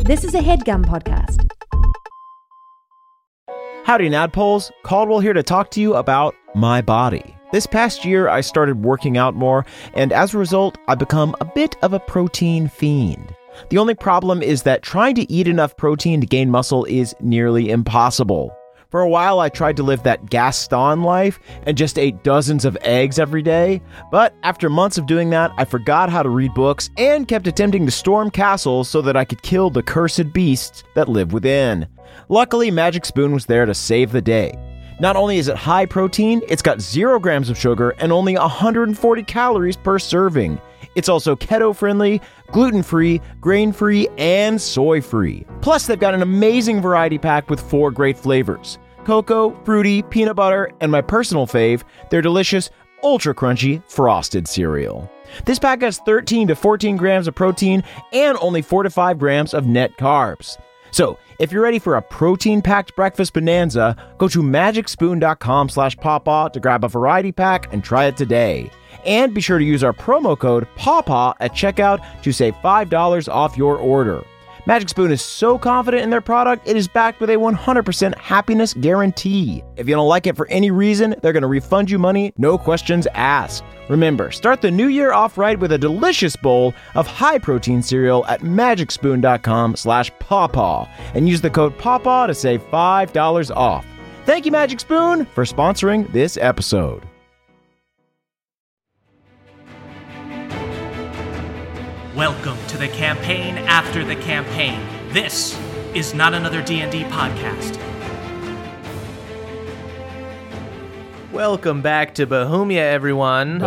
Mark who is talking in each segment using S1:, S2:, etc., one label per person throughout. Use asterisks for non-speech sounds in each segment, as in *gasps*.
S1: This is a headgum podcast.
S2: Howdy, Nadpoles. Caldwell here to talk to you about my body. This past year, I started working out more, and as a result, I've become a bit of a protein fiend. The only problem is that trying to eat enough protein to gain muscle is nearly impossible. For a while, I tried to live that Gaston life and just ate dozens of eggs every day. But after months of doing that, I forgot how to read books and kept attempting to storm castles so that I could kill the cursed beasts that live within. Luckily, Magic Spoon was there to save the day. Not only is it high protein, it's got zero grams of sugar and only 140 calories per serving. It's also keto friendly, gluten free, grain free, and soy free. Plus, they've got an amazing variety pack with four great flavors cocoa, fruity, peanut butter, and my personal fave, their delicious, ultra crunchy frosted cereal. This pack has 13 to 14 grams of protein and only 4 to 5 grams of net carbs. So, if you're ready for a protein-packed breakfast bonanza, go to magicspoon.com slash pawpaw to grab a variety pack and try it today. And be sure to use our promo code pawpaw at checkout to save $5 off your order. Magic Spoon is so confident in their product, it is backed with a 100% happiness guarantee. If you don't like it for any reason, they're going to refund you money, no questions asked. Remember, start the new year off right with a delicious bowl of high-protein cereal at magicspoon.com slash pawpaw and use the code pawpaw to save $5 off. Thank you, Magic Spoon, for sponsoring this episode.
S3: Welcome to the campaign after the campaign. This is not another D&D podcast.
S4: Welcome back to Bohemia, everyone.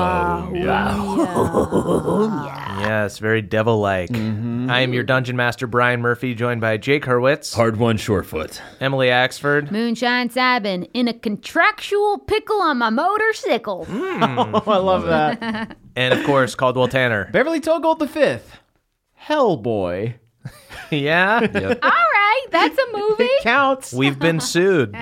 S4: Yes, very devil like. I am your dungeon master, Brian Murphy, joined by Jake Hurwitz,
S5: Hard one, Shorefoot.
S4: Emily Axford.
S6: Moonshine Sabin in a contractual pickle on my motorcycle.
S2: Oh, I love that.
S4: And of course, Caldwell Tanner.
S2: Beverly Togold the Fifth, Hellboy.
S4: yeah?
S6: All right, that's a movie.
S2: Counts.
S4: *laughs* We've been sued.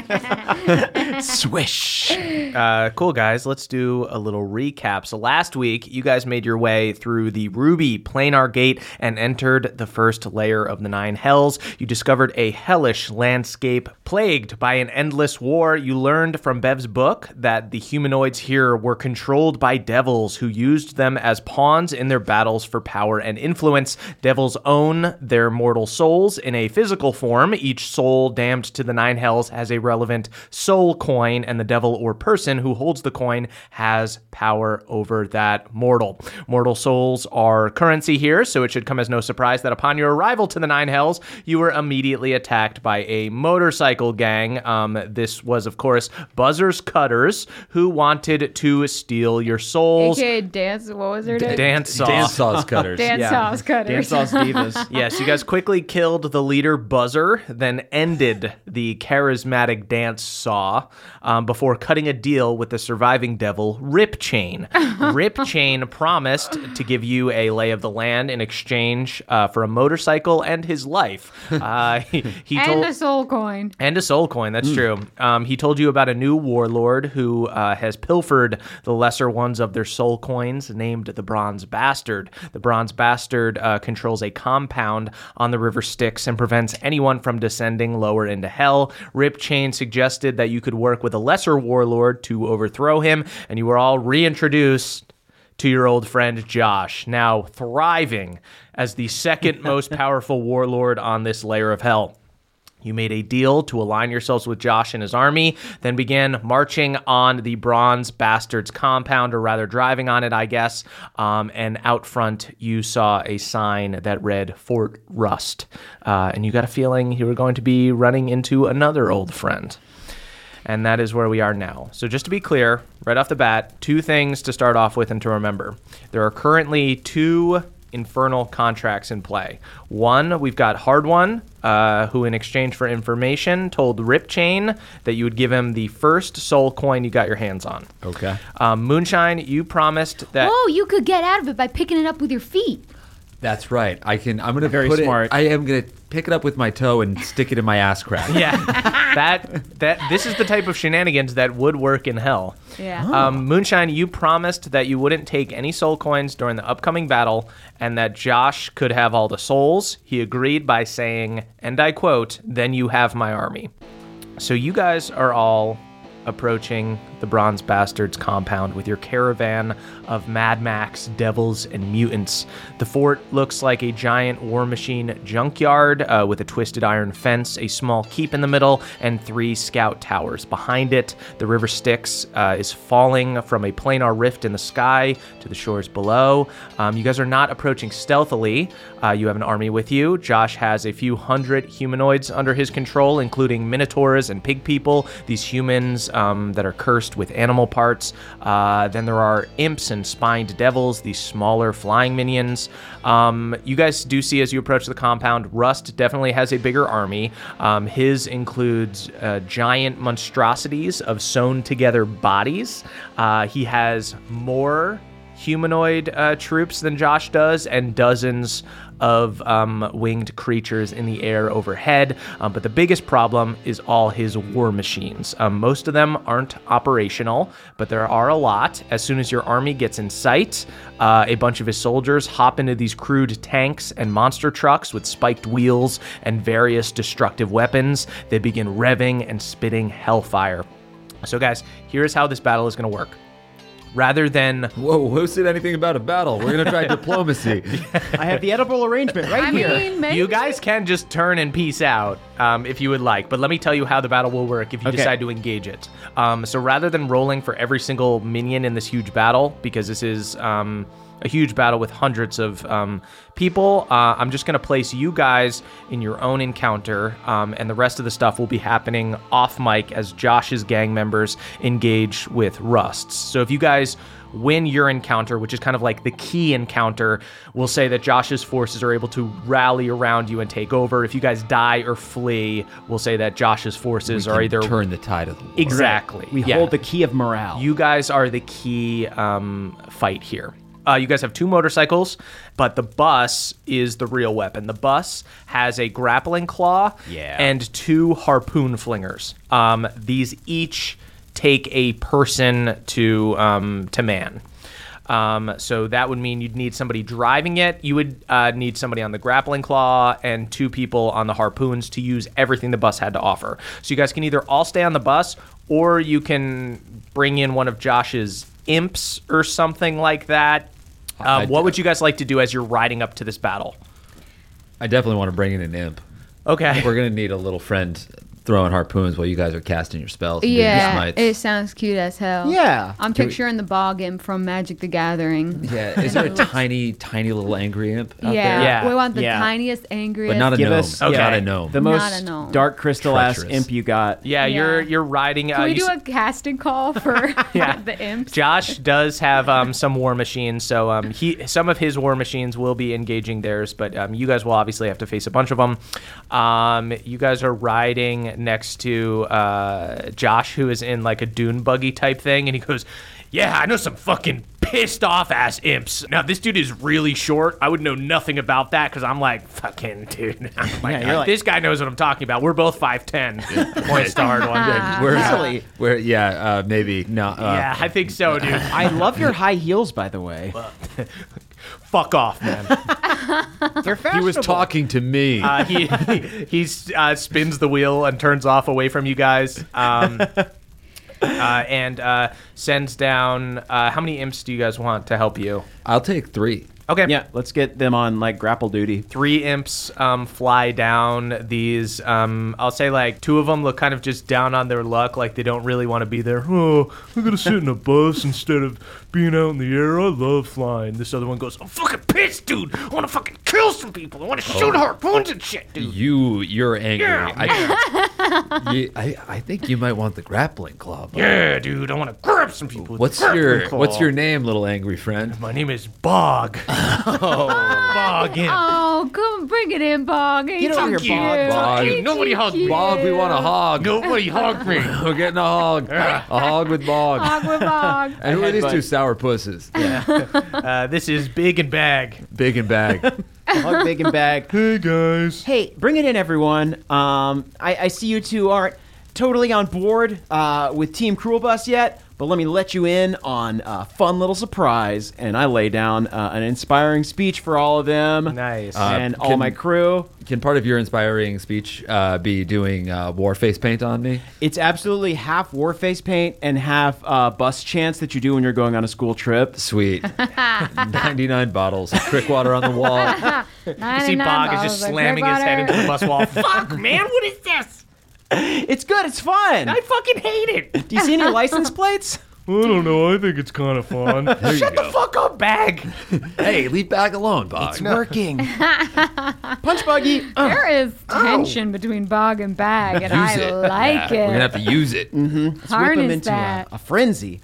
S2: Swish.
S4: Uh, cool, guys. Let's do a little recap. So, last week, you guys made your way through the Ruby Planar Gate and entered the first layer of the Nine Hells. You discovered a hellish landscape plagued by an endless war. You learned from Bev's book that the humanoids here were controlled by devils who used them as pawns in their battles for power and influence. Devils own their mortal souls in a physical form. Each soul damned to the Nine Hells has a relevant soul coin, and the devil or person who holds the coin has power over that mortal. Mortal souls are currency here, so it should come as no surprise that upon your arrival to the Nine Hells, you were immediately attacked by a motorcycle gang. Um, this was, of course, Buzzers Cutters, who wanted to steal your souls.
S7: AKA dance. What was her name?
S4: Dance off.
S5: Dance saws cutters.
S7: Dance sauce cutters.
S2: divas.
S4: Yes, you guys quickly killed the leader Buzzer, then ended the charismatic dance saw um, before cutting a deal with the surviving devil Rip
S7: *laughs*
S4: Chain. Rip Chain promised to give you a lay of the land in exchange uh, for a motorcycle and his life. Uh, he, he
S7: *laughs* and
S4: told
S7: a soul coin.
S4: and a soul coin, that's true. Um, he told you about a new warlord who uh, has pilfered the lesser ones of their soul coins, named the Bronze Bastard. The Bronze Bastard uh, controls a compound on the River Styx and prevents anyone from descending lower into hell. Rip Chain suggested that you could work with a lesser warlord to overthrow him, and you were all reintroduced to your old friend Josh, now thriving as the second most powerful warlord on this layer of hell. You made a deal to align yourselves with Josh and his army, then began marching on the Bronze Bastards compound, or rather driving on it, I guess. Um, and out front, you saw a sign that read Fort Rust. Uh, and you got a feeling you were going to be running into another old friend. And that is where we are now. So, just to be clear, right off the bat, two things to start off with and to remember. There are currently two infernal contracts in play. One, we've got Hard One, uh, who, in exchange for information, told Rip Chain that you would give him the first soul coin you got your hands on.
S5: Okay.
S4: Um, Moonshine, you promised that.
S6: Oh, Whoa, you could get out of it by picking it up with your feet.
S5: That's right. I can. I'm gonna
S8: Very
S5: put it-
S8: smart.
S5: I am gonna pick it up with my toe and stick it in my ass crack.
S4: Yeah, *laughs* that that this is the type of shenanigans that would work in hell.
S7: Yeah.
S4: Um, Moonshine, you promised that you wouldn't take any soul coins during the upcoming battle, and that Josh could have all the souls. He agreed by saying, and I quote, "Then you have my army." So you guys are all approaching the Bronze Bastards compound with your caravan of Mad Max, devils, and mutants. The fort looks like a giant war machine junkyard uh, with a twisted iron fence, a small keep in the middle, and three scout towers. Behind it, the River Styx uh, is falling from a planar rift in the sky to the shores below. Um, you guys are not approaching stealthily. Uh, you have an army with you. Josh has a few hundred humanoids under his control, including minotaurs and pig people, these humans um, that are cursed with animal parts. Uh, then there are imps and spined devils, these smaller flying minions. Um, you guys do see as you approach the compound, Rust definitely has a bigger army. Um, his includes uh, giant monstrosities of sewn together bodies. Uh, he has more humanoid uh, troops than Josh does, and dozens of um, winged creatures in the air overhead. Um, but the biggest problem is all his war machines. Um, most of them aren't operational, but there are a lot. As soon as your army gets in sight, uh, a bunch of his soldiers hop into these crude tanks and monster trucks with spiked wheels and various destructive weapons. They begin revving and spitting hellfire. So, guys, here's how this battle is going to work. Rather than
S5: Whoa! Who said anything about a battle? We're gonna
S8: *laughs*
S5: try diplomacy.
S8: I have the edible arrangement right
S7: I
S8: here.
S7: mean, maybe
S4: You guys can just turn and peace out um, if you would like, but let me tell you how the battle will work if you
S8: Okay.
S4: decide to engage it. Um, so rather than rolling for every single minion in this huge battle, because this is um, a huge battle with hundreds of um, people, uh, I'm just going to place you guys in your own encounter, um, and the rest of the stuff will be happening off mic as Josh's gang members engage with Rusts. So if you guys win your encounter, which is kind of like the key encounter, will say that Josh's forces are able to rally around you and take over. If you guys die or flee, we'll say that Josh's forces are either
S5: turn the tide of the war.
S4: exactly.
S8: We
S4: yeah.
S8: hold the key of morale.
S4: You guys are the key um, fight here. Uh, you guys have two motorcycles, but the bus is the real weapon. The bus has a grappling claw
S5: Yeah.
S4: and two harpoon flingers. Um, these each take a person to um, to man. Um, so that would mean you'd need somebody driving it. You would uh, need somebody on the grappling claw and two people on the harpoons to use everything the bus had to offer. So you guys can either all stay on the bus or you can bring in one of Josh's imps or something like that. Um, what would you guys like to do as you're riding up to this battle?
S5: I definitely want to bring in an
S8: *laughs*
S5: imp.
S4: Okay.
S5: We're gonna need a little friend throwing harpoons while you guys are casting your spells. and doing your
S7: Yeah,
S5: smites.
S7: it sounds cute as hell.
S8: Yeah.
S7: I'm
S5: Can we-
S7: picturing the bog imp from Magic the Gathering.
S5: yeah. Is there a tiny, tiny little angry imp out
S7: yeah,
S5: there?
S4: Yeah.
S7: we want the
S8: Yeah.
S7: tiniest, angriest.
S5: But not a
S8: Give
S5: gnome.
S8: us-
S5: okay. Not
S4: Okay.
S5: a gnome.
S8: the
S7: Not
S8: most
S7: a gnome.
S8: dark crystal ass
S5: Treacherous.
S8: imp you got.
S4: Yeah, you're
S7: Yeah.
S4: you're riding.
S7: Can
S4: uh,
S7: we
S4: you
S7: do
S4: s-
S7: a casting call for
S4: Yeah.
S7: *laughs* the imps?
S4: Josh does have um, some war machines, so um, he some of his war machines will be engaging theirs, but um, you guys will obviously have to face a bunch of them. Um, you guys are riding next to uh, Josh, who is in like a dune buggy type thing, and he goes, "Yeah, I know some fucking." Pissed off ass imps. Now this dude is really short. I would know nothing about that because I'm like, fucking dude. *laughs* I'm like,
S8: Yeah, you're like-
S4: this guy knows what I'm talking about. We're both five ten. Points to *laughs*
S8: *laughs*
S4: hard one.
S5: Yeah, we're,
S8: Easily.
S5: we're- yeah, uh, maybe no. Uh,
S4: Yeah, I think so, dude.
S5: *laughs*
S8: I love your high heels, by the way.
S4: Fuck off, man.
S8: They're fashionable.
S5: He was talking to me.
S4: Uh, he *laughs* he s- uh, spins the wheel and turns off away from you guys, um, uh, and uh, sends down. Uh, how many imps do you guys want to help you?
S5: I'll take three.
S4: Okay,
S8: Yeah, let's get them on like grapple duty.
S4: three imps um, fly down these um, i'll say like two of them look kind of just down on their luck like they don't really want to be there oh i'm gonna sit in a bus instead of being out in the air i love flying this other one goes i'm fucking pissed dude i want to fucking kill some people i want to shoot harpoons and shit dude
S5: You, you're angry.
S4: Yeah, *laughs*
S5: I, you, I, I think you might want the grappling club.
S4: yeah dude i want to grab some people with the
S5: What's
S4: grappling
S5: your
S4: claw."
S5: What's your name, little angry friend?
S4: my name is Bog.
S2: Bog in.
S6: Oh, come bring it in, Bog. You
S8: don't hear Bog,
S5: Bog.
S2: Nobody hugs me.
S5: Bog, we want a hog. *laughs*
S2: Nobody hog me.
S5: We're getting
S4: *laughs*
S5: a hog. a hog with bog.
S6: Bog with Bog.
S5: *laughs* and who are these
S8: headbutt.
S5: two sour pusses?
S4: Uh, this is big and bag.
S5: Big
S4: *laughs*
S5: and bag.
S8: Hug big and bag.
S4: Hey guys.
S8: Hey, bring it in, everyone. Um, I, I see you two aren't totally on board uh, with Team Cruel Bus yet, but let me let you in on a fun little surprise. And I lay down uh, an inspiring speech for all of them.
S4: Nice. Uh,
S8: And all
S5: can-
S8: my crew.
S5: Can part of your inspiring speech uh, be doing uh, war face paint on me?
S8: It's absolutely half war face paint and half uh, bus chants that you do when you're going on a school
S6: *laughs*
S8: trip.
S5: Sweet. 99 bottles of trick water on the
S6: *laughs*
S5: wall.
S2: You see Bog is just slamming his head into the bus wall. Fuck, man, what is this?
S8: It's good. It's fun.
S2: I fucking hate it.
S8: do you see any license plates?
S2: I don't know. I think it's kind of fun.
S4: *laughs*
S5: There you go.
S2: Fuck up, bag.
S5: Hey, leave bag alone, Bog.
S8: It's working. Punch buggy. Uh,
S6: There is tension between Bog and Bag, and I
S5: Oh. Use it.
S6: like
S5: We're
S6: it. Mm-hmm.
S5: gonna have to use it.
S8: whip 'em
S6: Harness
S5: uh,
S8: into
S6: that.
S8: A, a frenzy.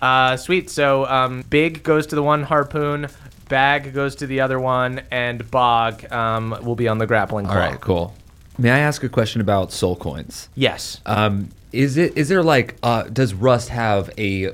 S4: Uh, sweet. So um, big goes to the one harpoon. Bag goes to the other one, and Bog um, will be on the grappling
S5: All
S4: claw.
S5: right, cool. May I ask a question about soul coins?
S4: Yes.
S5: Um, is it is there like uh, does Rust have a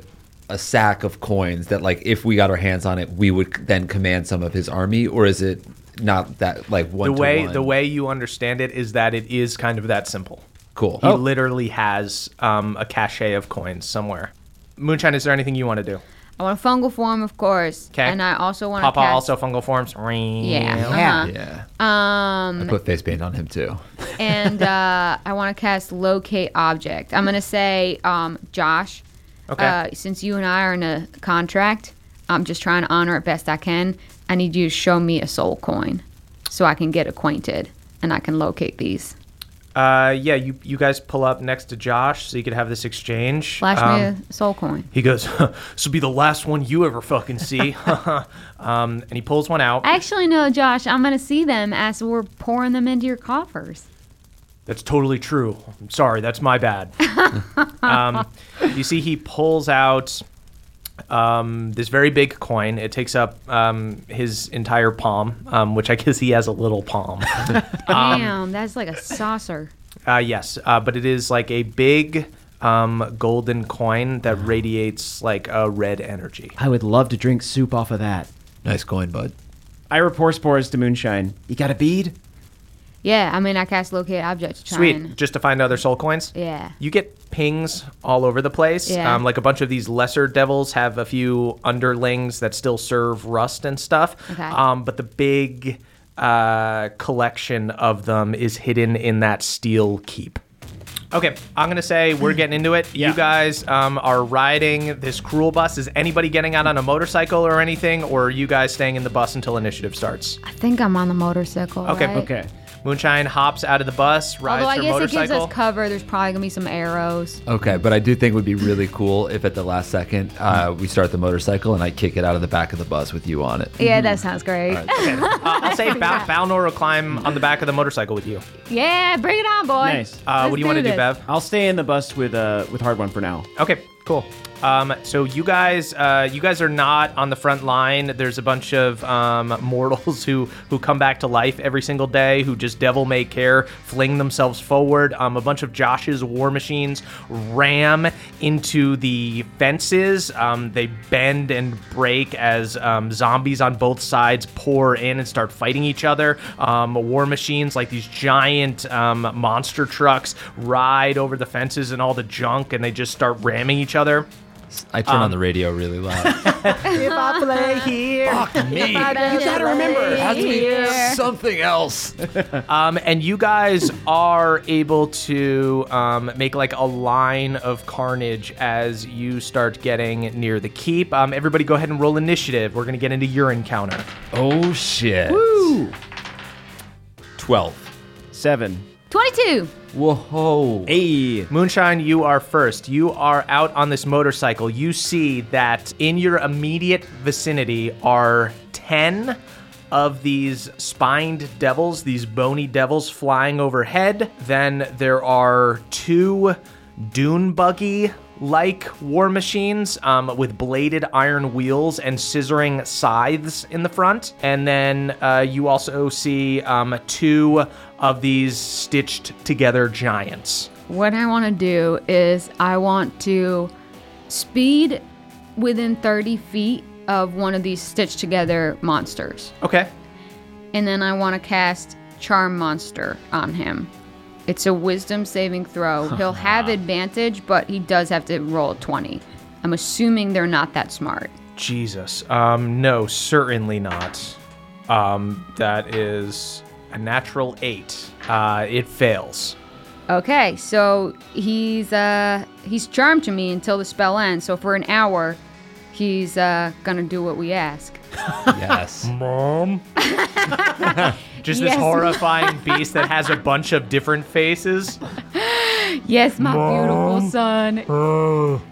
S5: a sack of coins that like if we got our hands on it we would then command some of his army or is it not that like one
S4: the
S5: to
S4: way
S5: one?
S4: the way you understand it is that it is kind of that simple.
S5: cool Oh.
S4: He literally has um, a cache of coins somewhere. Moonshine, is there anything you want to do?
S6: I want a fungal form, of course.
S4: 'Kay.
S6: And I also want
S4: Papa
S6: to cast.
S4: also fungal forms.
S6: Yeah. uh-huh.
S5: yeah
S6: Um,
S5: I put face paint on him too
S6: and uh, I want to cast locate object. I'm gonna say, um, Josh.
S4: Okay.
S6: Uh, since you and I are in a contract, I'm just trying to honor it best I can. I need you to show me a soul coin, so I can get acquainted and I can locate these.
S4: Uh, yeah, you, you guys pull up next to Josh so you could have this exchange.
S6: Flash
S4: Um,
S6: me a soul coin.
S4: He goes, *laughs* This will be the last one you ever fucking see. *laughs* um, and he pulls one out.
S6: Actually, no, Josh. I'm gonna see them as we're pouring them into your coffers.
S4: That's totally true. I'm sorry, that's my bad. um, you see, he pulls out um, this very big coin. It takes up um, his entire palm, um, which I guess he has a little palm. Um,
S6: Damn, that's like a saucer.
S4: uh, yes, uh, but it is like a big um, golden coin that radiates like a red energy.
S8: I would love to drink soup off of that.
S5: nice coin bud
S8: I report spores to moonshine. You got a bead?
S6: Yeah, I mean, I cast locate object. To try
S4: Sweet.
S6: and-
S4: Just to find other soul coins?
S6: Yeah.
S4: You get pings all over the place.
S6: Yeah.
S4: Um, like a bunch of these lesser devils have a few underlings that still serve rust and stuff.
S6: Okay.
S4: Um, but the big uh, collection of them is hidden in that steel keep. Okay, I'm gonna say we're getting into it. You guys um, are riding this cruel bus. Is anybody getting out on a motorcycle or anything, or are you guys staying in the bus until initiative starts?
S6: I think I'm on the motorcycle.
S4: Okay,
S6: right?
S8: Okay.
S4: Moonshine hops out of the bus, rides
S6: Although I
S4: her
S6: guess
S4: motorcycle.
S6: it gives us cover. There's probably gonna be some arrows.
S5: okay but I do think it would be really cool if at the last second uh, we start the motorcycle and I kick it out of the back of the bus with you on it
S6: Yeah, that sounds great.
S4: Uh, I'll say Bal- Balnor will climb on the back of the motorcycle with you.
S6: *laughs* yeah, bring it on, boy.
S8: Nice.
S4: Uh, what do you want to do,
S6: this.
S4: Bev?
S8: I'll stay in the bus with uh with hard one for now.
S4: Okay, cool. Um, so you guys, uh, you guys are not on the front line. There's a bunch of um, *laughs* mortals who who come back to life every single day, who just devil may care, fling themselves forward. Um, a bunch of Josh's war machines ram into the fences. Um, they bend and break as um, zombies on both sides pour in and start fighting each other. Um, war machines like these giant um, monster trucks ride over the fences and all the junk, and they just start ramming each other.
S5: I turn
S4: Um,
S5: on the radio really
S6: *laughs*
S5: loud
S4: If I play here.
S5: me
S6: gotta remember.
S5: Has to be something else.
S4: Um, and you guys are able to um, make like a line of carnage as you start getting near the keep. Um, everybody, go ahead and roll initiative. We're gonna get into your encounter.
S5: Oh shit.
S8: Ooh.
S5: Twelve.
S8: Seven.
S6: 22.
S5: Whoa.
S8: Hey.
S4: Moonshine, you are first. You are out on this motorcycle. You see that in your immediate vicinity are 10 of these spined devils, these bony devils flying overhead. Then there are two dune buggy like war machines um, with bladed iron wheels and scissoring scythes in the front. And then uh, you also see um, two of these stitched together giants.
S6: What I want to do is I want to speed within 30 feet of one of these stitched together monsters.
S4: Okay.
S6: And then I want to cast Charm Monster on him. It's a wisdom
S4: *laughs*
S6: saving throw. He'll have advantage, but he does have to roll a 20. I'm assuming they're not that smart.
S4: Jesus. Um, no, certainly not. Um, that is a natural eight. Uh, it fails.
S6: Okay, so he's uh he's charmed to me until the spell ends. So for an hour, he's uh gonna do what we ask.
S5: yes.
S4: Mom. *laughs* Just this
S6: Yes.
S4: horrifying beast that has a bunch of different faces.
S6: Yes, my beautiful son.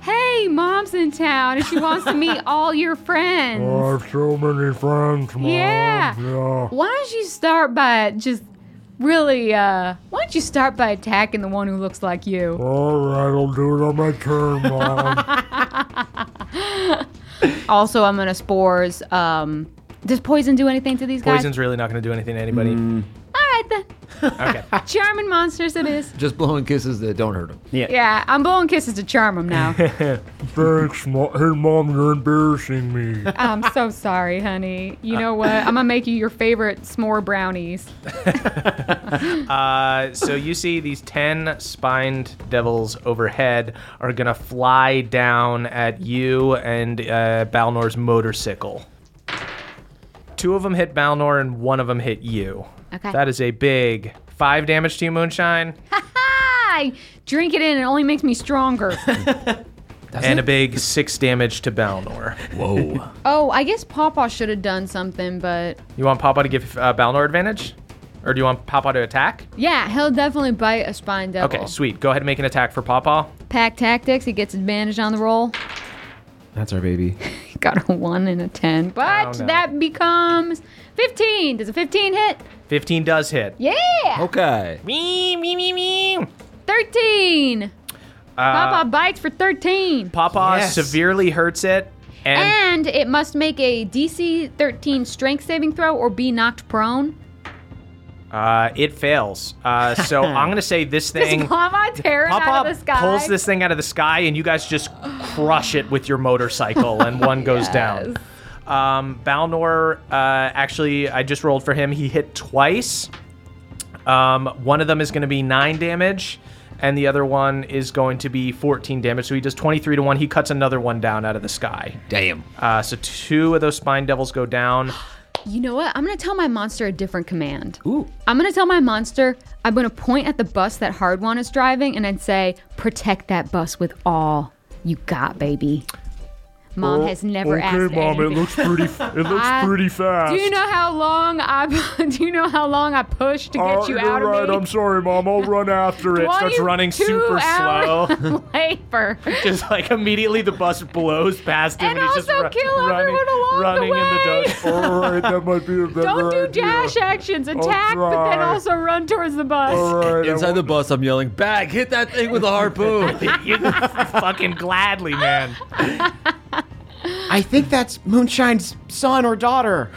S6: Hey, mom's in town and she wants to meet all your friends.
S9: I have so many friends, Mom.
S6: yeah.
S9: Yeah.
S6: Why don't you start by just really uh why don't you start by attacking the one who looks like you?
S9: All right, I'll do it on my
S6: *laughs*
S9: turn, Mom.
S6: Also, I'm gonna spores um does poison do anything to these guys?
S4: Poison's really not going to do anything to anybody.
S6: All right then.
S4: *laughs* Okay.
S6: Charming monsters it is.
S5: Just blowing kisses that don't hurt him.
S6: Yeah, I'm blowing kisses to charm him now.
S9: Thanks, Mom. Hey, Mom, you're embarrassing me.
S6: I'm so sorry, honey. You know what? I'm gonna make you your favorite s'more brownies.
S4: Uh, so you see these 10 spined devils overhead are going to fly down at you and uh, Balnor's motorcycle. Two of them hit Balnor and one of them hit you.
S6: Okay.
S4: That is a big five damage to you, Moonshine,
S6: Hi! Drink it in, it only makes me stronger.
S4: and a big six damage to Balnor.
S5: Whoa.
S6: oh, I guess Pawpaw should have done something, but
S4: You want Papa to give uh, Balnor advantage? Or do you want Papa to attack?
S6: yeah, he'll definitely bite a spine devil.
S4: Okay, sweet. Go ahead and make an attack for Papa.
S6: Pack tactics, he gets advantage on the roll.
S8: That's our baby.
S6: *laughs* He got a one and a ten, but
S4: Oh, no.
S6: that becomes 15. Does a 15 hit?
S4: 15 does hit.
S6: Yeah!
S5: Okay.
S4: Meow, meow, meow, meow.
S6: 13! Pawpaw bites for 13.
S4: Papa
S8: Yes.
S4: severely hurts it. And
S6: And it must make a DC 13 strength saving throw or be knocked prone.
S4: Uh, it fails. Uh,
S6: *laughs*
S4: so I'm gonna say this
S6: Is
S4: thing.
S6: Mama tearing out of the sky?
S4: pulls this thing out of the sky, and you guys just crush it with your motorcycle, and
S6: *laughs*
S4: one goes down. Um, Balnor, uh, actually, I just rolled for him. He hit twice. Um, one of them is going to be nine damage, and the other one is going to be 14 damage. So he does 23 to one. He cuts another one down out of the sky.
S5: Damn.
S4: Uh, so two of those spine devils go down.
S6: You know what? I'm going to tell my monster a different command.
S5: Ooh.
S6: I'm going to tell my monster, I'm going to point at the bus that Hardwan is driving and I'd say, protect that bus with all you got, baby. Mom has never
S9: okay,
S6: asked
S9: Mom, it
S6: anything.
S9: looks pretty. It
S6: *laughs*
S9: looks
S6: I-
S9: pretty fast.
S6: do you know how long I *laughs* do you know how long I pushed to get
S9: Uh,
S6: you
S9: you're
S6: out
S9: right.
S6: of me?
S9: I'm sorry, Mom. I'll run after
S6: *laughs*
S9: it.
S6: Why
S9: That's
S6: you
S9: right.
S4: running
S6: two
S4: super
S6: hours *laughs* Labor.
S4: just like immediately the bus blows past him,
S6: And
S4: and, he's just
S6: also
S4: ru-
S6: kill
S4: running,
S6: everyone along the
S4: running in
S6: way.
S4: the dust.
S9: All right, that might be a better
S6: *laughs* Don't do
S9: idea.
S6: dash actions. Attack, but then
S9: try.
S6: also run towards the bus.
S9: All right, uh, I
S5: Inside the bus, I'm yelling, "Back! Hit that thing with a *laughs* harpoon!"
S4: *laughs* You fucking gladly, man.
S2: I think that's Moonshine's son or daughter.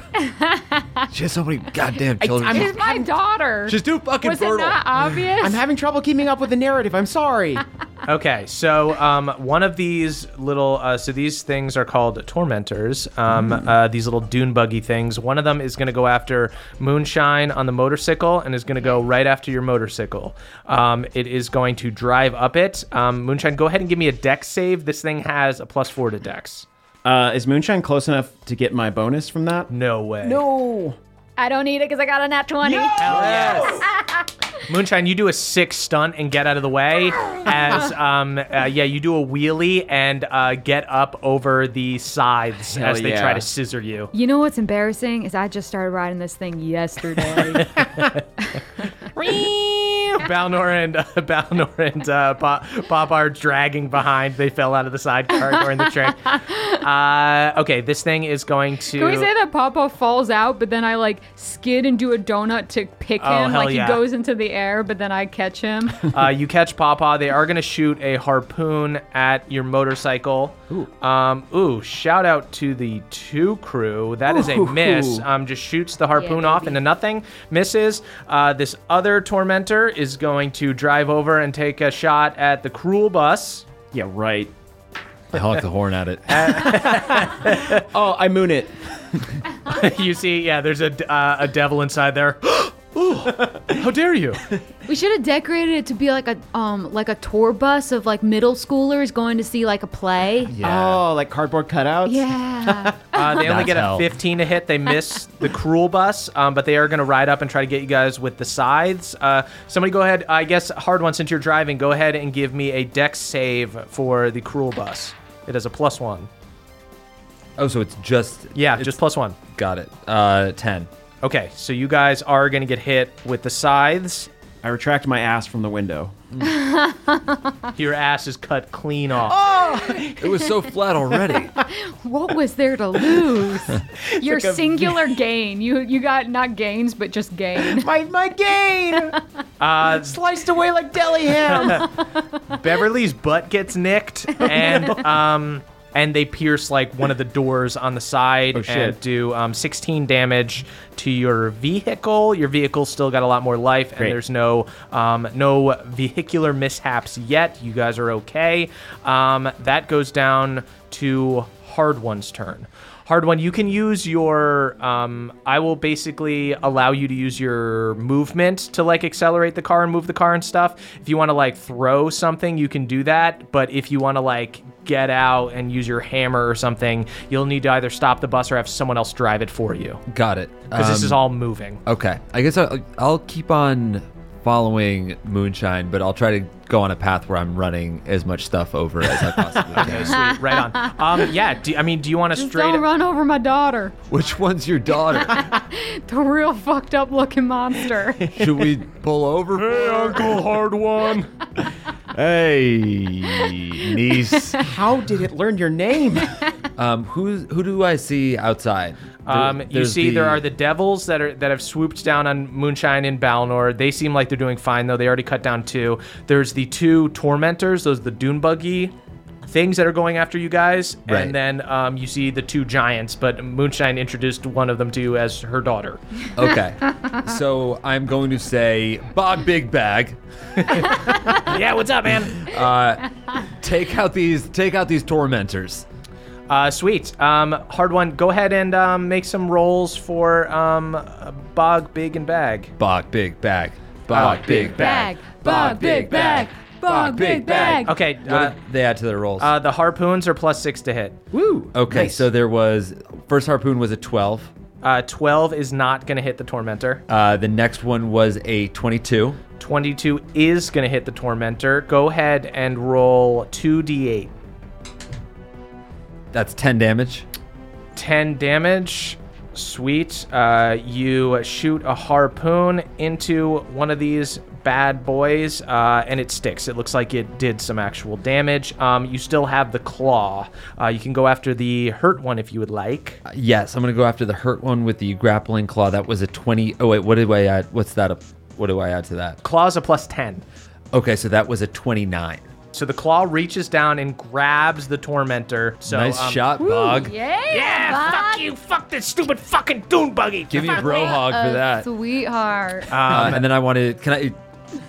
S5: Just so many goddamn
S2: I'm-
S5: children.
S6: It's my daughter.
S5: She's too fucking
S6: Was it
S5: fertile.
S6: not obvious?
S2: I'm having trouble keeping up with the narrative. I'm sorry.
S4: Okay, so um, one of these little, uh, so these things are called tormentors. Um,
S6: Mm.
S4: uh, these little dune buggy things. One of them is going to go after Moonshine on the motorcycle and is going to go right after your motorcycle. Um, it is going to drive up it. Um, Moonshine, go ahead and give me a dex save. This thing has a plus four to dex.
S2: Uh, is Moonshine close enough to get my bonus from that?
S4: No way.
S2: No.
S6: I don't need it because I got a nat 20.
S7: *laughs*
S4: Moonshine, you do a six stunt and get out of the way.
S7: *laughs*
S4: As um, uh, yeah, you do a wheelie and uh, get up over the scythes as they
S2: yeah.
S4: try to scissor
S7: *laughs*
S4: you.
S6: You know what's embarrassing is I just started riding this thing yesterday.
S4: Balnor and uh, *laughs* Balnor and uh, Bob, Bob are dragging behind. They fell out of the sidecar during the
S7: *laughs*
S4: train. Uh, okay, this thing is going to.
S7: Can we say that Papa falls out, but then I like skid and do a donut to pick
S4: Oh,
S7: him?
S4: hell
S7: Like
S4: yeah.
S7: he goes into the air, but then I catch him.
S4: Uh, you catch Papa. They are going to shoot a harpoon at your motorcycle. Ooh. Um, ooh, shout out to the two crew. That is a miss. Um, just shoots the harpoon off into nothing. Misses. Uh, this other tormentor is going to drive over and take a shot at the cruel bus. *laughs*
S8: Yeah, right.
S5: I honk the horn *laughs* at it.
S8: Oh, I moon it.
S4: you see, yeah, there's a, d- uh, a devil inside there. *gasps* Ooh, how dare you?
S6: *laughs* We should have decorated it to be like a um like a tour bus of like middle schoolers going to see like a play.
S8: Oh, like cardboard cutouts.
S6: Yeah.
S4: Uh, they only
S5: That's
S4: get a
S5: hell.
S4: 15 to hit. They miss the cruel bus, um, but they are going to ride up and try to get you guys with the scythes. Uh, somebody go ahead. I guess hard one since you're driving. Go ahead and give me a dex save for the cruel bus. It is a plus one.
S5: Oh, so it's just
S4: Yeah,
S5: it's-
S4: just plus one.
S5: got it. Uh, ten.
S4: Okay, so you guys are going to get hit with the scythes.
S8: I retract my ass from the window.
S4: Your ass is cut clean off.
S5: It was so flat already.
S7: what was there to lose? Your singular gain. You you got not gains, but just gain.
S8: My
S4: *laughs*
S8: my gain
S4: Uh,
S8: sliced away like deli ham.
S4: Beverly's butt gets nicked,
S8: *laughs*
S4: and um, and they pierce like one of the doors on the side
S8: Oh, shit.
S4: and do um, 16 damage to your vehicle. Your vehicle's still got a lot more life, and
S8: Great.
S4: there's no um, no vehicular mishaps yet. You guys are okay. Um, that goes down to hard one's turn. Hard one, you can use your. Um, I will basically allow you to use your movement to like accelerate the car and move the car and stuff. If you want to like throw something, you can do that. But if you want to like get out and use your hammer or something, you'll need to either stop the bus or have someone else drive it for you.
S5: *laughs* got it.
S4: Because this
S5: Um,
S4: is all moving.
S5: Okay. I guess I'll, I'll keep on following Moonshine, but I'll try to go on a path where I'm running as much stuff over as I possibly *laughs* can.
S4: Sweet, right on. Um, yeah, do, I mean, do you want to
S7: Just
S4: straight
S7: don't run over my daughter.
S5: Which one's your daughter?
S7: The real fucked up looking monster.
S5: Should we pull over?
S9: Hey, Uncle Hard One.
S2: Hey, niece.
S8: How did it learn your name?
S5: Um, who's who do I see outside?
S4: Um,
S5: There-
S4: you
S5: there's
S4: see, there
S5: the-
S4: are the devils that are that have swooped down on Moonshine and Balnor. They seem like they're doing fine though. They already cut down two. There's the two tormentors. Those are the dune buggy things that are going after you guys.
S5: Right.
S4: And then um, you see the two giants. But Moonshine introduced one of them to you as her daughter.
S5: *laughs* Okay. so I'm going to say, Bob Big Bag,
S4: yeah, what's up, man?
S5: take out these take out these tormentors.
S4: Uh, sweet. Um, hard one. Go ahead and um, make some rolls for um, Bog, Big, and Bag.
S5: Bog Big Bag. Bog Big Bag. Bog Big Bag. Bog Big Bag.
S4: Okay.
S5: What
S4: Uh,
S5: did they add to their rolls?
S4: uh, the harpoons are plus six to hit.
S8: Woo.
S5: okay,
S8: nice.
S5: so there was first harpoon was a 12.
S4: Uh, 12 is not going to hit the tormentor.
S5: Uh, the next one was a 22.
S4: 22 is going to hit the tormentor. Go ahead and roll 2d8.
S5: That's 10 damage.
S4: 10 damage. Sweet. Uh, you shoot a harpoon into one of these bad boys, uh, and it sticks. It looks like it did some actual damage. Um, you still have the claw. Uh, you can go after the hurt one if you would like.
S5: Uh, yes, I'm going to go after the hurt one with the grappling claw. That was a 20. Oh wait, what did I add? What's that? What do I add to that?
S4: Claw's a plus 10.
S5: Okay, so that was a 29.
S4: So the claw reaches down and grabs the tormentor. So
S5: nice
S4: um,
S5: shot, Bog.
S6: yeah.
S3: Yeah, fuck you, fuck this stupid fucking dune buggy.
S5: Give me a bro hog for that.
S7: Sweetheart.
S5: Um, and then I want to can I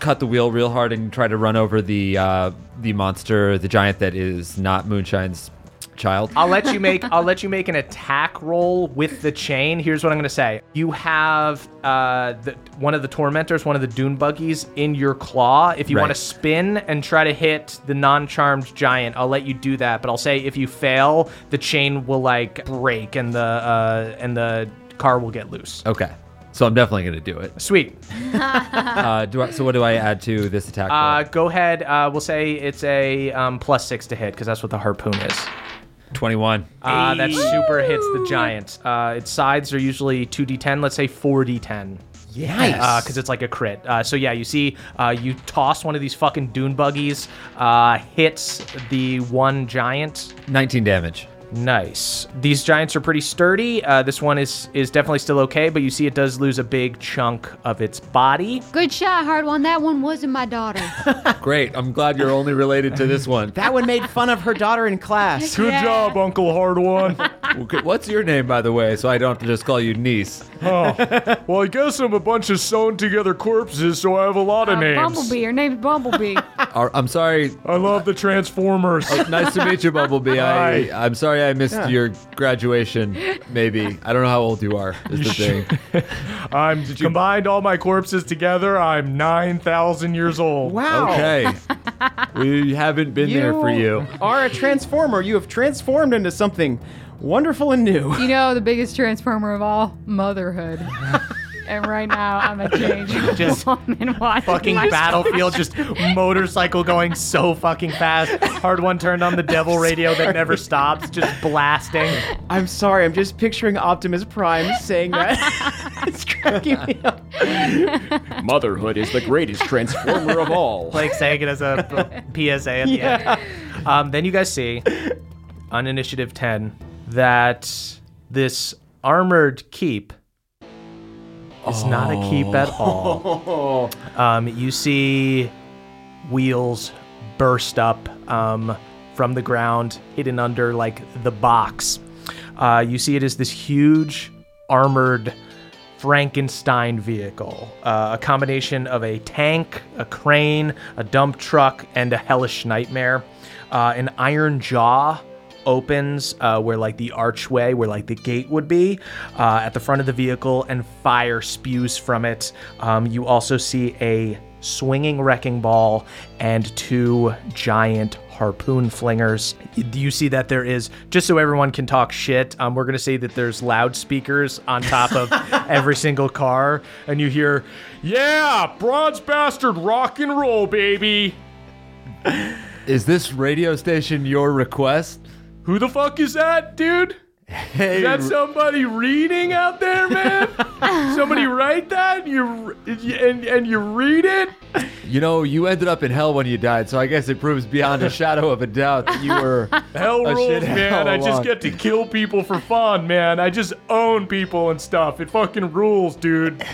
S5: cut the wheel real hard and try to run over the uh, the monster, the giant that is not Moonshine's child.
S4: I'll let you make I'll let you make an attack roll with the chain. Here's what I'm gonna say. You have uh, the, one of the tormentors, one of the dune buggies in your claw. If you
S5: Right.
S4: want to spin and try to hit the non-charmed giant, I'll let you do that. But I'll say if you fail, the chain will like break and the uh, and the car will get loose.
S5: Okay, so I'm definitely gonna do it.
S4: Sweet.
S5: Uh, do I, so what do I add to this attack? roll?
S4: Uh, go ahead. Uh, we'll say it's a um, plus six to hit because that's what the harpoon is.
S5: 21.
S4: Uh, that super hits the giant. Uh, its sides are usually 2d10. Let's say 4d10.
S8: Yikes.
S4: because it's like a crit. Uh, so yeah, you see, uh, you toss one of these fucking dune buggies, uh, hits the one giant.
S5: 19 damage.
S4: Nice. These giants are pretty sturdy. Uh, this one is is definitely still okay, but you see, it does lose a big chunk of its body.
S6: Good shot, hard one. That one wasn't my daughter.
S5: Great. I'm glad you're only related to this one.
S8: That one made fun of her daughter in class.
S9: Good job, Uncle Hard One.
S6: *laughs*
S5: Okay, What's your name, by the way, so I don't have to just call you niece?
S9: Oh. Well, I guess I'm a bunch of sewn together corpses, so I have a lot of
S7: Uh,
S9: names.
S7: Bumblebee. Your name's Bumblebee.
S5: Ar- I'm sorry.
S9: I love the Transformers.
S5: Nice to meet you, Bumblebee. I, I'm sorry I missed your graduation, maybe. I don't know how old you are, is the thing.
S9: I'm combined all my corpses together. I'm nine thousand years old.
S8: Wow.
S5: Okay. We haven't been there for you.
S8: are a transformer. You have transformed into something wonderful and new.
S7: you know the biggest transformer of all, motherhood. and right now, I'm a change
S4: Just
S7: woman watching
S4: Fucking
S7: my-
S4: battlefield, just motorcycle going so fucking fast. Hard one turned on the devil radio that never stops, just blasting.
S8: I'm sorry. I'm just picturing Optimus Prime saying that. *laughs* it's cracking me up.
S10: Motherhood is the greatest transformer of all.
S4: Like saying it as a PSA at the end. Um, then you guys see on initiative 10 that this armored keep is not a keep at all. Um, you see wheels burst up um, from the ground, hidden under like the box. Uh, you see it as this huge armored Frankenstein vehicle, uh, a combination of a tank, a crane, a dump truck, and a hellish nightmare. Uh, an iron jaw opens uh, where like the archway where like the gate would be uh, at the front of the vehicle and fire spews from it um, you also see a swinging wrecking ball and two giant harpoon flingers you see that there is just so everyone can talk shit um, we're going to say that there's loudspeakers on top of every single car and you hear
S9: Yeah, bronze bastard rock and roll, baby.
S5: Is this radio station your request?
S9: Who the fuck is that, dude?
S5: Hey,
S9: Is that somebody reading out there, man? somebody write that and you and and you read it?
S5: you know, you ended up in hell when you died, so I guess it proves beyond
S9: *laughs*
S5: a shadow of a doubt that you were.
S9: Hell
S4: Oh,
S5: a
S9: rules,
S4: *laughs*
S5: shit
S9: man.
S5: all
S9: I just
S5: along.
S9: get to kill people for fun, man. I just own people and stuff. It fucking rules, dude.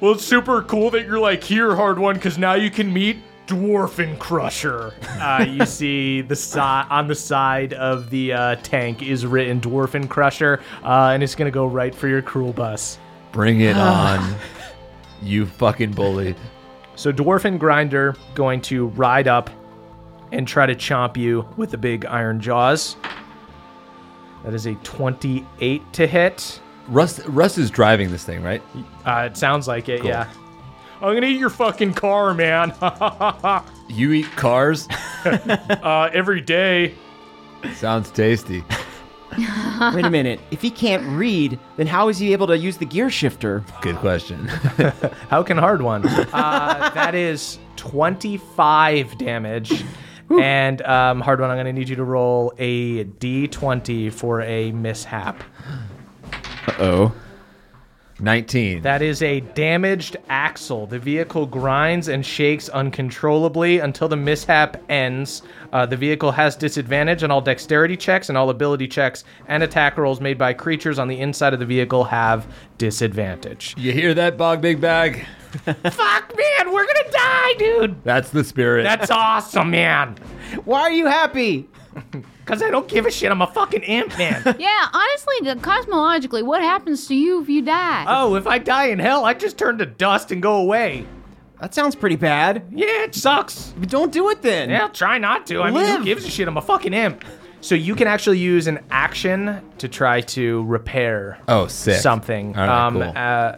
S9: Well, it's super cool that you're like here, hard one, because now you can meet Dwarfen Crusher.
S4: uh, you see the si- on the side of the uh, tank is written Dwarfen Crusher, uh, and it's gonna go right for your cruel bus.
S5: Bring
S9: *sighs*
S5: it on, you fucking bully.
S4: So Dwarfen Grinder going to ride up and try to chomp you with the big iron jaws. That is a 28 to hit.
S5: Russ, Russ is driving this thing, right?
S4: Uh, it sounds like it, yeah.
S9: I'm gonna eat your fucking car, man. *laughs*
S5: You eat cars?
S9: uh, every day.
S5: Sounds tasty.
S8: Wait a minute. If he can't read, then how is he able to use the gear shifter?
S5: Good
S8: *laughs*
S5: question.
S4: How can hard one? *laughs* Uh, that is 25 damage. And um, hard one, I'm going to need you to roll a d20 for a mishap.
S5: oh. 19.
S4: That is a damaged axle. The vehicle grinds and shakes uncontrollably until the mishap ends. Uh, the vehicle has disadvantage on all dexterity checks and all ability checks, and attack rolls made by creatures on the inside of the vehicle have disadvantage.
S5: you hear that, Bog Big Bag?
S4: Fuck, man, we're gonna die, dude!
S5: That's the spirit.
S4: That's awesome, man!
S8: Why are
S4: *laughs*
S8: you happy?
S4: Because I don't give a shit. I'm a fucking imp, man.
S6: yeah, honestly, cosmologically, what happens to you if you die?
S8: Uh.
S4: oh, if I die in hell, I just turn to dust and go away.
S8: That sounds pretty bad.
S4: Yeah, it sucks.
S8: But don't do it then.
S4: Yeah, try not to. I mean,
S8: Live.
S4: who gives a shit? I'm a fucking imp. So you can actually use an action to try to repair
S5: Oh, sick.
S4: something
S5: All right,
S4: um,
S5: cool.
S4: uh,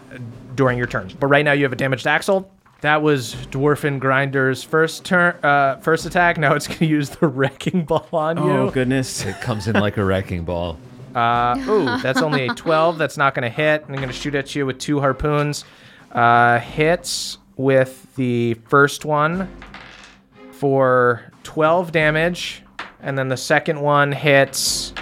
S4: during your turn. But right now you have a damaged axle. That was Dwarfen Grinder's first turn, uh, first attack. Now it's gonna use the wrecking ball on you.
S8: Oh goodness.
S5: it comes in like a wrecking ball.
S4: Ooh, that's only a 12. That's not going to hit. And I'm going to shoot at you with two harpoons. Uh, hits with the first one for 12 damage. And then the second one hits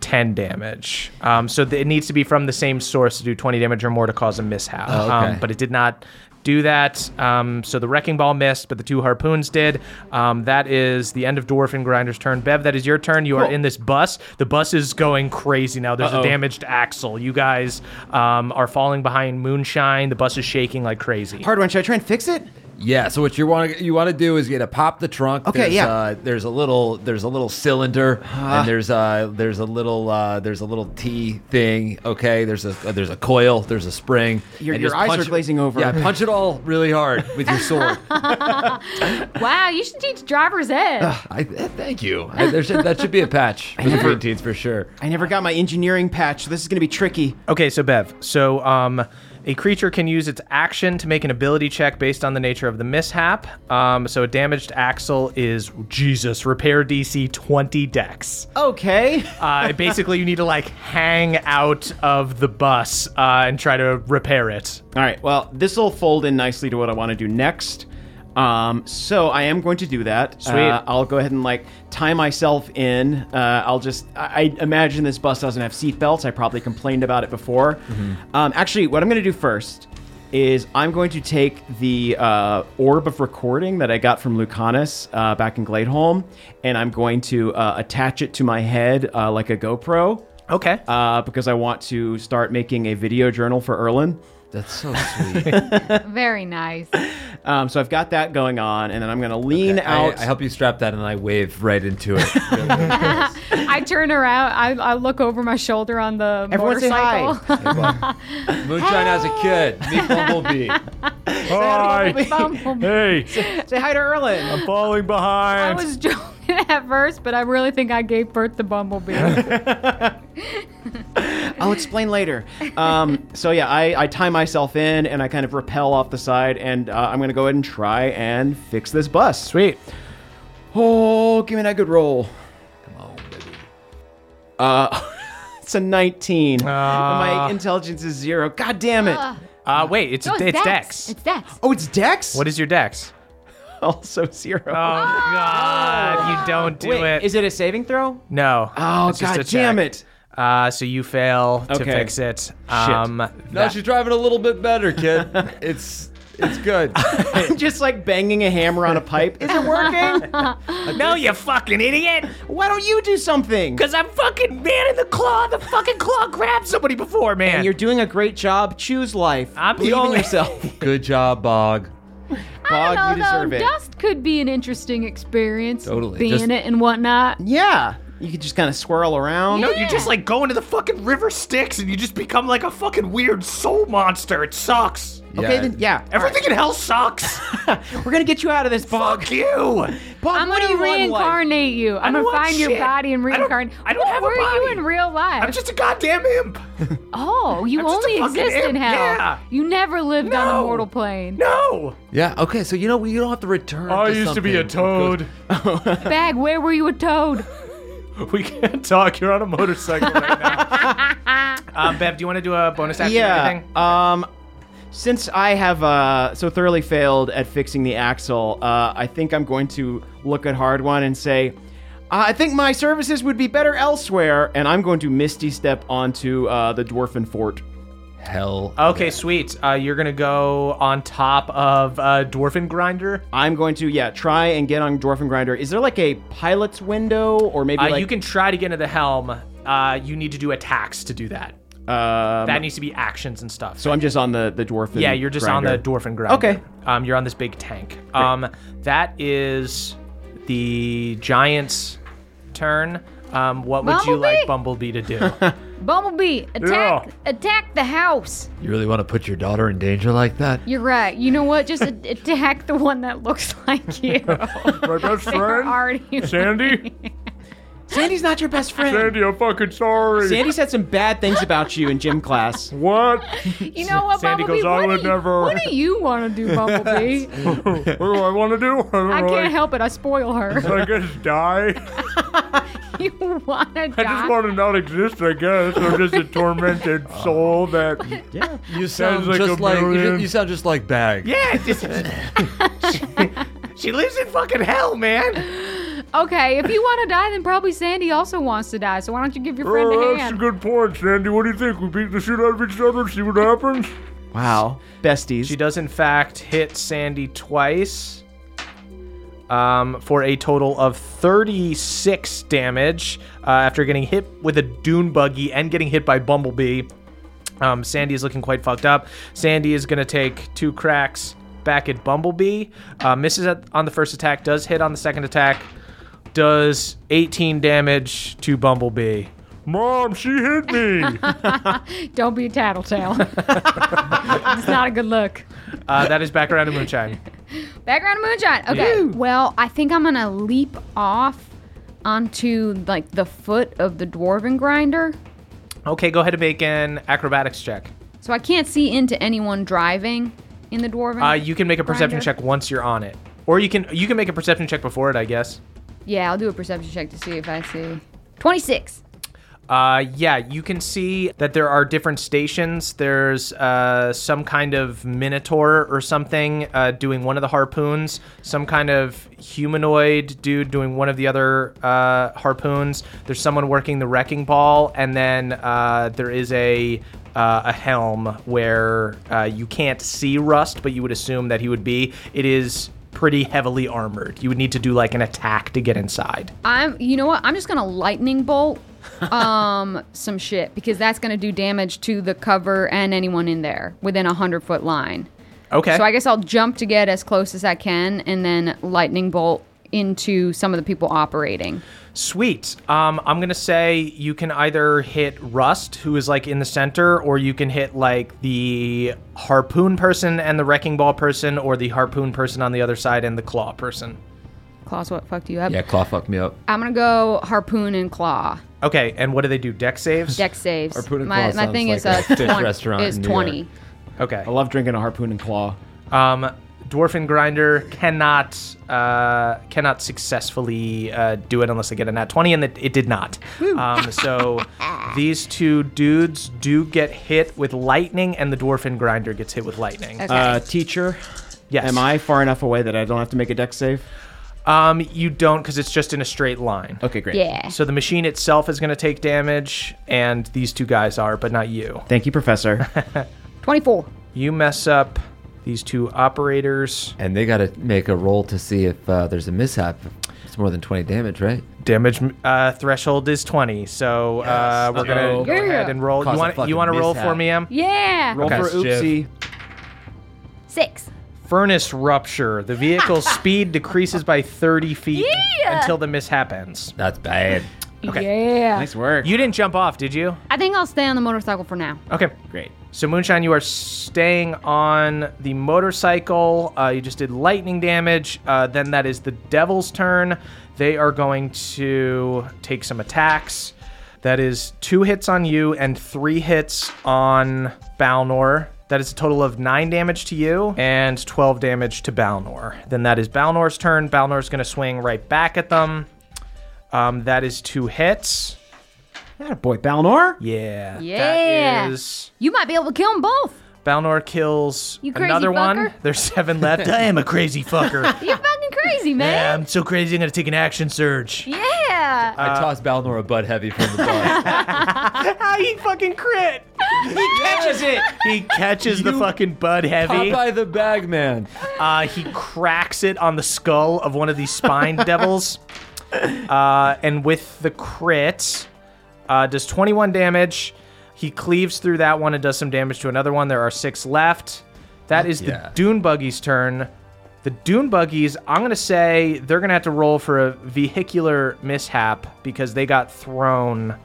S4: 10 damage. Um, so th- it needs to be from the same source to do 20 damage or more to cause a mishap.
S5: Oh, okay.
S4: um, but it did not do that. Um, so the wrecking ball missed, but the two harpoons did. Um, that is the end of Dwarf and Grinder's turn. Bev, that is your turn. You are in this bus. The bus is going crazy now. There's a
S10: Uh-oh.
S4: damaged axle. You guys um, are falling behind moonshine. The bus is shaking like crazy.
S8: Hard one. Should I try and fix it?
S5: Yeah. So what you want to you want to do is get a pop the trunk.
S8: Okay,
S5: There's,
S8: yeah. Uh-huh.
S5: Uh, there's a little there's a little cylinder and there's uh there's a little uh, there's a little T thing. Okay. There's a uh, there's a coil. There's a spring.
S8: Your-
S5: and
S8: your
S5: just
S8: eyes
S5: punch
S8: are
S5: it-
S8: glazing over.
S5: Yeah. Punch it all really hard with your
S8: *laughs*
S5: sword.
S6: Wow, you should teach driver's ed.
S5: I, eh, thank you. I, there should, that should be a patch
S8: *laughs*
S5: for the green teens for sure.
S8: I never got my engineering patch. So this is going to be tricky.
S4: Okay, so Bev, so um, a creature can use its action to make an ability check based on the nature of the mishap. Um, so a damaged axle is Jesus repair DC twenty dex.
S8: Okay.
S4: *laughs* Uh, basically, you need to like hang out of the bus uh, and try to repair it.
S8: All right. Well, this will fold in nicely to what I want to do next. Um, so I am going to do that.
S4: Sweet.
S8: Uh, I'll go ahead and like tie myself in. Uh, I'll just. I, I imagine this bus doesn't have seatbelts. I probably complained about it before. Um, actually, what I'm going to do first is I'm going to take the uh, orb of recording that I got from Lucanus uh, back in Gladeholm, and I'm going to uh, attach it to my head uh, like a GoPro.
S4: Okay.
S8: Uh, because I want to start making a video journal for Erlin.
S5: That's
S8: *laughs*
S5: so sweet.
S7: Very nice.
S8: Um, so I've got that going on, and then I'm going to lean
S5: I-
S8: out.
S5: I, help you strap that and I wave right into
S8: *laughs*
S5: it.
S7: I turn around. I, I look over my shoulder on the
S8: Everyone say hi.
S7: motorcycle.
S6: *laughs*
S5: Moonshine as a kid. Meet Bumblebee.
S8: *laughs*
S9: Hi. *laughs*
S7: Bumblebee.
S9: hey,
S8: *laughs* Say hi to Erlin.
S9: I'm falling
S7: I
S9: behind.
S7: was joking
S6: *laughs*
S7: at first, but I really think I gave birth
S8: *laughs*
S7: to
S6: Oh,
S7: Bumblebee.
S8: I'll explain later. Um, so yeah, I, I tie myself in, and I kind of rappel off the side, and uh, I'm going to go ahead and try and fix this bus.
S4: Sweet.
S8: Oh, give me that good roll. Uh, *laughs* it's a 19.
S4: Ah.
S8: my intelligence is zero. God damn it.
S4: Uh, wait, it's
S6: No,
S4: it's, Dex.
S6: It's Dex.
S8: oh, it's Dex.
S4: What is your Dex?
S8: *laughs* also zero?
S4: Oh God! You don't do
S8: Wait,
S4: it.
S8: is it a saving throw?
S4: no.
S8: Oh,
S4: it's just
S8: god
S4: a
S8: damn
S4: check.
S8: it. *laughs*
S4: Uh, so you fail to
S8: Okay.
S4: fix it. Um,
S5: Now she's driving a little bit better, kid. It's it's
S8: *laughs*
S5: good.
S8: I'm just like banging a hammer on a pipe. Is it working?
S4: no, you fucking idiot!
S8: Why don't you do something?
S4: Because I'm fucking man in the claw. The fucking claw grabbed somebody before, man.
S8: And you're doing a great job. Choose life.
S4: I'm the
S8: Believe in
S4: only-
S6: *laughs*
S8: yourself.
S5: Good job, Bog.
S8: Bog,
S6: Although
S8: you deserve it.
S6: dust could be an interesting experience.
S5: Totally.
S6: Being
S5: Just-
S6: it and whatnot.
S8: Yeah. You could just kind of swirl around.
S4: no, you just like go into the fucking river Styx and you just become like a fucking weird soul monster. It sucks.
S8: Okay, then, yeah.
S4: Everything in hell sucks. *laughs*
S8: We're going to get you out of this, Bog.
S4: Fuck you.
S8: Bog,
S6: I'm
S8: what do
S6: gonna
S8: you want in life?
S6: reincarnate you. I'm
S4: don't
S6: gonna
S4: want
S6: find your
S4: shit.
S6: body and
S4: I don't-
S6: reincarnate.
S4: I don't
S6: Who
S4: have a
S6: were
S4: body.
S6: you in real life?
S4: I'm just a goddamn imp.
S9: *laughs*
S6: oh, you
S4: I'm just a
S6: only
S4: fucking
S6: exist in
S4: imp,
S6: hell.
S4: yeah.
S6: You never lived on
S4: No.
S6: a mortal plane.
S4: No.
S5: Yeah. Okay. So you know you don't have to return.
S9: I used to be a
S5: something.
S4: *laughs*
S9: toad.
S6: Bag, where were you a
S9: *laughs*
S6: toad?
S9: We can't talk. You're on a motorcycle right now.
S4: *laughs* Um, Bev, do you want to do a bonus action or
S8: Yeah.
S4: anything?
S8: Um, since I have uh, so thoroughly failed at fixing the axle, uh, I think I'm going to look at Hard One and say, I think my services would be better elsewhere. And I'm going to Misty Step onto uh, the Dwarfen Fort.
S5: Hell.
S4: Okay, sweet. Uh, you're gonna go on top of uh, Dwarven Grinder.
S8: I'm going to, yeah, try and get on Dwarfen Grinder. Is there like a pilot's window or maybe
S4: Uh,
S8: like
S4: you can try to get into the helm. Uh, you need to do attacks to do that.
S8: Um,
S4: That needs to be actions and stuff.
S8: so I'm just on the the dwarf.
S4: yeah, you're just on the dwarf and grinder.
S8: Okay.
S4: Um, you're on this big tank. Um, that is the giant's turn. Um, what would you like Bumblebee to do? *laughs*
S7: Bumblebee, attack!
S9: Yeah.
S7: Attack the house.
S5: You really want to put your daughter in danger like that?
S7: You're right. You know what? Just a- *laughs* attack the one that looks *laughs* like you.
S9: *laughs*
S7: *laughs*
S9: My best
S7: They're
S9: friend,
S7: already. *laughs*
S9: Sandy.
S8: Sandy's not your best friend.
S9: Sandy, I'm fucking sorry.
S8: Sandy said some bad things about you in
S4: *laughs*
S8: gym class.
S9: What?
S7: You know what,
S9: Sandy
S7: Bumblebee?
S9: goes, "I
S7: what
S9: would
S7: do you,
S9: never."
S7: What do you
S9: *laughs*
S7: want to do, Bumblebee?
S9: What do I want to do? I, don't
S7: I
S9: know,
S7: can't
S9: like,
S7: help it. I spoil her.
S9: I guess die.
S7: *laughs* you want to
S9: I just
S7: die?
S9: want to not exist. I guess I'm just
S4: *laughs*
S9: a tormented soul that
S5: You
S9: sound like
S5: just
S9: a
S5: like you,
S9: million.
S5: ju- you sound just like Bag.
S4: yeah. it's just- she, she lives in fucking hell, man.
S6: Okay, if you want to die, then probably Sandy also wants to die. So why don't you give your friend a
S9: Oh, that's a
S6: hand?
S9: good point, Sandy. What do you think? We beat the shit out of each other, see what happens?
S11: Wow. Besties.
S4: She does, in fact, hit Sandy twice um, for a total of 36 damage uh, after getting hit with a dune buggy and getting hit by Bumblebee. Um, Sandy is looking quite fucked up. Sandy is going to take two cracks back at Bumblebee. Uh, misses at, on the first attack, does hit on the second attack, does 18 damage to Bumblebee.
S9: Mom, she hit me.
S6: Don't be a tattletale. *laughs* it's not a good look.
S4: Uh, that is back around to Moonshine.
S6: Background of moonshine. Okay. Well, I think I'm gonna leap off onto like the foot of the dwarven grinder,
S4: Okay, go ahead and make an acrobatics check.
S6: so I can't see into anyone driving in the dwarven.
S4: Uh, you can make a perception
S6: grinder.
S4: check once you're on it, or you can you can make a perception check before it, I guess.
S6: Yeah, I'll do a perception check to see if I see. 26.
S4: Uh, yeah, you can see that there are different stations. There's uh, some kind of minotaur or something uh, doing one of the harpoons, some kind of humanoid dude doing one of the other uh, harpoons. There's someone working the wrecking ball, and then uh, there is a uh, a helm where uh, you can't see Rust, but you would assume that he would be. It is pretty heavily armored. You would need to do like an attack to get inside.
S6: I'm. You know what? I'm just gonna
S4: *laughs*
S6: lightning bolt um some shit because that's gonna do damage to the cover and anyone in there within a hundred foot line.
S4: Okay.
S6: So I guess I'll jump to get as close as I can and then lightning bolt into some of the people operating.
S4: Sweet. Um, I'm gonna say you can either hit Rust, who is like in the center, or you can hit like the harpoon person and the wrecking ball person, or the harpoon person on the other side and the claw person.
S6: Claws, what fucked you up?
S5: Yeah, Claw fucked me up.
S6: I'm gonna go harpoon and claw.
S4: Okay, and what do they do? Deck saves.
S6: Deck saves.
S5: Harpoon and
S6: my
S5: claw
S6: my thing
S5: sounds like
S6: is uh,
S5: a fish
S6: 20,
S5: restaurant
S6: is
S5: in New
S6: 20.
S5: York.
S4: Okay.
S8: I love drinking a harpoon and claw.
S4: Um, Dwarfen Grinder cannot uh, cannot successfully uh, do it unless they get a nat twenty, and it, it did not. Um,
S6: *laughs*
S4: so these two dudes do get hit with lightning, and the Dwarfen Grinder gets hit with lightning.
S6: Okay.
S8: Uh, teacher,
S4: Yes.
S8: am I far enough away that I don't have to make a deck save?
S4: Um, you don't because it's just in a straight line.
S8: Okay, great.
S6: yeah.
S4: So the machine itself is going to take damage, and these two guys are, but not you.
S8: Thank
S4: *laughs*
S8: you, Professor.
S6: 24.
S4: You mess up these two operators.
S5: And they got to make a roll to see if uh, there's a mishap. It's more than 20 damage, right?
S4: Damage uh, threshold is twenty, so uh, we're gonna go
S6: Yeah.
S4: ahead and roll.
S5: Cause
S4: you
S5: a
S4: want you
S5: fucking
S4: want to roll
S5: mishap.
S4: for me, Em?
S6: Yeah.
S8: Roll
S4: Okay.
S8: for oopsie.
S6: Six.
S4: Furnace rupture. The
S6: *laughs*
S4: vehicle's speed decreases by thirty feet
S6: Yeah.
S4: until the mishap ends.
S5: That's bad.
S6: Yeah.
S8: Nice work.
S4: You didn't jump off, did you?
S6: I think I'll stay on the motorcycle for now.
S4: Okay.
S8: great.
S4: So Moonshine, you are staying on the motorcycle. Uh, you just did lightning damage. Uh, then that is the Devil's turn. They are going to take some attacks. That is two hits on you and three hits on Balnor. That is a total of nine damage to you and 12 damage to Balnor. Then that is Balnor's turn. Balnor's going to swing right back at them. Um, that is two hits.
S8: Atta boy, Balnor.
S4: Yeah.
S6: Yeah.
S4: That is.
S6: You might be able to kill them both.
S4: Balnor kills
S6: You crazy
S4: another one.
S6: fucker.
S4: There's seven left. I am a crazy fucker.
S6: You're fucking crazy,
S4: Yeah,
S6: man.
S4: I'm so crazy. I'm gonna take an action
S6: *laughs*
S4: surge.
S6: Yeah.
S9: Uh,
S5: I tossed Balnor a butt heavy from the bus.
S4: Ah, he fucking crit. He catches it. He catches the
S5: You
S4: fucking bud heavy.
S5: Popeye the bag man.
S4: Uh, he cracks it on the skull of one of these spine devils. Uh, and with the crit, uh, does 21 damage. He cleaves through that one and does some damage to another one. There are six left. That is
S5: yeah.
S4: the Dune Buggy's turn. The Dune Buggies, I'm going to say they're going to have to roll for a vehicular mishap because they got thrown.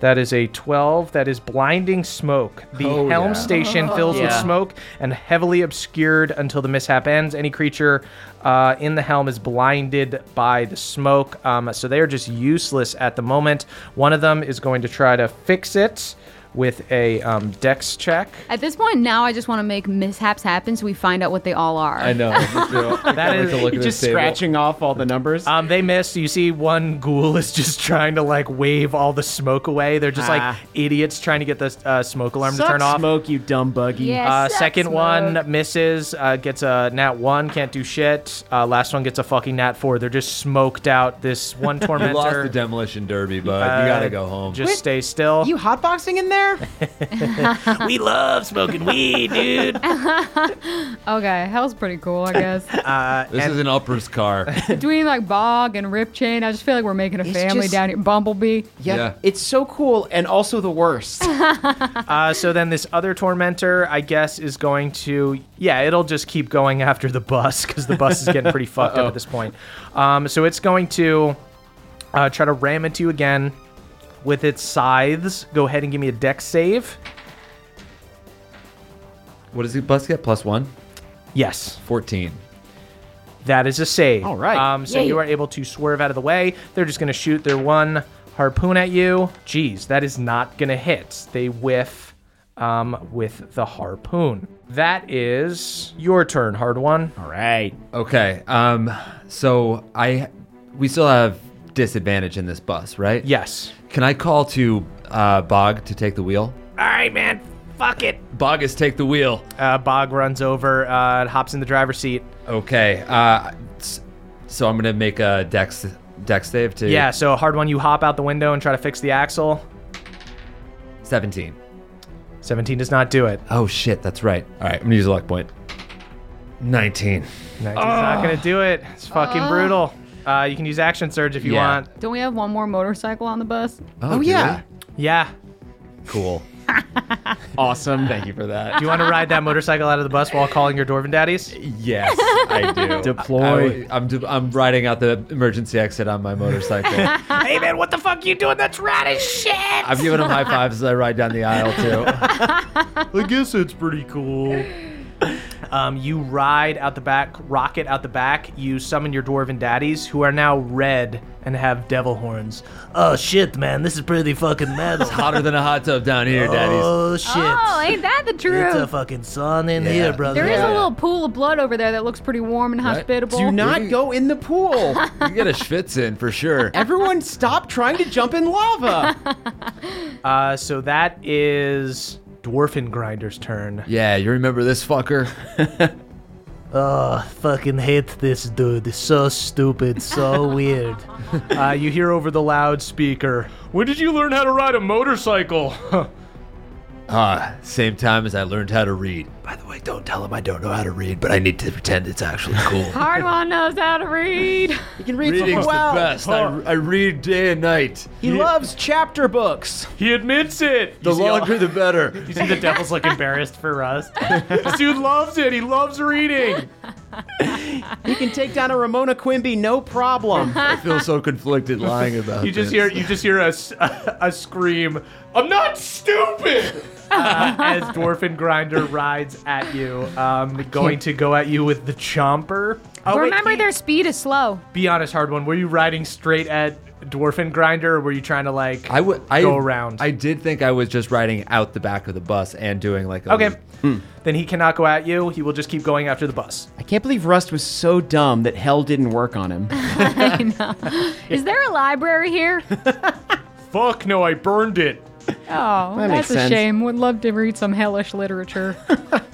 S4: That is a 12. That is blinding smoke. The
S5: Oh,
S4: helm *laughs*
S5: yeah.
S4: station fills with
S8: Yeah.
S4: smoke and heavily obscured until the mishap ends. Any creature uh, in the helm is blinded by the smoke. Um, so they are just useless at the moment. One of them is going to try to fix it with a um, dex check.
S6: At this point, now I just want to make mishaps happen so we find out what they all are.
S5: I know.
S4: *laughs* That is
S5: look at this
S8: Just
S5: table.
S8: scratching off all the
S4: *laughs*
S8: numbers.
S4: Um, they miss. You see, one ghoul is just trying to like wave all the smoke away. They're just
S8: Ah.
S4: like idiots trying to get the uh, smoke alarm
S8: Suck
S4: to turn off.
S8: smoke, you dumb buggy.
S7: Yeah.
S4: Uh,
S7: Suck
S4: second
S7: smoke.
S4: one misses, uh, gets a nat one, can't do shit. Uh, last one gets a fucking nat four. They're just smoked out. This one
S5: *laughs* You
S4: tormentor.
S5: lost the demolition derby, bud. you gotta
S4: uh,
S5: go home.
S4: Just stay still.
S8: You hotboxing in there?
S4: we love smoking weed, dude.
S6: Okay, hell's pretty cool, I guess.
S5: this is an upper's car.
S4: *laughs*
S6: Between like Bog and Rip Chain, I just feel like we're making a family
S8: just-
S6: down here. Bumblebee.
S8: Yeah.
S5: Yeah.
S8: It's so cool and also the worst.
S4: Uh, so then this other tormentor, I guess, is going to yeah, it'll just keep going after the bus because the bus is getting pretty fucked up at this point. Um, so it's going to uh, try to ram into you again with its scythes. Go ahead and give me a dex save.
S5: what does the bus get? Plus one?
S4: Yes,
S5: 14.
S4: that is a save.
S8: All right.
S4: Um, so you are able to swerve out of the way. They're just going to shoot their one harpoon at you. Jeez, that is not going to hit. They whiff um, with the harpoon. That is your turn, hard one.
S8: *laughs* all right.
S5: Okay. Um, so I, we still have disadvantage in this bus, right?
S4: Yes.
S5: Can I call to uh, Bog to take the wheel?
S4: All right, man. Fuck it.
S5: Bog is take the wheel.
S4: Uh, Bog runs over, uh, and hops in the driver's seat.
S5: Okay. Uh, s- so I'm gonna make a dex dex save to
S4: Yeah, so hard one. You hop out the window and try to fix the axle.
S5: 17.
S4: 17 does not do it.
S5: Oh shit, that's right. All right, I'm gonna use a luck point. 19.
S4: 19's not going to do it. It's fucking brutal. Uh, you can use action surge if you
S5: Yeah.
S4: want.
S6: Don't we have one more motorcycle on the bus?
S5: Oh,
S8: yeah.
S4: Yeah.
S5: really? Cool.
S8: Awesome. Thank you for that.
S4: Do you want to ride that motorcycle out of the bus while calling your Dwarven daddies?
S5: Yes, I
S9: *laughs*
S5: do.
S8: Deploy.
S5: I, am I'm riding out the emergency exit on my motorcycle.
S9: *laughs*
S4: hey, man, what the fuck you doing? That's rad as shit.
S5: I'm giving them high fives as I ride down the aisle
S9: *laughs*
S5: too.
S9: I guess it's pretty cool.
S4: Um, you ride out the back, rocket out the back. You summon your dwarven daddies, who are now red and have devil horns. Oh shit, man, this is pretty fucking metal.
S5: Hotter than a hot tub down here, daddies.
S4: oh shit,
S6: Oh, ain't that the truth?
S4: fucking sun in
S5: here, brother.
S6: There is
S5: Yeah.
S6: a little pool of blood over there that looks pretty warm and hospitable.
S8: Do not go in the *laughs* pool.
S5: You get a schwitz in for sure.
S8: Everyone stop trying to jump in lava.
S4: Uh, so that is dwarfen grinder's turn.
S5: Yeah, you remember this fucker?
S4: Oh, *laughs* fucking hate this dude. It's so stupid,
S9: *laughs*
S4: so weird. uh, you hear over the loudspeaker.
S9: When did you learn how to ride a motorcycle? *laughs*
S5: Ah, same time as I learned how to read. By the way, don't tell him I don't know how to read, but I need to pretend it's actually cool.
S9: *laughs*
S6: Hardwon knows how to read.
S8: You can read
S5: Reading's
S8: for a while.
S5: the best. I, I read day and night.
S8: He loves chapter books.
S9: he admits it.
S5: The longer, the
S9: *laughs*
S5: better.
S4: You see the devil's look embarrassed for *laughs* us.
S9: This dude loves it. He loves reading.
S8: He can take down a Ramona Quimby, no problem.
S5: I feel so conflicted lying about
S9: You just
S5: this.
S9: hear you just hear a, s- a scream. I'm not
S4: *laughs*
S9: stupid.
S4: Uh,
S9: *laughs*
S4: as Dwarfen Grinder rides at you, um, going to go at you with the chomper. Oh, wait,
S6: Remember,
S4: he-
S6: their speed is slow.
S4: be honest, hard one. Were you riding straight at Dwarfen Grinder, or were you trying to like?
S5: I would I,
S4: Go around.
S5: I did think I was just riding out the back of the bus and doing like a
S4: okay.
S5: loop.
S4: Then he cannot go at you. He will just keep going after the bus.
S8: I can't believe Rust was so dumb that hell didn't work on him.
S6: Is there a library here?
S9: Fuck no, I burned it.
S6: Oh,
S8: That makes
S6: that's a
S8: sense.
S6: shame. Would love to read some hellish literature.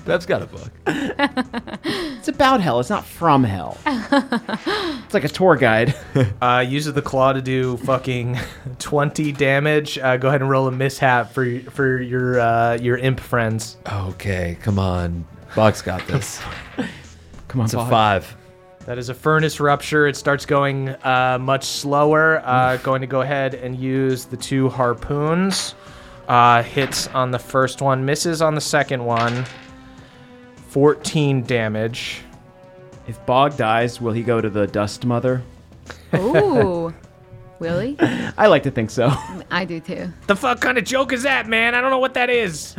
S5: Bev's got a book.
S8: It's about hell, it's not from *laughs* hell. It's like a tour guide.
S4: Uh, uses the claw to do fucking *laughs* twenty damage. Uh, go ahead and roll a mishap for y- for your uh, your imp friends.
S5: Okay, come on. Bog's got this.
S8: *laughs* Come on,
S5: It's a
S8: Bob.
S5: five.
S4: That is a furnace rupture. It starts going uh, much slower. Uh, going to go ahead and use the two harpoons. Uh, hits on the first one, misses on the second one. 14 damage.
S8: If Bog dies, will he go to the Dust Mother?
S6: Ooh. Willie?
S8: I like to think so.
S6: I do too.
S4: The fuck kind of joke is that, man? I don't know what that is.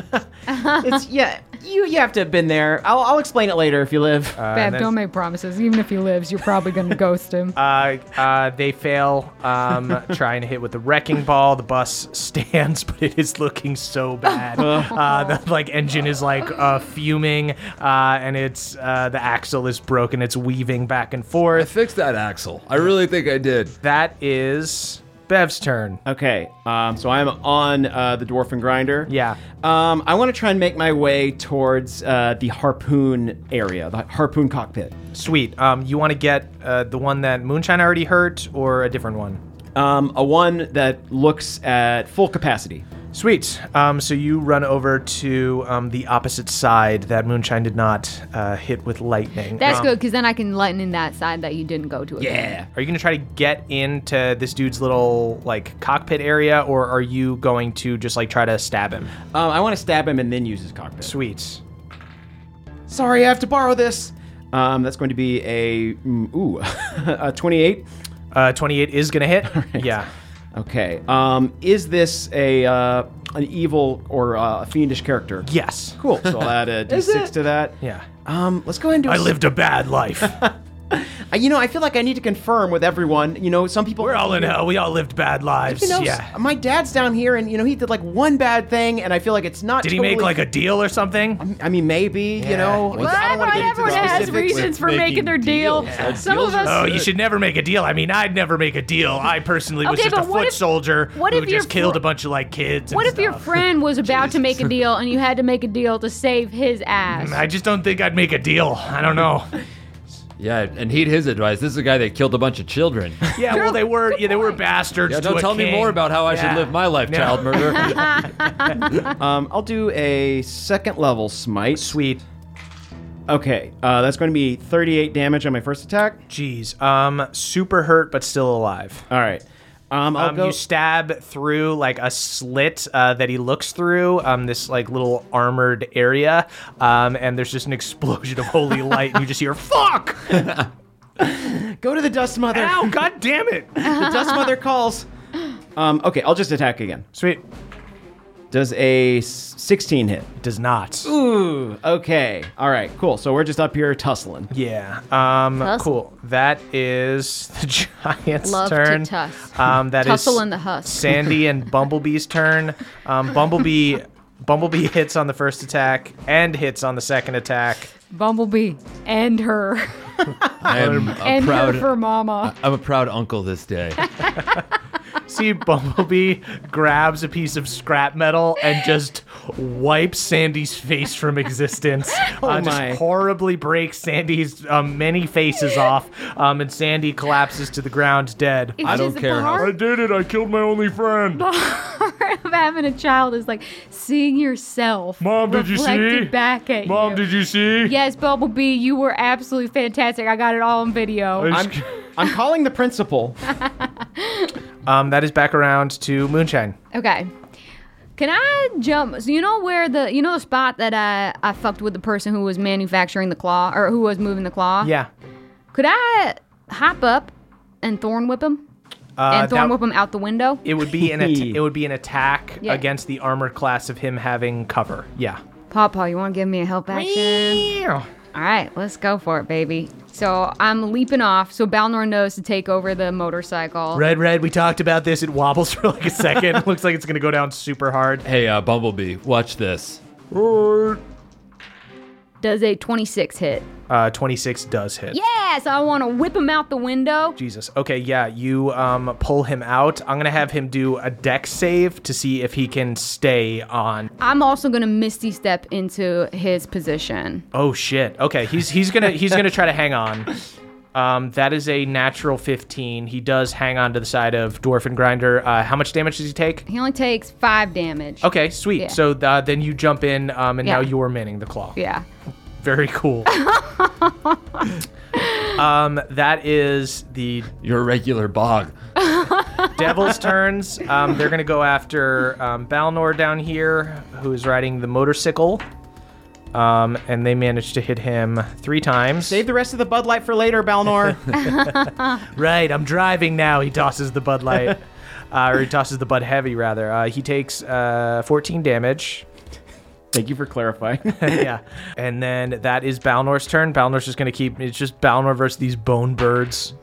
S8: It's *laughs* yeah. You you have to have been there. I'll, I'll explain it later if you live.
S7: Bab,
S4: that's-
S7: don't make promises. Even if he lives, you're probably gonna ghost him.
S4: Uh, uh, they fail um, trying to hit with the wrecking ball. The bus stands, *laughs* but it is looking so bad. Uh, the like engine is like uh, fuming, uh, and it's uh, the axle is broken. It's weaving back and
S5: I
S4: forth.
S5: fixed that axle. I really think I did.
S4: That is Bev's turn.
S8: Okay, um, so I'm on uh, the Dwarfen Grinder.
S4: Yeah.
S8: Um, I want to try and make my way towards uh, the harpoon area, the harpoon cockpit.
S4: Sweet. Um, you want to get uh, the one that Moonshine already hurt, or a different one?
S8: Um, a one that looks at full capacity.
S4: Sweet. Um, so you run over to um, the opposite side that Moonshine did not uh, hit with lightning.
S7: That's
S4: Um,
S7: good, because then I can lighten in that side that you didn't go to. Again.
S4: Are you going to try to get into this dude's little like cockpit area, or are you going to just like try to stab him?
S8: Um, I want to stab him and then use his cockpit.
S4: Sweet.
S8: Sorry, I have to borrow this. Um, that's going to be a mm, ooh, *laughs* a 28.
S4: Uh, Twenty-eight is going to
S7: *laughs*
S4: hit. Yeah.
S8: Okay. Um, is this a uh, an evil or uh, a fiendish character?
S4: Yes.
S8: Cool. So
S4: *laughs*
S8: I'll add a d6 to that.
S4: Yeah.
S8: Um, let's go ahead and do. a
S3: I
S8: s-
S3: lived a bad
S7: *laughs*
S3: life.
S8: I- You know, I feel like I need to confirm with everyone. You know, some people.
S3: We're all in hell. We all lived bad lives.
S8: You know,
S3: yeah.
S8: my dad's down here, and you know, he did like one bad thing, and I feel like it's not.
S3: Did he make like a deal or something?
S8: I mean, maybe you know.
S5: Well,
S8: I don't wanna get into the
S6: everyone has
S8: specifics.
S6: reasons for making their deal. Some of us.
S3: Oh, you should never make a deal. I mean, I'd never make a deal. I personally was
S7: Okay,
S3: just a
S7: but what
S3: foot
S7: if-
S3: soldier
S7: what
S3: who
S7: if your
S3: just killed
S7: fr-
S3: a bunch of like kids. and
S7: What if your
S3: stuff.
S7: friend was about to make a deal and you had to make a deal to save his ass?
S3: I just don't think I'd make a deal. I don't
S7: *laughs*
S3: know.
S5: Yeah, and heed his advice. This is a guy that killed a bunch of children.
S3: Yeah, well, they were yeah, they were bastards.
S5: Yeah,
S3: to
S5: don't
S3: a
S5: tell me
S3: king.
S5: more about how I
S3: Yeah.
S5: should live my life,
S3: No.
S5: child murderer.
S8: Um, I'll do a second level smite.
S4: Sweet.
S8: Okay, uh, that's going to be 38 damage on my first attack.
S4: Jeez. Um, super hurt, but still alive.
S8: All right. Um, I'll
S4: Um,
S8: go.
S4: you stab through like a slit uh, that he looks through um, this like little armored area, um, and there's just an explosion of holy light, and you just hear "fuck."
S8: go to the Dust Mother.
S4: Ow! God damn it!
S8: *laughs* The Dust Mother calls. Um, okay, I'll just attack again.
S4: Sweet.
S8: Does a s- 16 hit?
S4: Does not.
S8: Ooh. Okay. All right. Cool. So we're just up here tussling.
S4: Yeah. Um.
S6: Tuss.
S4: Cool. That is *laughs* the giant's
S7: Love to
S4: turn.
S7: tuss.
S4: Um. that is
S7: Tussle in the husk.
S4: Sandy
S7: *laughs*
S4: and Bumblebee's turn. Um. Bumblebee. Bumblebee hits on the first attack and hits on the second attack.
S6: Bumblebee and her
S5: I am a
S6: *laughs* and her
S5: proud.
S6: for mama.
S5: I'm a proud uncle this day.
S4: See, Bumblebee grabs a piece of scrap metal and just wipes Sandy's face from existence. uh,
S8: my.
S4: Just horribly breaks Sandy's um, many faces off, um, and Sandy collapses to the ground dead.
S6: It's
S5: I don't
S6: just
S5: care
S6: The
S5: how-
S9: I
S6: horror
S9: did it. I killed my only friend.
S7: *laughs*
S6: of having a child is like seeing yourself.
S9: Mom, did you
S6: reflected
S9: see?
S4: Mm.
S6: Back at
S9: Mom,
S6: you.
S9: did you see?
S6: Yes, Bumblebee, you were absolutely fantastic. I got it all on video.
S9: I
S8: I'm,
S9: just-
S8: I'm calling the principal.
S4: Um, that is back around to Moonshine.
S6: okay.
S7: Can I jump? So you know where the you know the spot that I I fucked with the person who was manufacturing the claw or who was moving the claw.
S4: Yeah.
S7: Could I hop up and thorn whip him
S4: Uh,
S7: and thorn
S4: that-
S7: whip him out the window?
S4: It would be an at- it would be an attack
S7: Yeah.
S4: against the armor class of him having cover. Yeah.
S7: Pawpaw, you want to give me a help action? All right, let's go for it, baby. So I'm leaping off. So Balnor knows to take over the motorcycle.
S4: Red, red. We talked about this. It wobbles *laughs* for like a
S7: *laughs*
S4: second. Looks like it's gonna go down super hard.
S5: hey, uh, Bumblebee, watch this.
S7: Does a 26 hit?
S4: Uh, Twenty six does hit.
S7: Yeah, so I want to whip him out the window.
S4: Jesus. Okay, yeah, you um, pull him out. I'm gonna have him do a deck save to see if he can stay on.
S7: I'm also gonna misty step into his position.
S4: Oh shit. Okay, he's he's gonna he's gonna try to hang on. Um, that is a natural 15. He does hang on to the side of Dwarfen Grinder. Uh, how much damage does he take?
S7: He only takes five damage.
S4: Okay, sweet.
S7: Yeah.
S4: So uh, then you jump in, um, and now
S7: Yeah.
S4: you're manning the claw.
S7: Yeah.
S4: Very cool. um, that is the
S5: You're a regular bog.
S4: Devil's turns. Um, they're gonna go after um, Balnor down here, who is riding the motorcycle, um, and they managed to hit him three times.
S8: Save the rest of the Bud Light for later, Balnor.
S4: Right, I'm driving now. He tosses the Bud *laughs* Light, uh, or he tosses the Bud Heavy rather. Uh, he takes uh, 14 damage.
S8: *laughs* Thank you for clarifying. *laughs*
S4: yeah. *laughs* And then that is Balnor's turn. Balnor's just gonna keep. It's just Balnor versus these bone birds.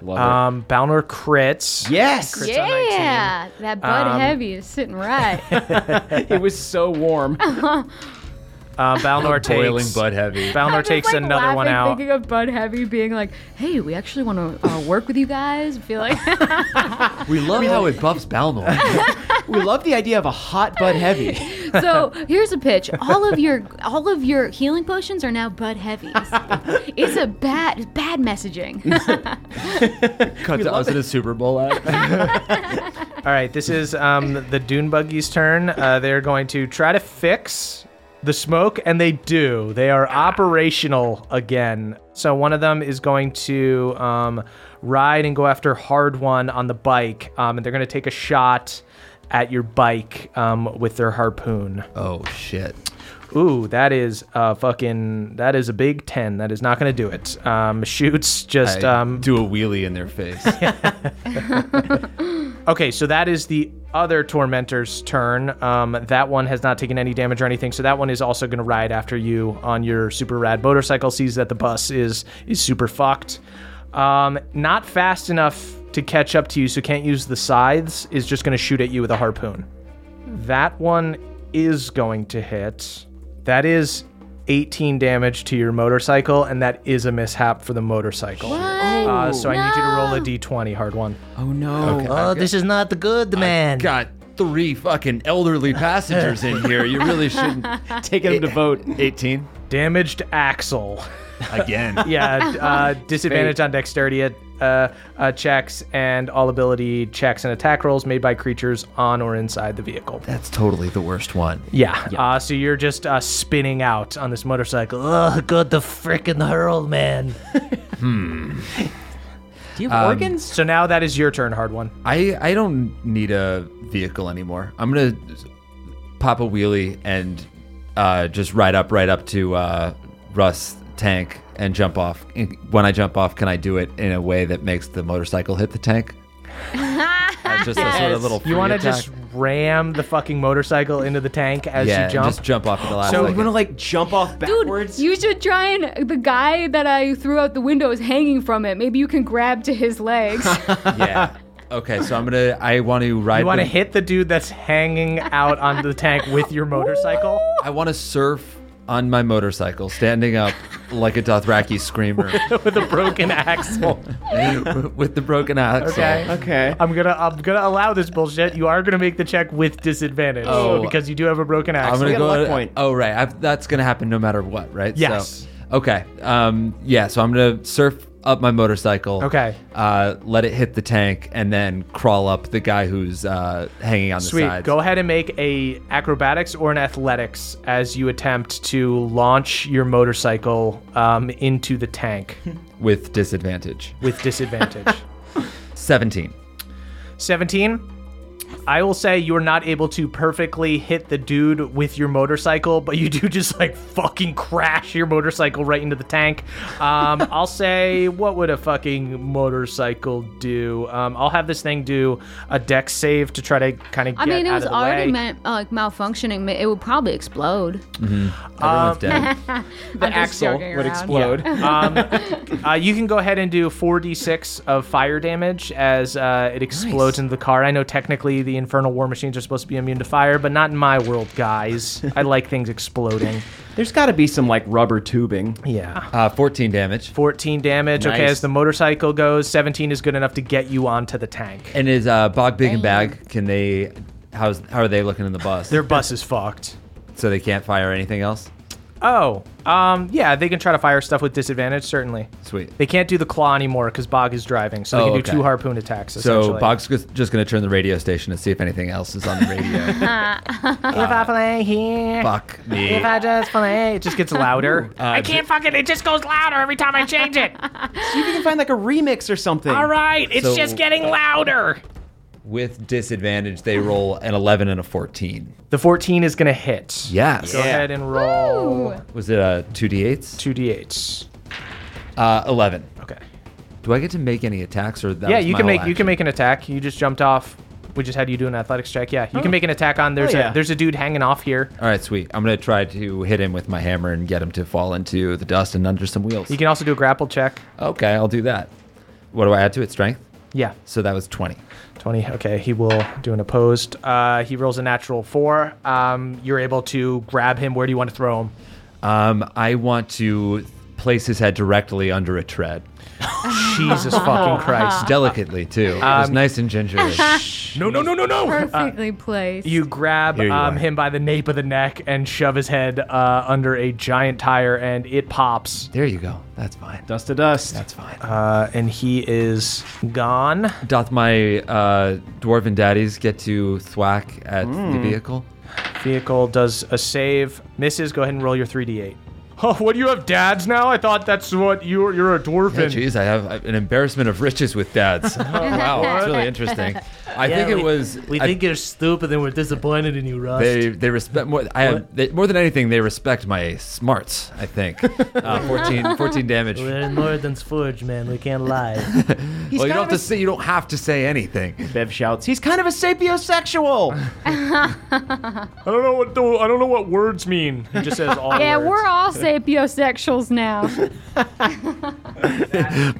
S5: Love
S4: Um, Balnor crits.
S8: yes,
S4: Crits on Um, 19.
S6: Yeah, that Bud Heavy is sitting right.
S8: it was so warm.
S4: Uh, Balnor
S5: it. *laughs* Boiling
S4: takes.
S5: butt heavy.
S6: *laughs*
S4: Balnor
S6: I'm just,
S4: takes
S6: like,
S4: another *laughs* one
S6: laughing,
S4: out.
S6: Thinking of Bud Heavy being like, "Hey, we actually want to uh, work with you guys." Feel like
S5: We love how it buffs Balnor.
S8: we love the idea of a hot Bud Heavy. *laughs*
S6: so. Here's a pitch: all of your all of your healing potions are now Bud Heavies. it's a bad bad messaging.
S5: Cut to us in a Super Bowl ad.
S4: All right, this is um, the Dune Buggy's turn. Uh, they're going to try to fix the smoke, and they do. They are
S6: Ah.
S4: operational again. So one of them is going to um, ride and go after Hard One on the bike, um, and they're going to take a shot at your bike um, with their harpoon.
S5: oh shit.
S4: Ooh, that is uh, fucking. That is a big ten. That is not going to do it. Um, shoots just.
S5: I
S4: Um,
S5: do a wheelie in their face.
S4: Okay, so that is the other tormentor's turn. Um, that one has not taken any damage or anything, so that one is also going to ride after you on your super rad motorcycle. Sees that the bus is is super fucked. Um, not fast enough to catch up to you, so can't use the scythes. Is just going to shoot at you with a harpoon. That one is going to hit. That is 18 damage to your motorcycle, and that is a mishap for the motorcycle. Uh, so I need you to roll a d20, hard one.
S8: Oh no.
S4: Oh, this is not the good man.
S5: *laughs* Got three fucking elderly passengers in here. You really *laughs* shouldn't.
S8: Taking him to vote.
S5: 18
S4: Damaged *laughs* axle.
S5: again.
S4: Yeah, d- uh, disadvantage on dexterity uh, uh, checks and all ability checks and attack rolls made by creatures on or inside the vehicle.
S5: That's totally the worst one.
S4: Yeah. Uh, so you're just uh, spinning out on this motorcycle. Ugh, got the frickin' hurl,
S5: *laughs*
S4: man.
S5: Hmm.
S8: Do you have
S5: Um,
S8: organs?
S4: So now that is your turn, hard one.
S5: I I don't need a vehicle anymore. I'm gonna pop a wheelie and uh, just ride up right up to uh, Russ tank and jump off. And When I jump off, can I do it in a way that makes the motorcycle hit the tank? Uh, just a sort of little.
S4: You want to
S5: to
S4: just ram the fucking motorcycle into the tank as
S5: yeah,
S4: you jump?
S5: just jump off at the last.
S8: So you
S5: second.
S8: want to like jump off
S6: Dude,
S8: backwards?
S6: you should try and the guy that I threw out the window is hanging from it. Maybe you can grab to his legs.
S5: yeah. Okay, so I'm gonna. I want to ride.
S4: you want to
S5: the-
S4: hit the dude that's hanging out on the tank with your
S5: *laughs*
S4: motorcycle? *laughs*
S5: I want to surf on my motorcycle, standing up like a
S4: *laughs*
S5: Dothraki screamer
S4: with a broken axle.
S5: with the broken axle.
S4: Okay.
S8: okay.
S4: I'm gonna I'm gonna allow this bullshit. You are gonna make the check with disadvantage
S5: Oh.
S4: because you do have a broken axle.
S5: I'm gonna
S8: get a
S5: go.
S8: luck
S5: to-
S8: point.
S5: Oh right, I've, that's gonna happen no matter what, right?
S4: Yes.
S5: So, okay. Um. Yeah. So I'm gonna surf up my motorcycle.
S4: Okay.
S5: Uh, let it hit the tank and then crawl up the guy who's uh, hanging on the
S4: Sweet.
S5: sides.
S4: Go ahead and make a acrobatics or an athletics as you attempt to launch your motorcycle um, into the
S6: *laughs*
S4: tank
S5: with disadvantage.
S4: with disadvantage.
S5: Seventeen.
S4: 17. I will say you are not able to perfectly hit the dude with your motorcycle, but you do *laughs* just like fucking crash your motorcycle right into the tank.
S6: *laughs*
S4: Um, I'll say, what would a fucking motorcycle do? Um, I'll have this thing do a deck save to try to kind of
S6: I
S4: get
S6: mean, it
S4: out
S6: was
S4: of the
S6: already
S4: way.
S6: ma- uh, like malfunctioning. ma- It would probably explode.
S5: Everyone's
S4: *laughs*
S5: dead.
S6: The i
S8: axle would explode.
S4: um, uh, you can go ahead and do 4d6 of fire damage as uh, it explodes into the car. I know technically the infernal war machines are supposed to be immune to fire, but not in my world, guys. I like things exploding.
S8: There's got to be some like rubber tubing.
S4: Yeah.
S5: Uh, Fourteen damage.
S4: 14 damage. Okay,
S8: Nice.
S4: as the motorcycle goes, 17 is good enough to get you onto the tank.
S5: And is uh, Bog Big and Bag? Can they? How's how are they looking in the bus?
S4: Their bus is fucked.
S5: so they can't fire anything else.
S4: Oh, um, yeah, they can try to fire stuff with disadvantage, certainly.
S5: Sweet.
S4: They can't do the claw anymore because Bog is driving, so they
S5: Oh,
S4: can do
S5: okay.
S4: two harpoon attacks.
S5: So
S4: Essentially.
S5: Bog's just- just gonna turn the radio station to see if anything else is on
S4: *laughs*
S5: the radio.
S4: if I play here,
S5: Fuck me.
S4: if I just play, it just gets louder.
S5: Uh,
S4: I can't fucking. It just goes louder every time I change
S5: *laughs*
S4: it.
S8: See if you can find like a remix or something.
S4: All right, it's
S5: So-
S4: just getting louder.
S5: With disadvantage, they roll an 11 and a 14.
S4: The 14 is gonna hit.
S5: Yes.
S4: Go ahead and roll
S5: Was it a 2d8s?
S4: two d8s.
S5: Uh, 11.
S4: Okay.
S5: Do I get to make any attacks or that
S4: yeah,
S5: was
S4: you
S5: my
S4: can
S5: whole
S4: make you
S5: action?
S4: can make an attack. You just jumped off We just had you do an athletics check. Yeah, you can make an attack on. There's
S8: Oh, yeah.
S4: a there's a dude hanging off here.
S5: All right, sweet. I'm gonna try to hit him with my hammer and get him to fall into the dust and under some wheels.
S4: You can also do a grapple check.
S5: Okay, I'll do that. What do I add to it? Strength.
S4: Yeah,
S5: So that was 20.
S4: 20 okay he will do an opposed uh, he rolls a natural four um, you're able to grab him where do you want to throw
S5: *laughs*
S4: him
S5: Um, I want to place his head directly under a tread,
S4: jesus fucking christ
S5: delicately too. It was nice and gingerly.
S9: No, no, no, no, no.
S6: Perfectly placed.
S4: you grab
S5: Here you
S4: um,
S5: are.
S4: him by the nape of the neck and shove his head uh, under a giant tire and it pops
S5: there you go. That's fine.
S8: Dust to dust.
S5: That's fine.
S4: uh, and he is gone
S5: Doth my uh, dwarven daddies get to thwack at the vehicle?
S4: vehicle does a save misses go ahead and roll your 3d8
S9: Oh, what do you have dads now? I thought that's what you're you're a
S5: Yeah,
S9: dwarven.
S5: Jeez, I have an embarrassment of riches with dads. wow, that's really interesting. I think it was. I-
S4: you're stupid and we're disappointed in you Russ.
S5: They they respect more. I have, they, more than anything. They respect my smarts. I think. Uh, 14, 14 damage. Well,
S4: in Lorden's Forge, man. We can't lie.
S5: you don't have to say. You don't have to say anything.
S8: Bev shouts, he's kind of a
S7: *laughs*
S8: sapiosexual.
S9: *laughs* I don't know what the, I don't know what words mean.
S4: He just says all
S7: Yeah,
S4: words.
S7: we're all sapiosexuals now.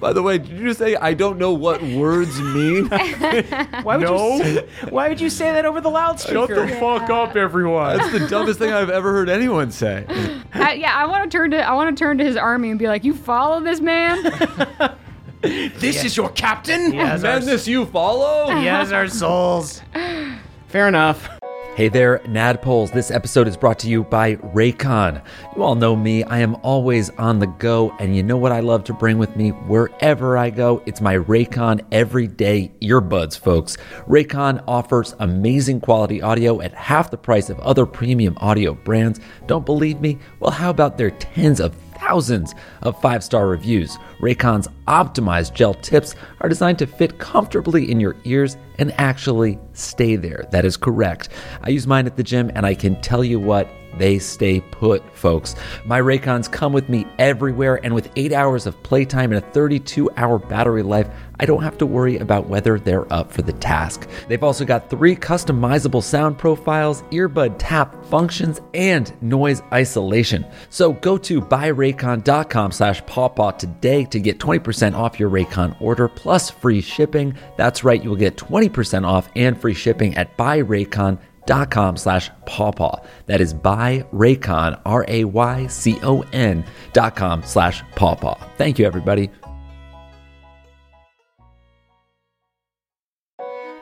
S5: By the way, did you just say I don't know what words mean?
S8: Why would,
S9: No.
S8: you say, why would you say that over the
S9: Shut the
S8: loudspeaker?
S9: fuck up, everyone.
S5: That's the dumbest thing I've ever heard anyone say.
S7: I, yeah, I want to turn to I want to turn to his army and be like, "You follow this man?
S8: This is your captain?
S4: He has, our,
S5: Man, this you follow?
S4: he has our souls.
S8: Fair enough.
S5: Hey there, Nadpoles. This episode is brought to you by Raycon. You all know me, I am always on the go, and you know what I love to bring with me wherever I go? It's my Raycon everyday earbuds, folks. Raycon offers amazing quality audio at half the price of other premium audio brands. Don't believe me? Well, how about their tens of thousands of five star reviews. Raycon's optimized gel tips are designed to fit comfortably in your ears and actually stay there. That is correct. I use mine at the gym and I can tell you what. They stay put, folks. My Raycons come with me everywhere, and with eight hours of playtime and a 32 hour battery life, I don't have to worry about whether they're up for the task. They've also got three customizable sound profiles, earbud tap functions, and noise isolation. So go to buyraycon.com slash pawpaw today to get 20% off your Raycon order plus free shipping. That's right, you will get 20% off and free shipping at buyraycon.com slash pawpaw. That is buyraycon, R-A-Y-C-O-N dot com slash pawpaw. Thank you, everybody.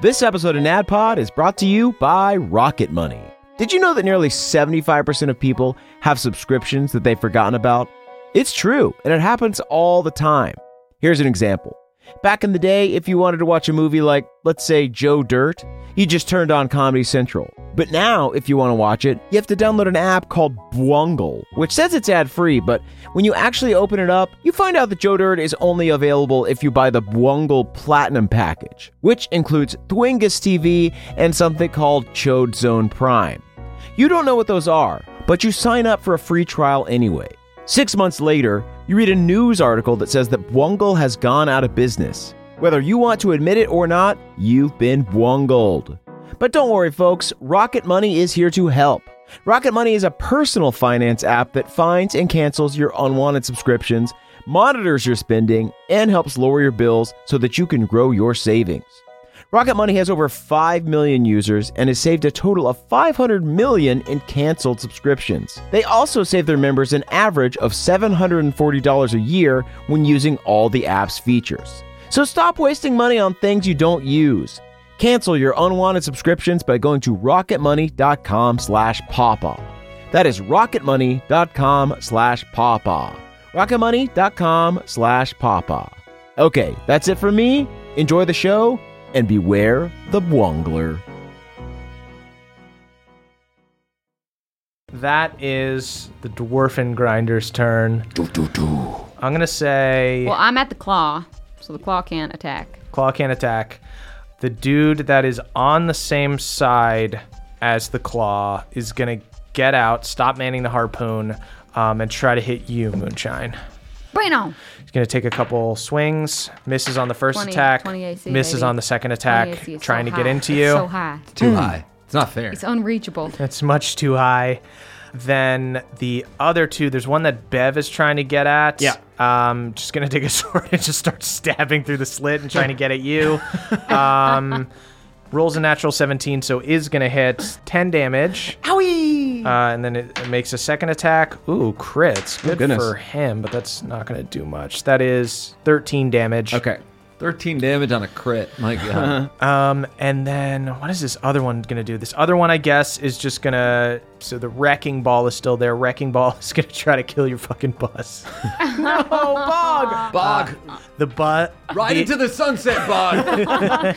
S2: This episode of NADPOD is brought to you by Rocket Money. Did you know that nearly 75% of people have subscriptions that they've forgotten about? It's true, and it happens all the time. Here's an example. Back in the day, if you wanted to watch a movie like, let's say, Joe Dirt, you just turned on Comedy Central. But now, if you want to watch it, you have to download an app called Bwungle, which says it's ad free, but when you actually open it up, you find out that Joe Dirt is only available if you buy the Bwungle Platinum package, which includes Twingus TV and something called Chode Zone Prime. You don't know what those are, but you sign up for a free trial anyway. Six months later, you read a news article that says that Bwungle has gone out of business. Whether you want to admit it or not, you've been Bwungled. But don't worry, folks, Rocket Money is here to help. Rocket Money is a personal finance app that finds and cancels your unwanted subscriptions, monitors your spending, and helps lower your bills so that you can grow your savings. Rocket Money has over 5 million users and has saved a total of 500 million in canceled subscriptions. They also save their members an average of $740 a year when using all the app's features. So stop wasting money on things you don't use. Cancel your unwanted subscriptions by going to rocketmoney.com slash pawpaw. That is rocketmoney.com slash pawpaw. rocketmoney.com slash pawpaw. Okay, that's it for me. Enjoy the show and beware the Bwongler.
S4: That is the Dwarfen Grinder's turn. I'm gonna say
S7: well, I'm at the claw, so the claw can't attack.
S4: claw can't attack. The dude that is on the same side as the claw is gonna get out, stop manning the harpoon, um, and try to hit you, Moonshine.
S7: Bring it on.
S4: He's going to take a couple swings. Misses on the first
S7: 20
S4: attack.
S7: 20 AC,
S4: misses
S7: baby.
S4: on the second
S7: 20
S4: attack.
S7: AC is so
S4: Trying to get
S7: high.
S4: into
S7: It's
S4: you.
S7: so high.
S5: Too high. It's not fair.
S7: It's unreachable.
S4: That's much too high. Then the other two, there's one that Bev is trying to get at.
S8: Yeah.
S4: Um, just gonna *laughs* take a sword and just start stabbing through the slit and trying to get at
S8: *laughs*
S4: you. Um, rolls a natural 17, so is gonna hit 10 damage.
S8: Owie!
S4: Uh, and then it, it makes a second attack. Ooh, crits. Good
S8: Oh, goodness.
S4: for him, but that's not gonna do much. That is 13 damage.
S8: Okay.
S5: 13 damage on a crit. My God.
S4: Um, and then what is this other one gonna do? This other one, I guess, is just gonna. So the wrecking ball is still there. Wrecking ball *laughs* is gonna try to kill your fucking bus.
S5: Bog.
S4: The butt.
S5: right into the sunset, Bog.
S4: I'm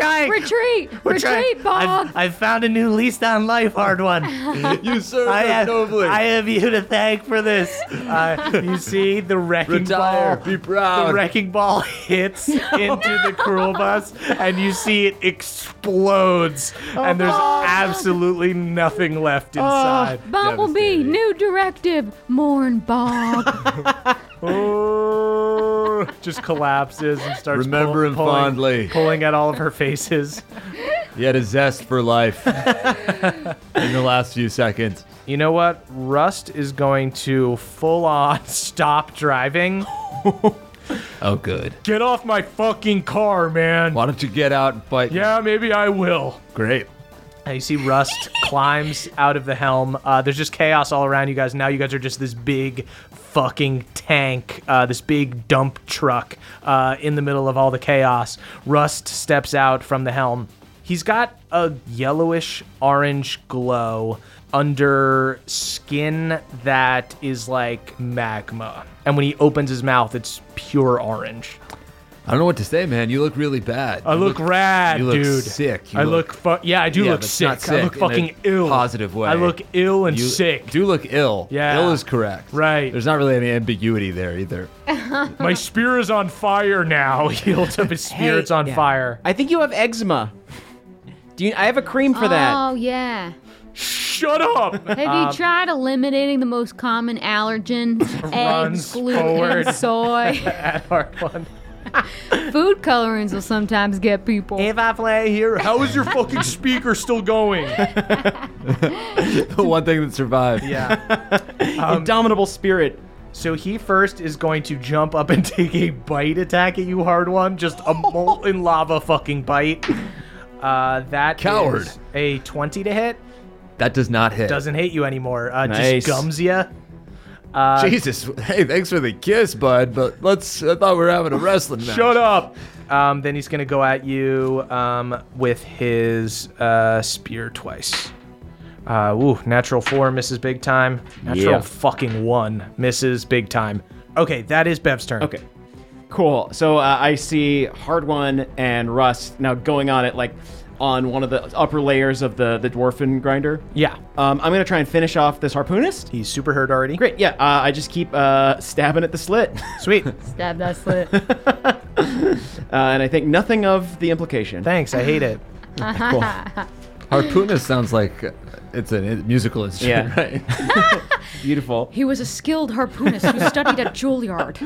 S4: trying.
S6: Retreat!
S4: We're trying.
S6: Retreat, Bog!
S4: I've, I've found a new lease on life, hard one.
S7: *laughs*
S5: you served
S4: I
S5: us
S4: have,
S5: nobly.
S4: I have you to thank for this. Uh, you see, the wrecking
S5: *laughs* Retire.
S4: ball.
S5: Be proud.
S4: The wrecking ball *laughs* hits into the cruel bus, and you see it explodes, and there's absolutely nothing left inside.
S6: Bumblebee, new directive. Mourn Bob.
S4: Oh. *laughs* Just collapses and starts
S5: Remember
S4: pull-
S5: him
S4: pulling,
S5: fondly.
S4: pulling at all of her faces.
S5: He had a zest for
S9: *laughs*
S5: life in the last few seconds.
S4: You know what? Rust is going to full on *laughs* stop driving.
S5: Oh, good.
S9: Get off my fucking car, man.
S5: Why don't you get out and fight?
S9: Yeah, maybe I will.
S5: Great. *laughs*
S4: And you see Rust climbs out of the helm. Uh, there's just chaos all around you guys. Now you guys are just this big fucking tank, uh, this big dump truck uh, in the middle of all the chaos. Rust steps out from the helm. He's got a yellowish orange glow under skin that is like magma. And when he opens his mouth, it's pure orange.
S5: I don't know what to say, man. You look really bad.
S9: I look, rad,
S5: you look
S9: dude.
S5: sick. You
S9: I
S5: look-
S9: look, fu- yeah, I do
S5: Yeah,
S9: look
S5: but it's
S9: sick.
S5: not
S9: I look
S5: sick in a
S9: fucking ill.
S5: positive way.
S9: I look ill and
S5: You
S9: sick.
S5: do look ill.
S9: Yeah.
S5: Ill is correct.
S9: Right.
S5: There's not really any ambiguity there either. *laughs*
S9: My spear is on
S4: *laughs*
S9: fire now. He holds up his
S4: Hey,
S9: spear. It's on
S8: yeah.
S9: fire.
S8: I think you have eczema. Do you? I have a cream for that.
S7: Oh yeah.
S5: *laughs*
S9: Shut up.
S7: Have
S4: Um,
S7: you tried eliminating the most
S4: *laughs*
S7: common allergen?
S9: Runs
S7: Eggs, gluten,
S9: forward.
S7: and *laughs* soy.
S4: Hard one.
S7: *laughs* Food colorings will sometimes get people.
S4: I play hero.
S9: How is your fucking speaker still
S5: *laughs*
S9: going?
S5: the one thing that survived.
S4: Yeah.
S8: Indomitable spirit.
S4: *laughs* So he first is going to jump up and *laughs* take a bite attack at you, hard one. Just
S5: *laughs*
S4: a molten lava fucking bite. Uh, that
S5: Coward.
S4: is a 20 to hit.
S5: That does not hit.
S4: Doesn't hit you anymore. Uh,
S8: Nice.
S4: Just gums you.
S5: Jesus. Hey, thanks for the kiss, bud. But let's. I thought we were having a wrestling match.
S9: Shut up.
S4: Um, then he's going to go at you um, with his uh, spear twice. Uh, ooh, natural four misses big time. Natural
S8: Yeah.
S4: fucking one misses big time. Okay, that is Bev's turn.
S8: Okay. Cool. So uh, I see Hard One and Rust now going on it like on one of the upper layers of the the dwarfen grinder.
S4: Yeah. Uh,
S8: Um, I'm gonna try and finish off this harpoonist.
S4: He's super hurt already.
S8: Great. Yeah. Uh, I just keep uh, stabbing at the slit, *laughs* uh,
S4: Sweet.
S7: Stab that slit.
S8: and I think nothing of the
S4: *laughs*
S8: implication.
S4: Thanks. I hate it.
S5: Harpoonist sounds like uh, it's a musical instrument,
S8: Yeah.
S5: right? *laughs*
S8: Beautiful.
S7: He was a skilled harpoonist who studied at
S4: *laughs*
S7: Juilliard.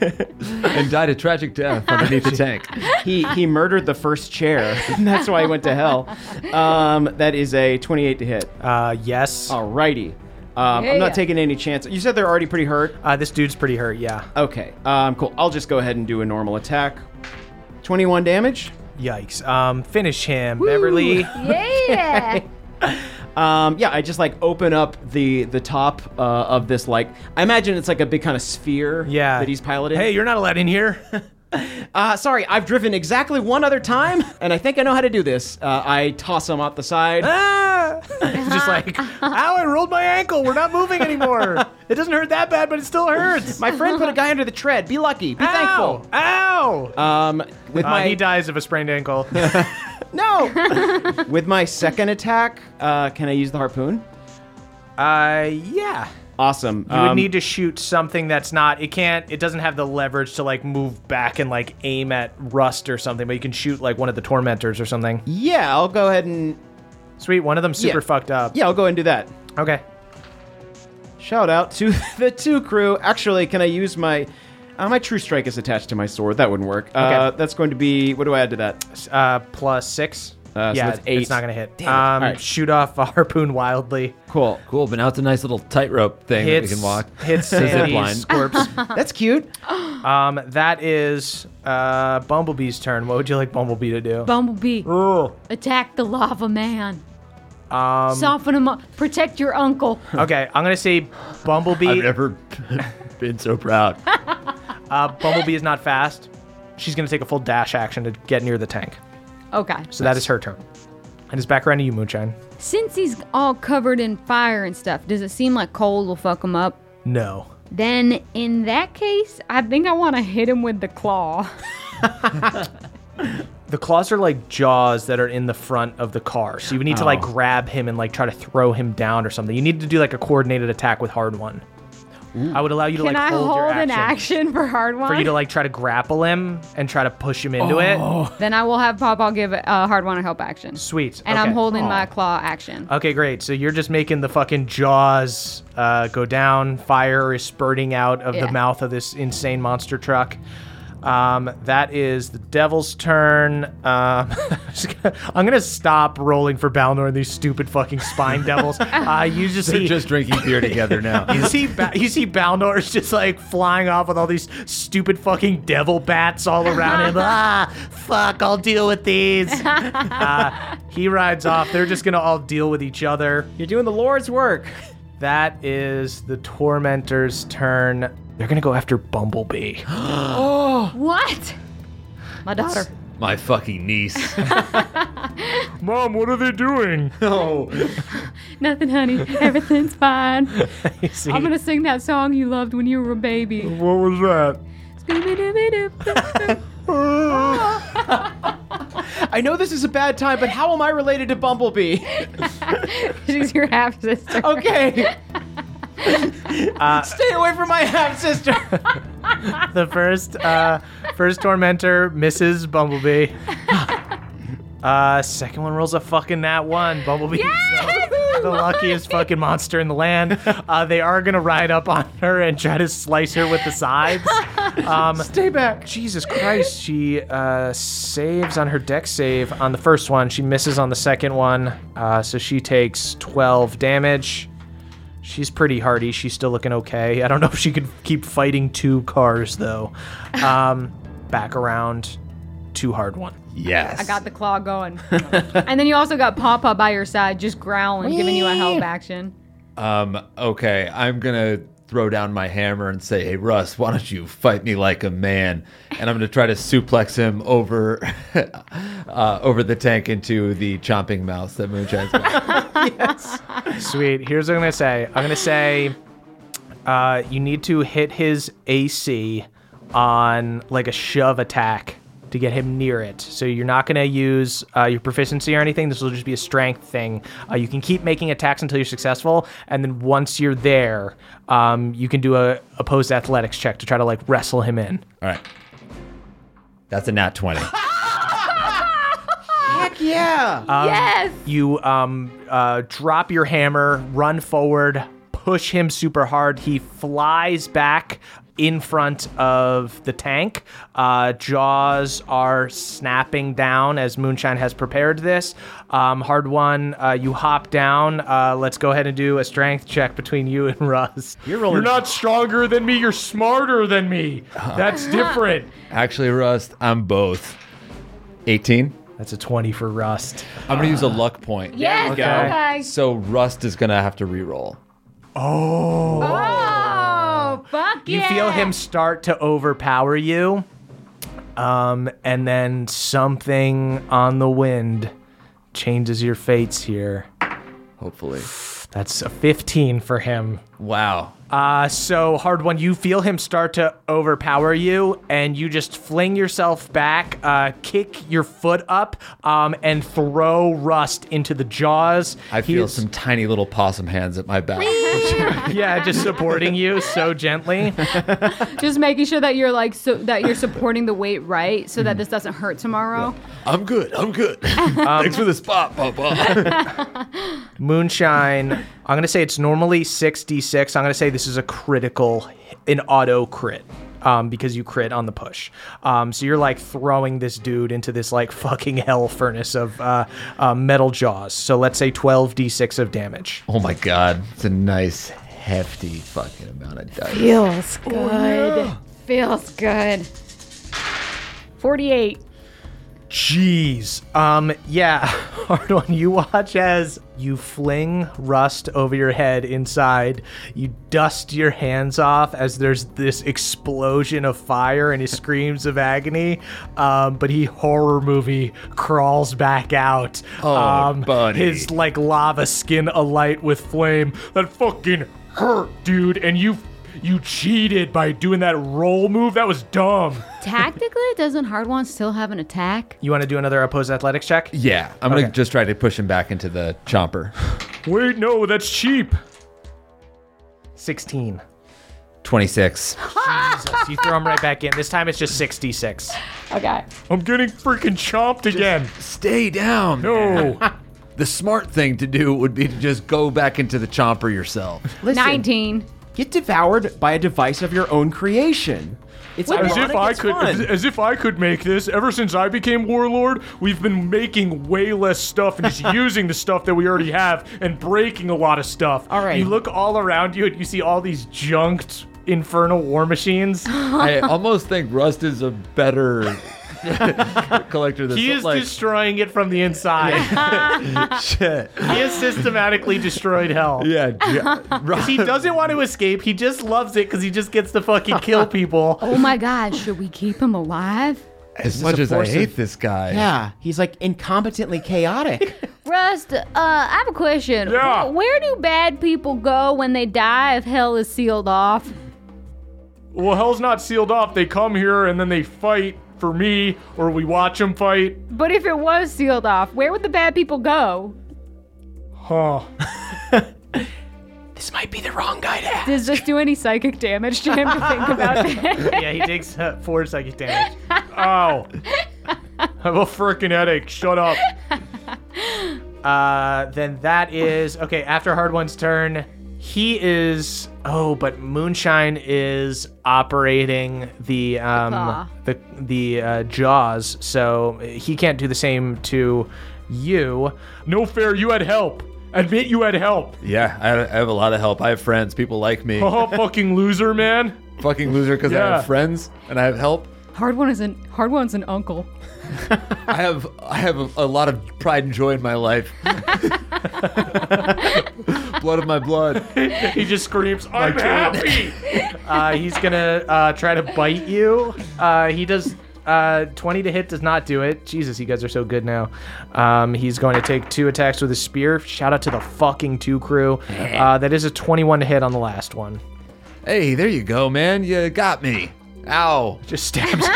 S5: and died a tragic death underneath
S4: *laughs*
S5: the tank.
S8: He he murdered the first chair. *laughs* That's why he went to hell. Um, that is a 28 to hit.
S4: Uh, yes.
S8: Alrighty. Um, I'm
S7: Yeah.
S8: not taking any chance. You said they're already pretty hurt.
S4: Uh, this dude's pretty hurt. Yeah.
S8: Okay. Um, cool. I'll just go ahead and do a normal attack. 21 damage.
S4: Yikes. Um, finish him,
S8: *laughs*
S4: Beverly.
S7: yeah.
S8: Um, yeah, I just like open up the the top uh, of this like I imagine it's like a big kind of sphere
S4: Yeah.
S8: that he's piloting.
S4: Hey, you're not allowed in
S8: *laughs*
S4: here.
S8: uh, sorry, I've driven exactly one other time, *laughs* and I think I know how to do this. Uh, I toss him off the side.
S4: *laughs* ah! Just like, ow! I rolled my ankle. We're not moving
S8: *laughs*
S4: anymore. it doesn't hurt that bad, but it still hurts.
S8: My friend put a guy under the tread. Be lucky. Be
S4: Ow!
S8: thankful.
S4: Ow!
S8: Um, with
S4: Uh,
S8: my
S4: he dies of a sprained *laughs* ankle.
S8: no,
S4: *laughs*
S8: with my second attack, uh, can I use the harpoon?
S4: uh, yeah.
S8: Awesome. Um,
S4: You would need to shoot something that's not. It can't. It doesn't have the leverage to like move back and like aim at rust or something. But you can shoot like one of the tormentors or something.
S8: Yeah, I'll go ahead and
S4: Sweet. One of them super
S8: Yeah.
S4: fucked up.
S8: yeah, I'll go ahead and do that.
S4: Okay.
S8: Shout out to *laughs* the two crew. Actually, can I use my uh, my true strike is attached to my sword? That wouldn't work. Uh,
S4: Okay.
S8: That's going to be what do I add to that?
S4: Uh, plus six.
S8: Uh, so
S4: yeah,
S8: that's eight.
S4: it's not gonna hit.
S8: All
S4: Um,
S8: right.
S4: Shoot off a *laughs* harpoon wildly.
S8: Cool.
S5: Cool, but now it's a nice little tightrope thing that we
S4: Hits.
S5: can walk.
S4: Hits
S5: It's a zip
S4: Sandy's corpse.
S8: That's cute.
S4: *laughs* Um, that is uh, Bumblebee's turn. What would you like Bumblebee to do?
S6: Bumblebee,
S4: Ugh.
S6: attack the lava man.
S4: Um,
S6: Soften him up. Protect your uncle.
S4: okay, I'm gonna say
S5: I've
S4: Bumblebee.
S5: never been so proud.
S4: Uh, Bumblebee is not fast. She's gonna take a full dash action to get near the tank.
S6: Oh god.
S4: So that is her turn. And it's back around to you, Moonshine.
S7: Since he's all covered in fire and stuff, does it seem like cold will fuck him up?
S4: No.
S7: Then in that case, I think I want to hit him with the claw.
S4: The claws are like jaws that are in the front of the car. So you would need to like grab him and like try to throw him down or something. You need to do like a coordinated attack with hard one. I would allow you to
S7: Can
S4: like
S7: I
S4: hold,
S7: hold,
S4: your
S7: an action for hard one?
S4: for you to like try to grapple him and try to push him into it.
S7: then I will have Pawpaw give uh, hard one a help action.
S4: Sweet.
S7: And I'm
S4: Okay. Uh,
S7: holding my claw action.
S4: Okay, great. So you're just making the fucking jaws uh, go down. Fire is spurting out of
S7: Yeah.
S4: the mouth of this insane monster truck. Um, that is the devil's turn. Um, *laughs* I'm just gonna- I'm gonna stop rolling for Balnor and these stupid fucking spine devils. Uh, you just
S5: They're
S4: see,
S5: just drinking beer together now.
S4: *laughs* you see, ba- you see Balnor's just like flying off with all these stupid fucking devil bats all around him. ah, fuck! I'll deal with these. uh, he rides off. They're just gonna all deal with each other.
S8: You're doing the Lord's work.
S4: That is the tormentor's turn. They're gonna go after Bumblebee. *gasps*
S6: What?
S7: My daughter.
S5: My fucking niece.
S9: Mom, what are they doing?
S6: Nothing, *laughs* honey. Everything's fine.
S4: You *laughs*
S9: *laughs*
S4: see,
S6: I'm *laughs* gonna sing that song you loved when you were a baby. *laughs*
S9: What was that?
S6: Scooby-Dooby-Doo.
S8: *laughs* I know this is a bad time, but how am I related to *laughs* Bumblebee?
S7: She's your half sister.
S8: *laughs* Okay. Uh, Stay away from my half *laughs* sister.
S4: the first uh, first tormentor misses
S9: *laughs*
S4: Bumblebee. Uh, second one rolls a fucking nat one. Bumblebee *laughs*
S9: *laughs*
S4: is the luckiest fucking monster in the land. Uh, they are gonna ride up on her and try to slice her with the *laughs* sides. Um, Stay back. Jesus Christ. She uh, saves on her deck save on the first one. She misses on the second one. Uh, so she takes 12 damage. She's pretty hardy. She's still looking okay. I don't know if she could keep fighting two cars though. Um, back around to hard one.
S5: yes.
S7: I got the claw going. and then you also got Pawpaw by your side, just growling, giving you a help action.
S5: Um, okay, I'm gonna throw down my hammer and say, "Hey, Russ, why don't you fight me like a man?" And I'm gonna try to suplex him over, *laughs* uh, over the tank into the chomping mouse that Moonshine's got.
S4: Sweet. Here's what I'm gonna say. I'm gonna say uh, you need to hit his AC on like a shove attack to get him near it. So you're not gonna use uh, your proficiency or anything. This will just be a strength thing. Uh, you can keep making attacks until you're successful, and then once you're there, um, you can do a opposed athletics check to try to like wrestle him in.
S5: All right, that's a nat twenty.
S8: Heck yeah.
S6: yes.
S4: you um, uh, drop your hammer, run forward, push him super hard. He flies back in front of the tank. Uh, jaws are snapping down as Moonshine has prepared this. Um, hard one, uh, you hop down. Uh, let's go ahead and do a strength check between you and *laughs* Russ.
S8: You're rolling. Uh-huh.
S9: You're not stronger than me, you're smarter than me. That's different.
S5: Actually, Rust, I'm both. Eighteen.
S4: *laughs* That's a 20 for Rust.
S5: I'm gonna use a luck point.
S6: Yes.
S4: Okay.
S6: Okay.
S5: So Rust is gonna have to reroll.
S6: Oh, fuck
S4: You
S6: yeah.
S4: feel him start to overpower you. Um, and then something on the wind changes your fates here.
S5: Hopefully.
S4: That's a 15 for him.
S5: Wow.
S4: Uh, so hard one. You feel him start to overpower you, and you just fling yourself back, uh, kick your foot up, um, and throw Rust into the jaws.
S5: I feel
S4: He's-
S5: some tiny little possum hands at my back.
S4: *laughs* yeah, just supporting you so gently.
S6: Just making sure that you're like so that you're supporting the weight right, so that this doesn't hurt tomorrow.
S5: I'm good. I'm good. *laughs* Thanks for the spot, Papa.
S4: Moonshine. I'm gonna say it's normally 66. I'm gonna say this is a critical, an auto crit, um, because you crit on the push. Um, so you're like throwing this dude into this like fucking hell furnace of uh, uh, metal jaws. So let's say 12d6 of damage.
S5: oh my god, it's a nice hefty fucking amount of dice.
S1: Feels good.
S7: Feels good. *laughs* 48.
S4: Jeez. Um, yeah, *laughs* hard one. You watch as you fling rust over your head inside. You dust your hands off as there's this explosion of fire and *laughs* he screams of agony. Um, but he horror movie crawls back out. Oh,
S5: buddy.
S4: His like lava skin alight with flame.
S9: That fucking hurt, dude. And you you cheated by doing that roll move. That was dumb.
S6: Tactically, doesn't Hardwon still have an attack?
S4: You want to do another opposed athletics check?
S5: Yeah, I'm gonna just try to push him back into the chomper.
S9: Wait, no, that's cheap.
S4: 16.
S5: 26.
S4: Jesus, you throw him right back in. This time it's just 66.
S7: Okay.
S9: I'm getting freaking chomped again.
S5: Stay down.
S9: No.
S5: *laughs* The smart thing to do would be to just go back into the chomper yourself.
S7: 19.
S8: Get devoured by a device of your own creation. It's
S9: As if
S8: ironic,
S9: I
S8: it's
S9: could,
S8: fun.
S9: as, *laughs* as if I could make this. Ever since I became warlord, we've been making way less stuff and just using the stuff that we already have and breaking a lot of stuff. All
S8: right.
S9: You look all around you and you see all these junked infernal war
S5: *laughs*
S9: machines.
S5: I almost think Rust is a better collector than
S9: He is
S5: like,
S9: destroying it from the inside.
S5: *laughs* shit.
S9: he has systematically destroyed hell.
S5: Yeah, ju- Rust.
S9: He doesn't want to escape. He just loves it because he just gets to
S5: *laughs*
S9: fucking kill people.
S6: Oh my God! Should we keep him alive?
S5: As much as I
S8: force of-
S5: hate this guy,
S8: Yeah, he's like incompetently chaotic.
S7: Rust, uh, I have a question.
S9: Yeah.
S7: Wh- Where, do bad people go when they die if hell is sealed off?
S9: Well, hell's not sealed off. They come here and then they fight for me, or we watch them fight.
S7: But if it was sealed off, where would the bad people go?
S9: Huh.
S8: this might be the wrong guy to ask.
S7: Does this do any psychic damage to him to
S4: *laughs*
S7: think about it?
S4: Yeah, he takes uh, four psychic damage.
S9: Ow. I have a freaking headache. Shut up.
S4: Uh, then that is okay. After Hard One's turn, he is. Oh, but Moonshine is operating the um
S6: claw.
S4: the the uh, jaws, so he can't do the same to you.
S9: No fair. You had help. Admit you had help.
S5: yeah. I, I have a lot of help. I have friends. People like me.
S4: *laughs*
S9: Oh, fucking loser, man.
S5: Fucking loser because I
S9: Yeah.
S5: have friends and I have help.
S6: Hardwon is an Hardwon's an uncle.
S5: I have I have a, a lot of pride and joy in my life.
S8: *laughs*
S5: blood of my blood.
S9: He just screams, *laughs* "I'm *laughs* happy."
S4: Uh, he's gonna uh, try to bite you. Uh, he does. Uh, 20 to hit does not do it. Jesus, you guys are so good now. Um, he's going to take two attacks with his spear. Shout out to the fucking two crew. Uh, that is a 21 to hit on the last one.
S5: Hey, there you go, man. You got me. Ow.
S4: just stabs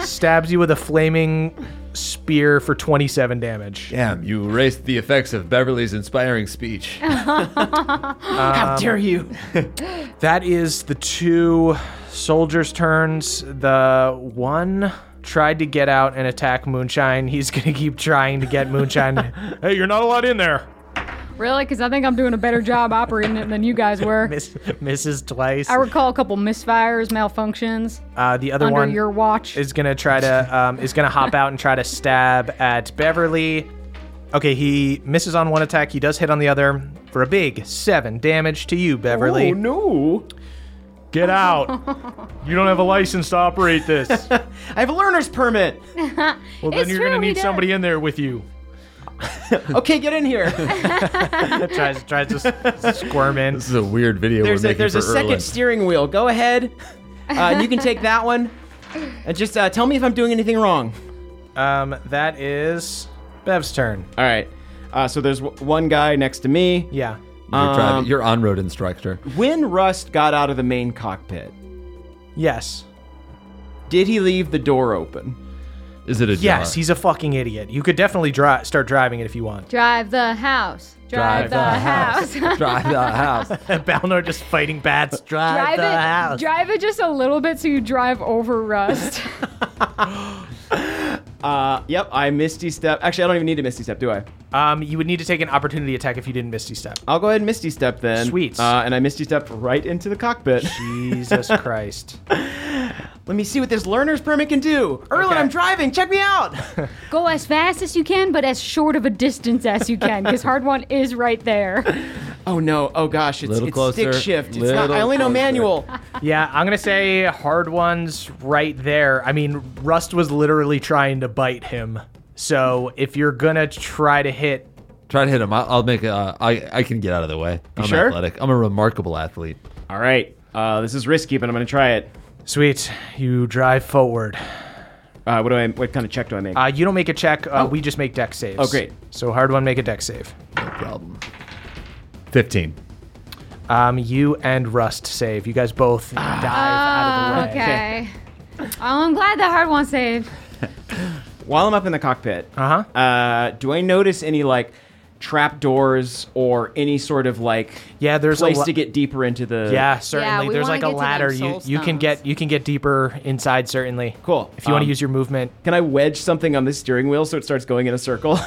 S4: stabs you with a flaming spear for 27 damage.
S5: Damn, you erased the effects of Beverly's inspiring
S8: *laughs*
S5: speech.
S8: How *laughs* dare you?
S4: That is the two soldiers' turns. The one tried to get out and attack Moonshine. He's going to keep trying to get
S6: *laughs*
S4: Moonshine.
S9: hey, you're not allowed in there.
S6: Really? Because I think I'm doing a better job operating it than you guys were.
S4: Miss, misses twice.
S6: I recall a couple misfires, malfunctions
S4: Uh, the other
S6: under
S4: one
S6: your watch.
S4: is gonna try to um, is gonna hop out and try to stab at Beverly. Okay, he misses on one attack. He does hit on the other for a big seven damage to you, Beverly.
S8: Oh no!
S6: *laughs*
S9: Get out. You don't have a license to operate this. Well,
S8: I have a learner's permit.
S9: then
S7: It's
S9: you're
S7: true,
S9: gonna
S7: he
S9: need
S7: does.
S9: somebody in there with you.
S8: Okay, get in *laughs* here.
S4: tries tries to s- squirm in.
S5: This is a weird video
S8: There's
S5: we're
S8: a
S5: making
S8: there's a
S5: for
S8: second
S5: Erlen.
S8: steering wheel. Go ahead. Uh, you can take that one. And just uh, tell me if I'm doing anything wrong.
S4: Um, that is Bev's turn.
S8: All right. Uh, so there's w- one guy next to me.
S4: Yeah.
S5: You're, driving, you're on road instructor.
S8: When Rust got out of the main cockpit,
S4: Yes.
S8: did he leave the door open?
S5: Is it a
S4: Yes,
S5: jar?
S4: he's a fucking idiot. You could definitely dri- start driving it if you want.
S6: Drive the house. Drive, the, house. *laughs*
S5: drive the
S4: *laughs*
S5: house.
S4: Balnor just fighting bats. Drive,
S6: drive
S4: the
S6: it.
S4: house.
S6: Drive it just a little bit so you drive over rust.
S8: Uh, yep, I misty step. Actually, I don't even need a misty step, do I?
S4: um, you would need to take an opportunity attack if you didn't misty step.
S8: I'll go ahead and misty step then.
S4: Sweet.
S8: Uh, and I misty stepped right into the cockpit.
S4: Jesus *laughs* Christ.
S8: Let me see what this learner's permit can do. Erlen,
S4: Okay.
S8: I'm driving. Check me *laughs* out.
S6: *laughs* Go as fast as you can, but as short of a distance as you can, because hard one is right there.
S8: oh no. Oh gosh, it's,
S5: Little
S8: it's
S5: closer,
S8: stick shift. It's not,
S5: little
S8: I only know
S5: closer.
S8: manual. *laughs*
S4: Yeah, I'm gonna say hard ones right there. I mean, Rust was literally trying to bite him. So if you're gonna try to hit,
S5: Try to hit him. I'll, I'll make. Uh, I I can get out of the way. I'm
S8: sure?
S5: athletic. I'm a remarkable athlete.
S8: All right. Uh, this is risky, but I'm gonna try it.
S4: sweet, you drive forward.
S8: Uh, what do I? What kind of check do I make?
S4: Uh, you don't make a check. Uh, We just make deck saves.
S8: Oh, great.
S4: So hard one, make a deck save.
S5: No problem. Fifteen.
S4: Um, you and Rust save. You guys both dive out of the way.
S7: Ah, *laughs* Okay.
S6: Oh, I'm glad the hard one saved.
S8: While I'm up in the cockpit,
S4: Uh-huh.
S8: uh, do I notice any like trap doors or any sort of like
S4: Yeah, there's a
S8: place
S4: lo-
S8: to get deeper into the
S4: Yeah, certainly.
S7: we
S4: There's
S7: wanna
S4: like a
S7: get to them
S4: ladder. You
S7: soul
S4: you can
S7: stones.
S4: get you can get deeper inside certainly.
S8: Cool.
S4: If you want
S8: Um,
S4: to use your movement.
S8: Can I wedge something on this steering wheel so it starts going in
S4: *laughs*
S8: a circle?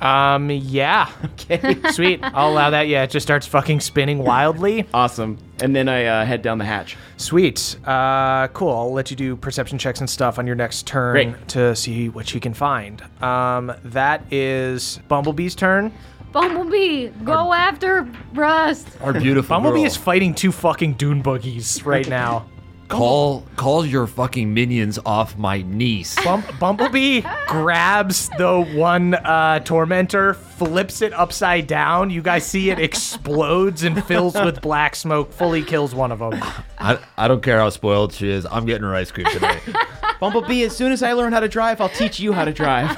S4: Um, yeah. *laughs* Okay. Sweet. I'll allow that. Yeah, it just starts fucking spinning wildly.
S8: awesome. And then I uh, head down the hatch.
S4: Sweet. Uh, cool. I'll let you do perception checks and stuff on your next turn
S8: Great.
S4: to see what you can find. Um, that is Bumblebee's turn.
S6: Bumblebee, go after Rust.
S8: *laughs*
S5: Our beautiful.
S4: Bumblebee
S5: girl.
S4: is fighting two fucking dune buggies right now.
S5: call call your fucking minions off my niece.
S4: Bum- Bumblebee grabs the one uh, tormentor, flips it upside down. You guys see it explodes and fills with black smoke, fully kills one of them.
S5: I, I don't care how spoiled she is. I'm getting her ice cream today.
S8: Bumblebee, as soon as I learn how to drive, I'll teach you how
S4: *laughs*
S8: to drive.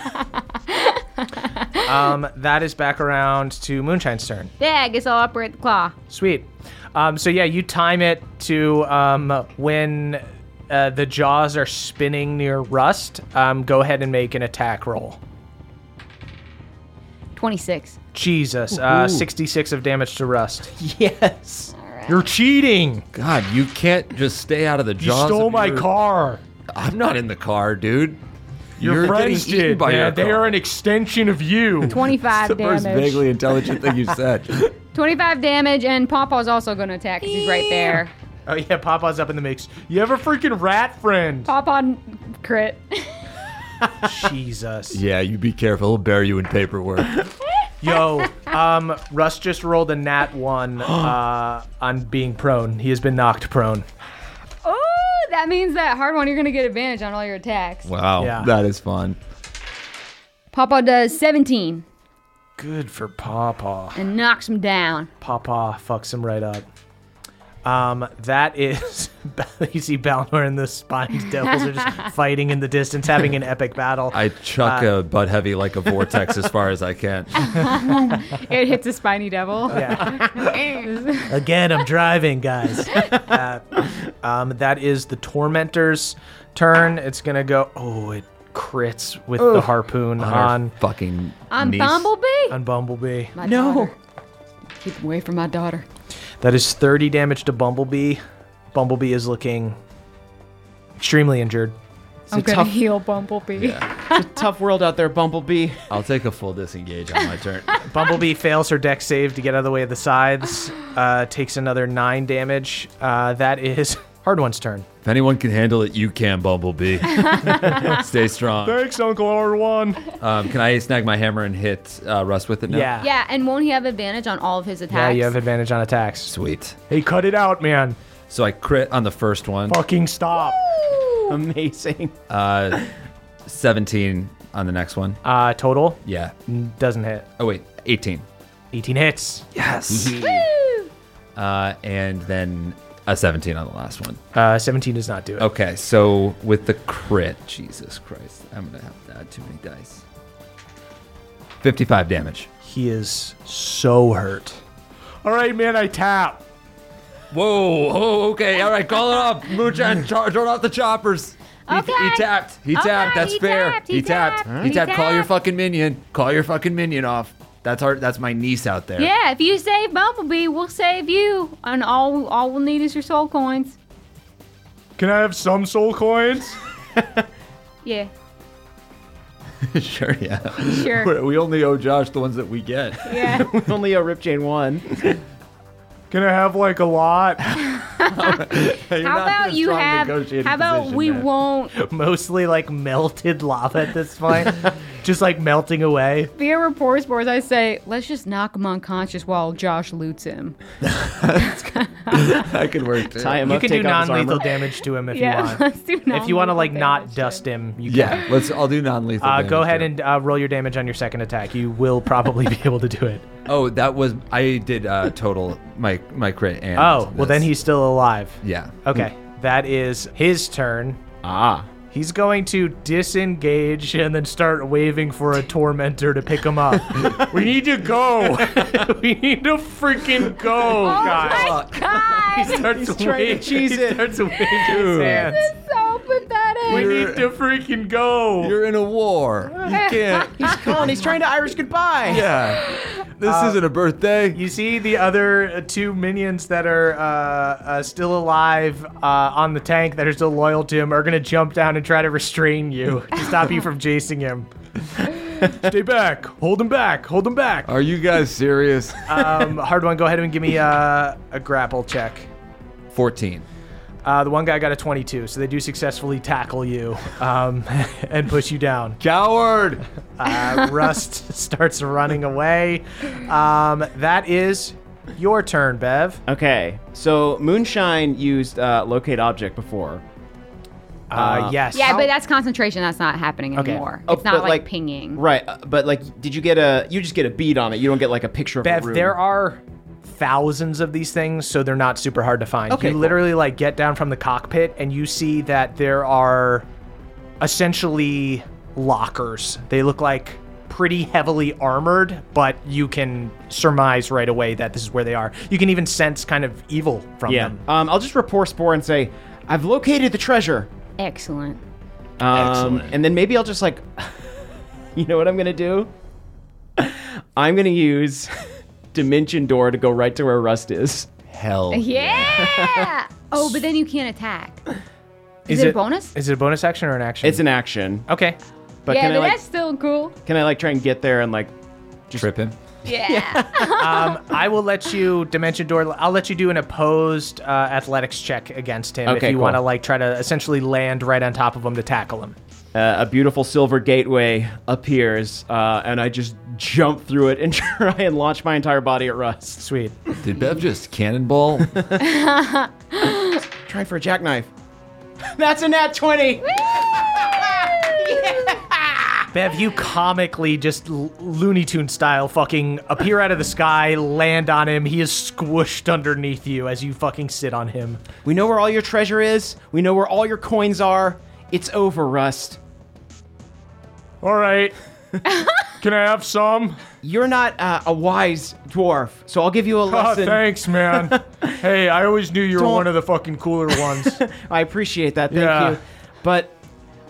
S4: Um, that is back around to Moonshine's turn.
S7: Yeah, I guess I'll operate the claw.
S4: Sweet. Um, so yeah, you time it to um, when uh, the jaws are spinning near Rust. Um, go ahead and make an attack roll.
S7: 26.
S4: Jesus, uh, 66 of damage to
S5: *laughs*
S4: Rust.
S8: yes.
S4: You're cheating.
S5: God, you can't just stay out of the
S4: You
S5: jaws. of
S4: stole my
S5: your-
S4: car.
S5: I'm not in the car, dude.
S9: Your
S5: You're
S9: friends
S5: getting eaten
S9: did.
S5: by
S9: man.
S5: your
S9: they
S5: car.
S9: are an extension of you. *laughs*
S7: 25 damage.
S5: intelligent thing you said.
S7: 25 damage, and Pawpaw's also going to attack 'cause he's right there.
S4: Oh yeah, Papa's up in the mix.
S9: You have a freaking rat friend.
S7: Pawpaw n- crit.
S4: *laughs* Jesus.
S5: *laughs* yeah, you be careful. He'll bury you in paperwork.
S4: Yo, um, Russ just rolled a nat
S5: *gasps*
S4: one uh, on being prone. He has been knocked prone.
S7: oh, that means that hard one, you're going to get advantage on all your attacks.
S5: Wow,
S4: Yeah.
S5: that is fun.
S7: Pawpaw does 17
S4: Good for Papa.
S7: and knocks him down.
S4: Papa fucks him right up. Um, that is, *laughs* you see Balnor and the Spine *laughs* Devils are just fighting in the distance, having an epic battle.
S5: I chuck a butt heavy like a vortex as far as I can.
S7: It hits a spiny devil.
S4: Again, I'm driving, guys. Uh, um, that is the Tormentor's turn. It's gonna go. Oh, it crits with the harpoon
S5: Our
S4: on
S5: fucking
S6: *laughs*
S7: I'm
S5: niece.
S7: Bumblebee.
S4: on Bumblebee.
S7: My no. Keep away from my daughter.
S4: That is 30 damage to Bumblebee. Bumblebee is looking extremely injured.
S7: I'm going to heal Bumblebee.
S8: Tough world out there, Bumblebee. *laughs*
S5: I'll take a full disengage on my turn.
S4: Bumblebee fails her deck save to get out of the way of the scythes, uh, takes another 9 damage. Uh, that is *laughs* Hard One's turn.
S5: if anyone can handle it, you can, Bumblebee. Stay strong.
S9: Thanks, Uncle R1.
S5: Um, can I snag my hammer and hit uh, Russ with it now?
S4: Yeah.
S7: Yeah, and won't he have advantage on all of his
S4: Ah. Yeah,
S7: attacks?
S4: you have advantage on attacks.
S5: Sweet.
S4: Hey, cut it out, man.
S5: So I crit on the first one,
S4: Fucking stop.
S8: Amazing.
S5: uh, 17 on the next one.
S4: Uh, total
S5: Yeah.
S4: doesn't hit.
S5: Oh, wait, 18.
S4: 18 hits.
S5: Yes. uh, and then a 17 on the last one.
S4: Uh, 17 does not do it.
S5: Okay, so with the crit, Jesus Christ, I'm going to have to add too many dice. 55 damage.
S4: He is so hurt.
S9: All right, man, I tap.
S5: Whoa! Oh, okay. All right. Call it off. Moonshine, char- turn off the choppers. He,
S6: Okay.
S5: he tapped. He
S6: Okay,
S5: tapped. That's
S6: he
S5: fair.
S6: tapped,
S5: He
S6: he
S5: tapped.
S6: tapped,
S5: He
S6: he
S5: tapped. Call your
S6: tapped.
S5: fucking minion. Call your fucking minion off. That's our. That's my niece out there.
S6: Yeah, if you save Bumblebee, we'll save you, and all all we'll need is your soul coins.
S9: Can I have some soul coins?
S6: Yeah,
S5: *laughs* sure. Yeah.
S9: *laughs*
S6: sure.
S5: We only owe Josh the ones that we get. *laughs*
S6: yeah.
S8: Only a Rip
S4: *laughs*
S8: Jane one.
S9: Can I have like a lot?
S6: How about you have? How about we won't
S4: Mostly like melted lava at this point, just like melting away.
S6: fear reports boards? I say let's just knock him unconscious while Josh loots him.
S5: I could work too.
S8: Tie him
S4: You
S8: up,
S4: can do
S8: take off his armor.
S4: non-lethal damage to him if
S6: Yeah,
S4: you want.
S6: let's do
S4: If you want to
S6: non-lethal
S4: like not
S6: damage.
S4: dust him, you can.
S5: Yeah. Let's. I'll do non-lethal.
S4: Uh, go
S5: damage
S4: ahead
S5: too.
S4: and uh, roll your damage on your second attack. You will probably *laughs* be able to do it.
S5: Oh, that was. I did uh, total my my crit and.
S4: Oh, well then
S5: this.
S4: he's still alive.
S5: Yeah.
S4: Okay, that is his turn.
S8: Ah.
S4: He's going to disengage and then start waving for a tormentor to pick him up.
S9: We need to go.
S4: *laughs*
S9: we need to freaking
S6: Oh
S9: go, guys.
S6: my god!
S4: *laughs*
S9: Starts waving-
S8: cheese
S9: he
S8: it.
S9: starts waving his hands.
S6: That's so
S9: We
S6: pathetic.
S9: need to freaking go.
S5: You're in a war. *laughs* You can't.
S8: He's calling. He's trying to Irish goodbye.
S5: Yeah. This isn't a birthday.
S4: You see the other uh, two minions that are uh, uh, still alive uh, on the tank that are still loyal to him are going to jump down and try to restrain you to stop you from chasing him.
S9: Stay back. Hold him back. Hold him back.
S5: Are you guys *laughs* serious?
S4: Um, hard one, go ahead and give me uh, a grapple check.
S5: 14.
S4: Uh, the one guy got a 22, so they do successfully tackle you um, *laughs* and push you down.
S5: Coward!
S4: Uh, Rust *laughs* starts running away. Um, that is your turn, Bev.
S8: Okay, so Moonshine used uh, locate object before.
S4: Uh, yes.
S7: Yeah, but that's concentration. That's not happening
S4: Okay.
S7: anymore.
S8: Oh,
S7: it's not
S8: but,
S7: like,
S8: like-
S7: pinging.
S8: Right, uh, but like, did you get a? You just get a bead on it. You don't get like a picture of
S4: Bev,
S8: a room.
S4: there are thousands of these things, so they're not super hard to find.
S8: Okay,
S4: you
S8: cool.
S4: literally like get down from the cockpit and you see that there are essentially lockers. They look like pretty heavily armored, but you can surmise right away that this is where they are. You can even sense kind of evil from
S8: Yeah.
S4: them.
S8: Um, I'll just report Spore and say, I've located the treasure.
S7: Excellent.
S8: Um,
S10: Excellent.
S8: And then maybe I'll just like, *laughs* you know what I'm gonna do? I'm gonna use *laughs* Dimension Door to go right to where Rust is.
S5: Hell.
S7: Yeah. oh, but then you can't attack. Is,
S4: Is
S7: it, a
S4: it-
S7: bonus?
S4: Is it a bonus action or an action?
S8: It's an action,
S4: okay.
S8: but
S7: yeah,
S8: can
S7: but
S8: I like
S7: that's still cool.
S8: can I like try and get there and like
S5: Trip him.
S7: Yeah.
S4: Um, I will let you dimension door. I'll let you do an opposed uh, athletics check against him
S8: Okay,
S4: if you
S8: cool.
S4: want to like try to essentially land right on top of him to tackle him.
S8: uh, a beautiful silver gateway appears, uh, and I just jump through it and *laughs* try and launch my entire body at Rust.
S4: Sweet.
S5: Did Bev just *laughs* cannonball?
S8: Try for a jackknife. *laughs* That's a nat 20.
S4: Bev, you comically just L- Looney Tune style fucking appear out of the sky, land on him. He is squished underneath you as you fucking sit on him.
S8: We know where all your treasure is. We know where all your coins are. It's over, Rust. *laughs*
S9: All right. Can I have some?
S8: You're not uh, a wise dwarf, so I'll *laughs* give you a
S9: *laughs* Ah,
S8: lesson. *laughs*
S9: thanks, man. hey, I always knew you were
S8: Don't-
S9: one of the fucking cooler
S8: *laughs*
S9: ones.
S8: I appreciate that. Thank
S9: Yeah.
S8: you. But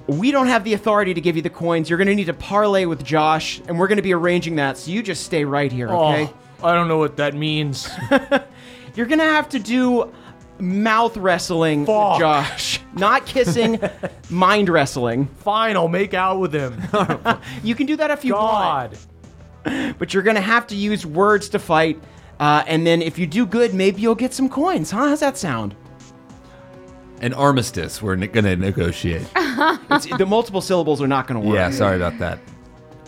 S8: we don't have the authority to give you the coins. You're going to need to parlay with Josh, and we're going to be arranging that. So you just stay right here, okay?
S9: Oh, I don't know what that means.
S8: You're gonna have to do mouth wrestling
S9: Fuck.
S8: with Josh, not
S9: *laughs*
S8: kissing, mind wrestling.
S9: Fine, I'll make out
S8: *laughs*
S9: with him.
S8: You can do that if you
S9: God.
S8: want, but you're gonna have to use words to fight. Uh, and then if you do good, maybe you'll get some coins, huh? How's that sound?
S5: An armistice. We're ne- gonna negotiate.
S8: It's,
S9: *laughs*
S8: the multiple syllables are not gonna work.
S5: yeah, sorry about that.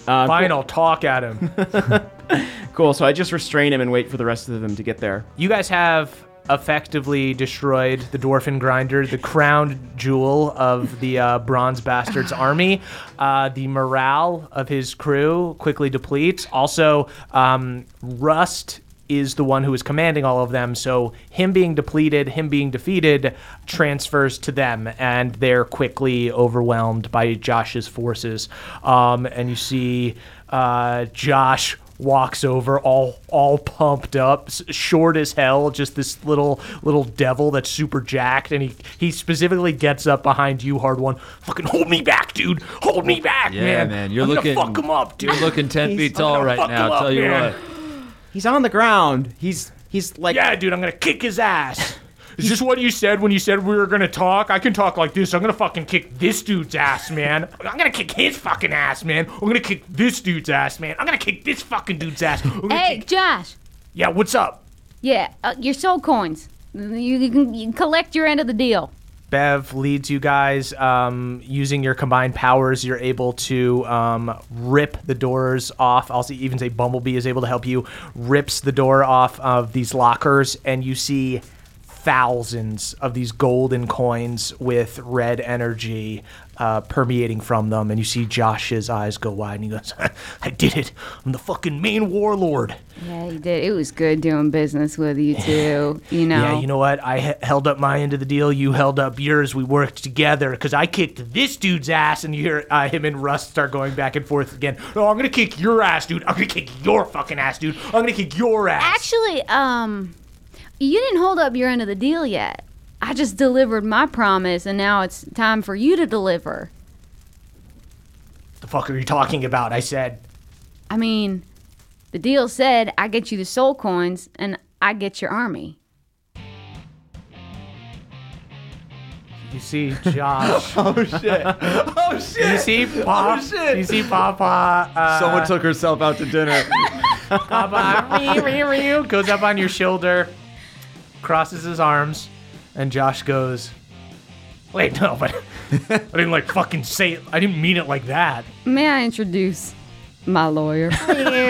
S8: Uh,
S9: Fine, I'll talk at him.
S8: Cool. So I just restrain him and wait for the rest of them to get there.
S4: You guys have effectively destroyed the Dwarfen Grinder, the crown jewel of the uh, Bronze Bastards army. Uh, the morale of his crew quickly depletes. Also, um, Rust is the one who is commanding all of them, so him being depleted, him being defeated, transfers to them, and they're quickly overwhelmed by Josh's forces. Um, and you see uh, Josh walks over all all pumped up, s- short as hell, just this little little devil that's super jacked, and he he specifically gets up behind you, hard one, fucking hold me back, dude, hold me back,
S5: Yeah,
S4: man,
S5: man, you're
S4: I'm gonna
S5: looking-
S4: fuck him up, dude.
S5: You're looking ten feet tall
S4: gonna
S5: right
S4: fuck
S5: now.
S4: him up,
S5: tell you
S4: man.
S5: what.
S8: He's on the ground. He's he's like
S9: Yeah, dude, I'm gonna kick his ass. Is this what you said when you said we were gonna talk? I can talk like this. I'm gonna fucking kick this dude's ass, man. I'm gonna kick his fucking ass, man. I'm gonna kick this dude's ass, man. I'm gonna kick this fucking dude's ass. I'm gonna
S7: Hey,
S9: kick-
S7: Josh.
S9: Yeah, what's up?
S7: Yeah, uh, your soul coins. You, you can you can collect your end of the deal.
S4: Bev leads you guys. Um, using your combined powers, you're able to um, rip the doors off. I'll see, even say Bumblebee is able to help you. Rips the door off of these lockers, and you see thousands of these golden coins with red energy uh, permeating from them. And you see Josh's eyes go wide, and he goes, *laughs* "I did it! I'm the fucking main warlord."
S7: Yeah, you did. It was good doing business with you two. You know.
S4: Yeah, you know what? I he- held up my end of the deal. You held up yours. We worked together because I kicked this dude's ass, and you hear uh, him and Rust start going back and forth again. No, I'm gonna kick your ass, dude. I'm gonna kick your fucking ass, dude. I'm gonna kick your ass.
S7: Actually, um, you didn't hold up your end of the deal yet. I just delivered my promise, and now it's time for you to deliver.
S4: the fuck are you talking about? I said.
S7: I mean, the deal said I get you the soul coins, and I get your army.
S4: You see,
S9: *laughs*
S4: Josh.
S5: Oh shit!
S4: you see, Pop. You see, Papa.
S9: *laughs*
S4: Uh,
S5: Someone took herself out to dinner.
S4: Papa goes up on your shoulder, crosses his arms, and Josh goes.
S9: Wait, no, but *laughs* I didn't like fucking say it. I didn't mean it like that.
S7: May I introduce my lawyer? *laughs* Papa,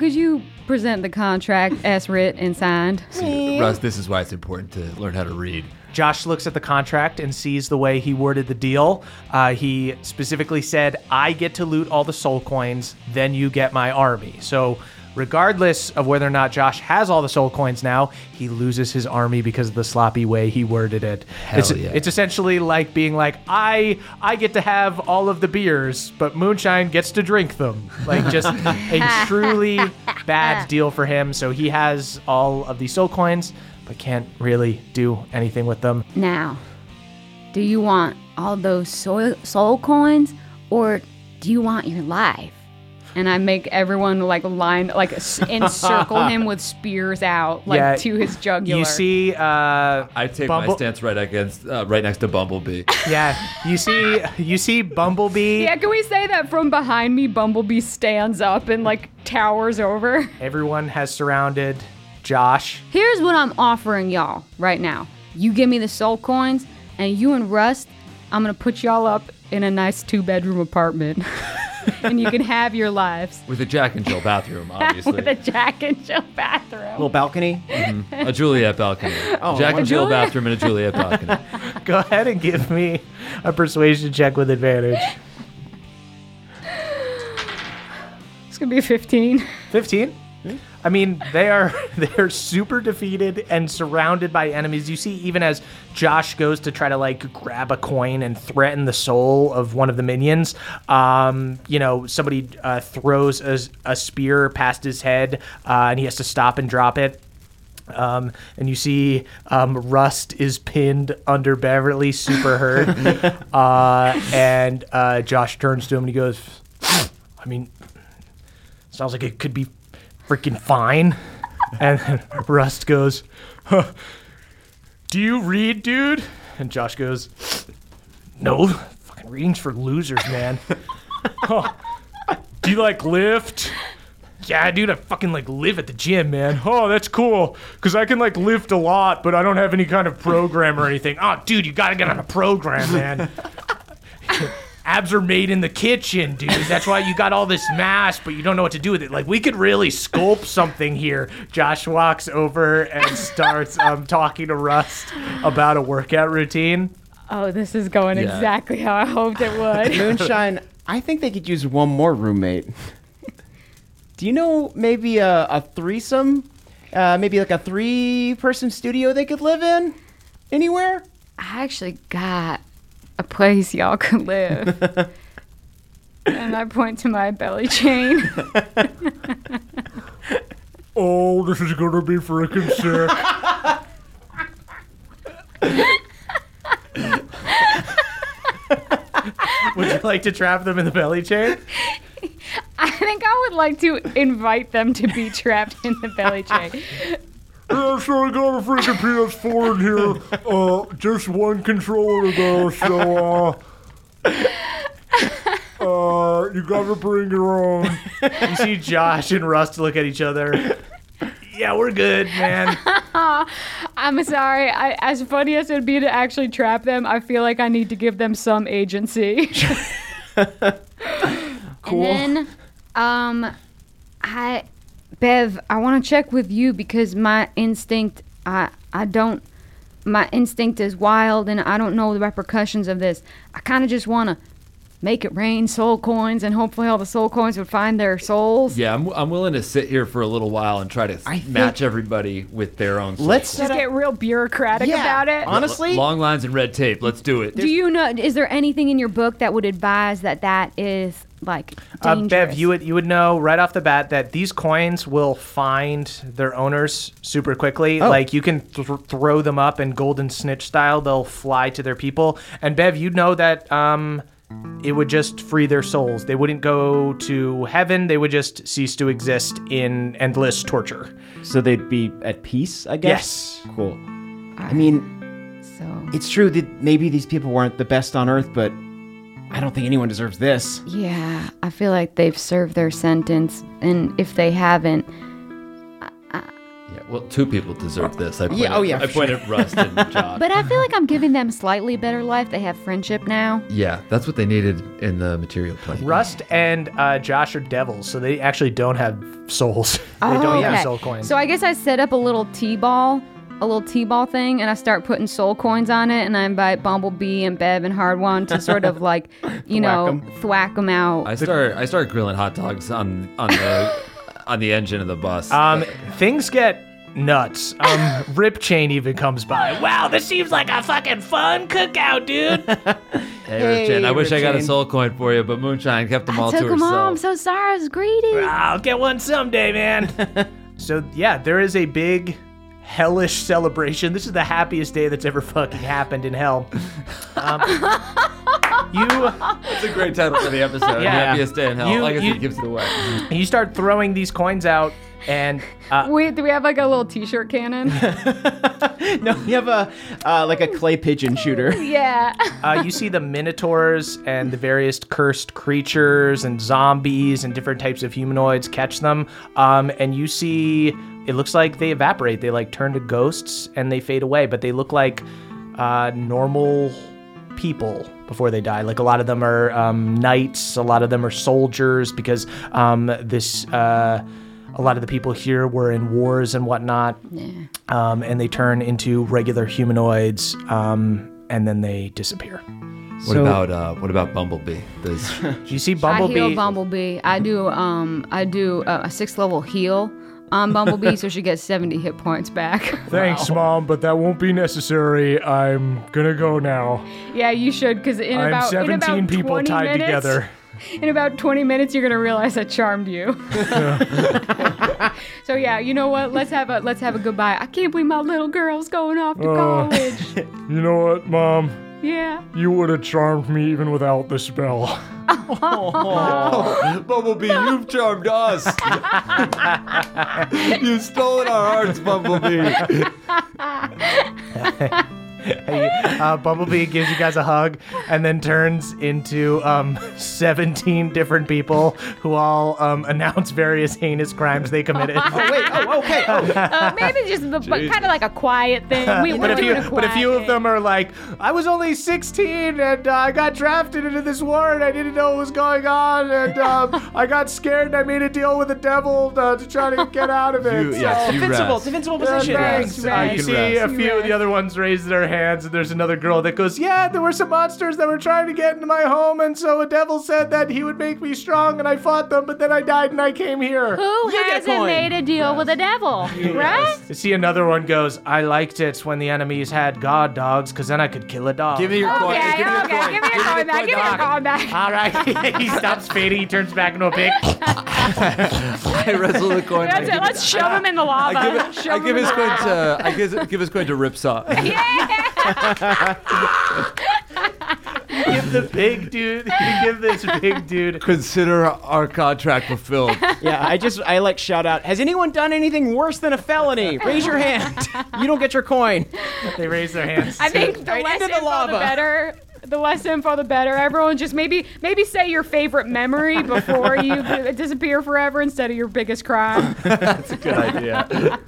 S7: could you present the contract as writ and signed?
S5: Russ, this is why it's important to learn how to read.
S4: Josh looks at the contract and sees the way he worded the deal. Uh, he specifically said, I get to loot all the soul coins, then you get my army. So, regardless of whether or not Josh has all the soul coins now, he loses his army because of the sloppy way he worded it. it's,
S5: yeah.
S4: it's essentially like being like, I I get to have all of the beers, but Moonshine gets to drink them. Like, just a truly bad deal for him. So, he has all of the soul coins. But can't really do anything with them.
S7: Now, do you want all those soil, soul coins or do you want your life? And I make everyone like line, like s- encircle
S4: *laughs*
S7: him with spears out, like
S4: Yeah,
S7: to his jugular.
S4: You see, uh,
S5: I take my
S4: Bumble-
S5: stance right against, uh, right next to Bumblebee.
S4: yeah, you see, you see, Bumblebee.
S7: Yeah, can we say that from behind me, Bumblebee stands up and like towers over?
S4: Everyone has surrounded Josh. *laughs*
S7: Here's what I'm offering y'all right now. You give me the soul coins, and you and Rust, I'm gonna put y'all up in a nice two bedroom apartment. *laughs* and you can have your lives.
S5: With a Jack and Jill
S7: *laughs*
S5: bathroom, obviously.
S7: with a *laughs* Jack and Jill bathroom.
S8: little balcony.
S5: a Juliet
S7: *laughs*
S5: balcony. Jack and Jill
S7: Oh, Juliet.
S5: bathroom and a Juliet
S7: *laughs*
S5: balcony.
S4: Go ahead and give me a persuasion check with advantage.
S7: It's gonna be 15.
S4: Fifteen. I mean, they are *laughs* they're super defeated and surrounded by enemies. You see, even as Josh goes to try to like grab a coin and threaten the soul of one of the minions, um, you know, somebody uh, throws a, a spear past his head, uh, and he has to stop and drop it. Um, and you see um, Rust is pinned under Beverly, super hurt. uh, and uh, Josh turns to him and he goes, I mean, sounds like it could be freaking fine. And then Rust goes, huh, Do you read, dude? And Josh goes, No, fucking reading's for losers, man. *laughs*
S9: Do you like lift?
S4: yeah, dude, I fucking like live at the gym, man.
S9: Oh, that's cool. Cause I can like lift a lot, but I don't have any kind of program or anything.
S4: Ah,
S9: Oh, dude, you gotta get on a program, man.
S4: Abs are made in the kitchen, dude. That's why you got all this mass, but you don't know what to do with it. Like, we could really sculpt something here. Josh walks over and starts um, talking to Rust about a workout routine.
S7: Oh, *laughs* this is going
S5: Yeah.
S7: exactly how I hoped it
S2: *laughs*
S7: would.
S8: Moonshine, I think they could use one more roommate. Do you know maybe a, a threesome? Uh, maybe like a three person studio they could live in? Anywhere?
S7: I actually got a place y'all could live. and I point to my belly chain.
S9: Oh, this is gonna be freaking sick.
S4: Would you like to trap them in the belly chain?
S7: I think I would like to invite them to
S9: *laughs*
S7: be trapped in the belly chain.
S9: yeah, so I got a freaking PS4 in
S8: *laughs*
S9: here. Uh, just one controller though, so
S8: *laughs*
S9: uh, uh, you gotta bring your own.
S4: You see Josh and Rust look at each other. Yeah, we're good, man.
S7: I'm sorry. I, as funny as it'd be to actually trap them, I feel like I need to give them some agency.
S4: Cool.
S7: And then, um, I, Bev, I want to check with you because my instinct, I, I don't, my instinct is wild, and I don't know the repercussions of this. I kind of just want to make it rain soul coins, and hopefully all the soul coins would find their souls.
S5: Yeah, I'm, I'm willing to sit here for a little while and try to match everybody with their own.
S2: Let's
S7: Just get real bureaucratic
S2: Yeah.
S7: about it.
S2: honestly.
S5: long lines and red tape. Let's do it.
S7: Do you know? Is there anything in your book that would advise that that is like
S4: Uh,
S7: dangerous?
S4: Bev, you would you would know right off the bat that these coins will find their owners super quickly. Like you can th- throw them up in golden snitch style; they'll fly to their people. And Bev, you'd know that um, it would just free their souls. They wouldn't go to heaven; they would just cease to exist in endless torture.
S2: So they'd be at peace, I guess?
S4: Yes.
S2: Cool. I mean,
S7: So
S2: it's true that maybe these people weren't the best on earth, but I don't think anyone deserves this.
S7: Yeah, I feel like they've served their sentence, and if they haven't,
S5: Yeah, well, two people deserve this. I point
S2: Yeah,
S5: at-
S2: oh yeah,
S5: I
S2: for
S5: point at
S2: *laughs*
S5: Rust and Josh.
S7: but I feel like I'm giving them slightly better life. They have friendship now.
S5: yeah, that's what they needed in the material plane.
S4: Rust and uh, Josh are devils, so they actually don't have souls. *laughs* they don't have soul coins.
S7: So I guess I set up a little T-ball, a little T-ball thing, and I start putting soul coins on it, and I invite Bumblebee and Bev and Hardwon to sort of *laughs* like, you know, thwack them out.
S5: I start I start grilling hot dogs on
S2: *laughs*
S5: on the on the engine of the bus.
S4: Um, things get nuts. Um, Rip Chain even comes by. Wow, this seems like a fucking fun cookout, dude.
S5: hey, Richard, I wish I got a soul coin for you, but Moonshine kept them all
S7: took
S5: to
S7: them all. I'm
S5: herself.
S7: so sorry. I was greedy.
S4: I'll get one someday, man. so yeah, there is a big hellish celebration. This is the happiest day that's ever fucking happened in hell. Um, you
S5: It's a great title for the episode.
S4: Yeah.
S5: Happiest day in hell.
S4: You-
S5: like I said,
S4: you-
S5: it gives it away.
S4: you start throwing these coins out, and uh,
S7: Wait, do we have like a little T-shirt cannon?
S2: No, *laughs* you have a uh, like a clay pigeon shooter.
S7: Oh, yeah.
S4: uh, you see the minotaurs and the various cursed creatures and zombies and different types of humanoids catch them. Um, and you see, it looks like they evaporate. They like turn to ghosts and they fade away, but they look like uh, normal people before they die. Like a lot of them are um, knights, a lot of them are soldiers because um, this. Uh, a lot of the people here were in wars and whatnot um, and they turn into regular humanoids, um, and then they disappear.
S5: What about uh, what about Bumblebee? *laughs* Does
S4: You see
S7: I heal
S4: Bumblebee.
S7: Bumblebee. I do um I do uh, a six level heal on Bumblebee, so she gets seventy hit points back. *laughs*
S9: Thanks, mom, but that won't be necessary. I'm gonna go now.
S7: yeah, you should because in
S9: I'm
S7: about in
S9: 17
S7: about
S9: people
S7: 20
S9: tied
S7: minutes,
S9: together.
S7: In about twenty minutes, you're gonna realize I charmed you. *laughs* so yeah, you know what? Let's have a let's have a goodbye. I can't believe my little girl's going off to
S9: Oh. *laughs*
S7: college.
S9: You know what, mom?
S7: yeah.
S9: You would have charmed me even without the spell.
S5: Oh, Bumblebee, you've charmed
S6: *laughs*
S5: us. You've stolen our hearts, Bumblebee.
S4: Uh, Bumblebee gives you guys a hug, and then turns into um, *laughs* 17 different people who all um, *laughs* announce various heinous crimes they committed.
S2: Wait, oh, okay. Oh,
S7: Uh, maybe just the, but kind of like a quiet thing. We,
S4: But
S7: we're
S4: a,
S7: doing
S4: few,
S7: a quiet
S4: but a few of
S7: thing.
S4: them are like, I was only 16 and uh, I got drafted into this war and I didn't know what was going on and um, I got scared and I made a deal with the devil uh, to try to get out of it.
S5: You, yes, you
S2: defensible,
S5: rest.
S2: defensible
S4: Yeah,
S2: position.
S4: thanks.
S7: rest.
S4: Uh, you
S5: You
S4: see
S5: rest.
S4: a few of the other ones raise their hands, and there's another girl that goes, Yeah, there were some monsters that were trying to get into my home, and so a devil said that he would make me strong, and I fought them, but then I died and I came here.
S6: Who
S8: get a
S6: hasn't
S8: coin.
S6: made a deal with the devil, right?
S4: You see, another one goes, I liked it when the enemies had god dogs, because then I could kill a dog.
S5: Give me your coin.
S6: Okay,
S5: Give me your
S6: okay,
S5: coin.
S6: give me your coin back, give me your coin back.
S4: All right. *laughs* he stops fading. He turns back into a *laughs* pig.
S5: I wrestle the coin.
S6: That's it. Let's shove him in the lava.
S5: I give, it,
S6: Shove
S5: I
S6: him
S5: give
S6: in
S5: his
S6: the
S5: coin
S6: lava.
S5: to I give, give his coin to
S6: *laughs*
S5: Ripsaw.
S4: give the big dude. *laughs* You give this big dude.
S5: Consider our contract
S6: *laughs*
S5: fulfilled.
S8: Yeah, I just I like shout out. Has anyone done anything worse than a felony? Raise your hand. You don't get your coin.
S4: They raise their hands.
S6: I think the
S8: Right
S6: less
S8: into the
S6: info,
S8: lava.
S6: the better. The less info, the better. Everyone just maybe maybe say your favorite memory before you b- disappear forever instead of your biggest crime.
S5: Good idea.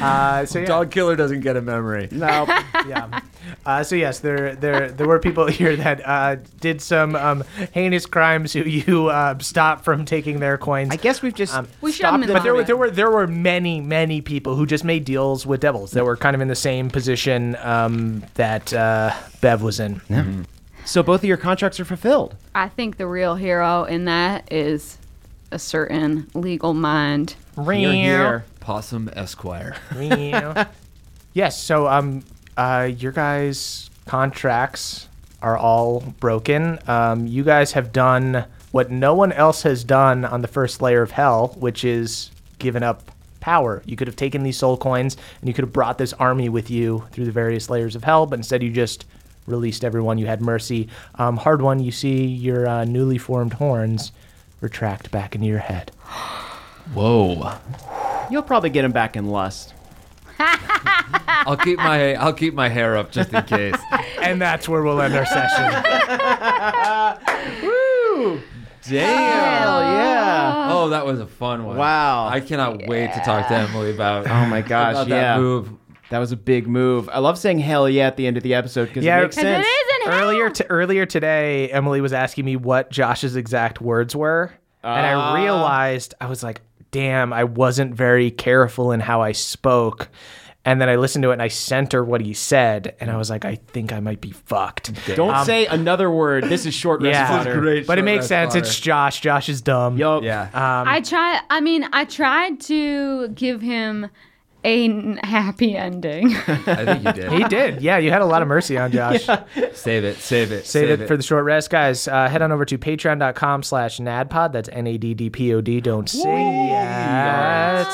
S4: Uh, so yeah.
S5: Dog killer doesn't get a memory.
S4: No. yeah. Uh, so yes, there there there were people *laughs* here that uh, did some um, heinous crimes who you uh, stopped from taking their coins.
S8: I guess we've just
S6: We shove him in the
S4: But there were
S6: lava.
S4: there were there were many many people who just made deals with devils that were kind of in the same position um, that uh, Bev was in.
S8: so both of your contracts are fulfilled.
S7: I think the real hero in that is a certain legal mind.
S8: You're here.
S5: Possum Esquire.
S4: *laughs* yes. So um, uh, your guys' contracts are all broken. Um, you guys have done what no one else has done on the first layer of hell, which is given up power. You could have taken these soul coins and you could have brought this army with you through the various layers of hell, but instead you just released everyone. You had mercy. Um, hard one. You see your uh, newly formed horns retract back into your head.
S5: Whoa.
S8: You'll probably get him back in lust.
S5: I'll
S4: *laughs*
S5: keep my I'll keep my hair up just in case.
S4: And that's where we'll end our session. Oh.
S5: Damn.
S8: Hell yeah.
S5: Oh, that was a fun one.
S8: Wow.
S5: I cannot wait to talk to Emily about
S8: Oh my gosh,
S5: about
S8: yeah.
S5: that move.
S8: That was a big move. I love saying hell yeah at the end of the episode because
S4: Yeah,
S8: it makes
S4: 'cause
S8: sense.
S6: it is in hell.
S4: earlier to earlier today, Emily was asking me what Josh's exact words were, and
S8: Ah.
S4: I realized I was like, "Damn, I wasn't very careful in how I spoke." And then I listened to it and I sent her what he said, and I was like, "I think I might be fucked."
S8: Don't say another word. Um, This is short rest
S4: Yeah,
S8: fodder.
S5: great
S4: but it
S5: short
S4: makes
S5: rest
S4: sense. It's
S5: fodder.
S4: Josh. Josh is dumb.
S8: Yup.
S5: Yeah.
S7: I try. I mean, I tried to give him a n- happy ending.
S5: *laughs* I think you did.
S4: He did. Yeah, you had a lot of mercy
S8: *laughs*
S4: on Josh.
S5: Save it. Save it.
S4: Save it, for the short rest, guys. Uh, head on over to patreon.com slash nadpod. That's N A D D P O D. Don't say yet.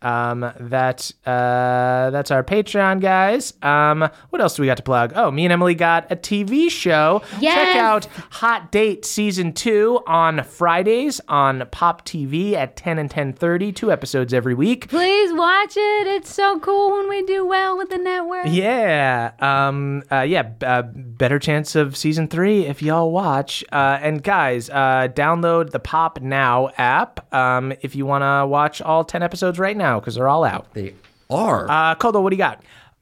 S4: Um, that, uh, that's our Patreon, guys. Um, what else do we got to plug? Oh, me and Emily got a TV show. Check
S6: Yes.
S4: out Hot Date Season 2 on Fridays on Pop TV at 10 and 10.30. Two episodes every week.
S6: Please watch it. It's so cool when we do well with the network.
S4: Yeah. Um, uh, yeah. b- Uh, better chance of season three if y'all watch. Uh, and guys, uh, download the Pop Now app um, if you want to watch all 10 episodes right now because they're all out.
S5: They are.
S4: Uh, Coldo, what do you got?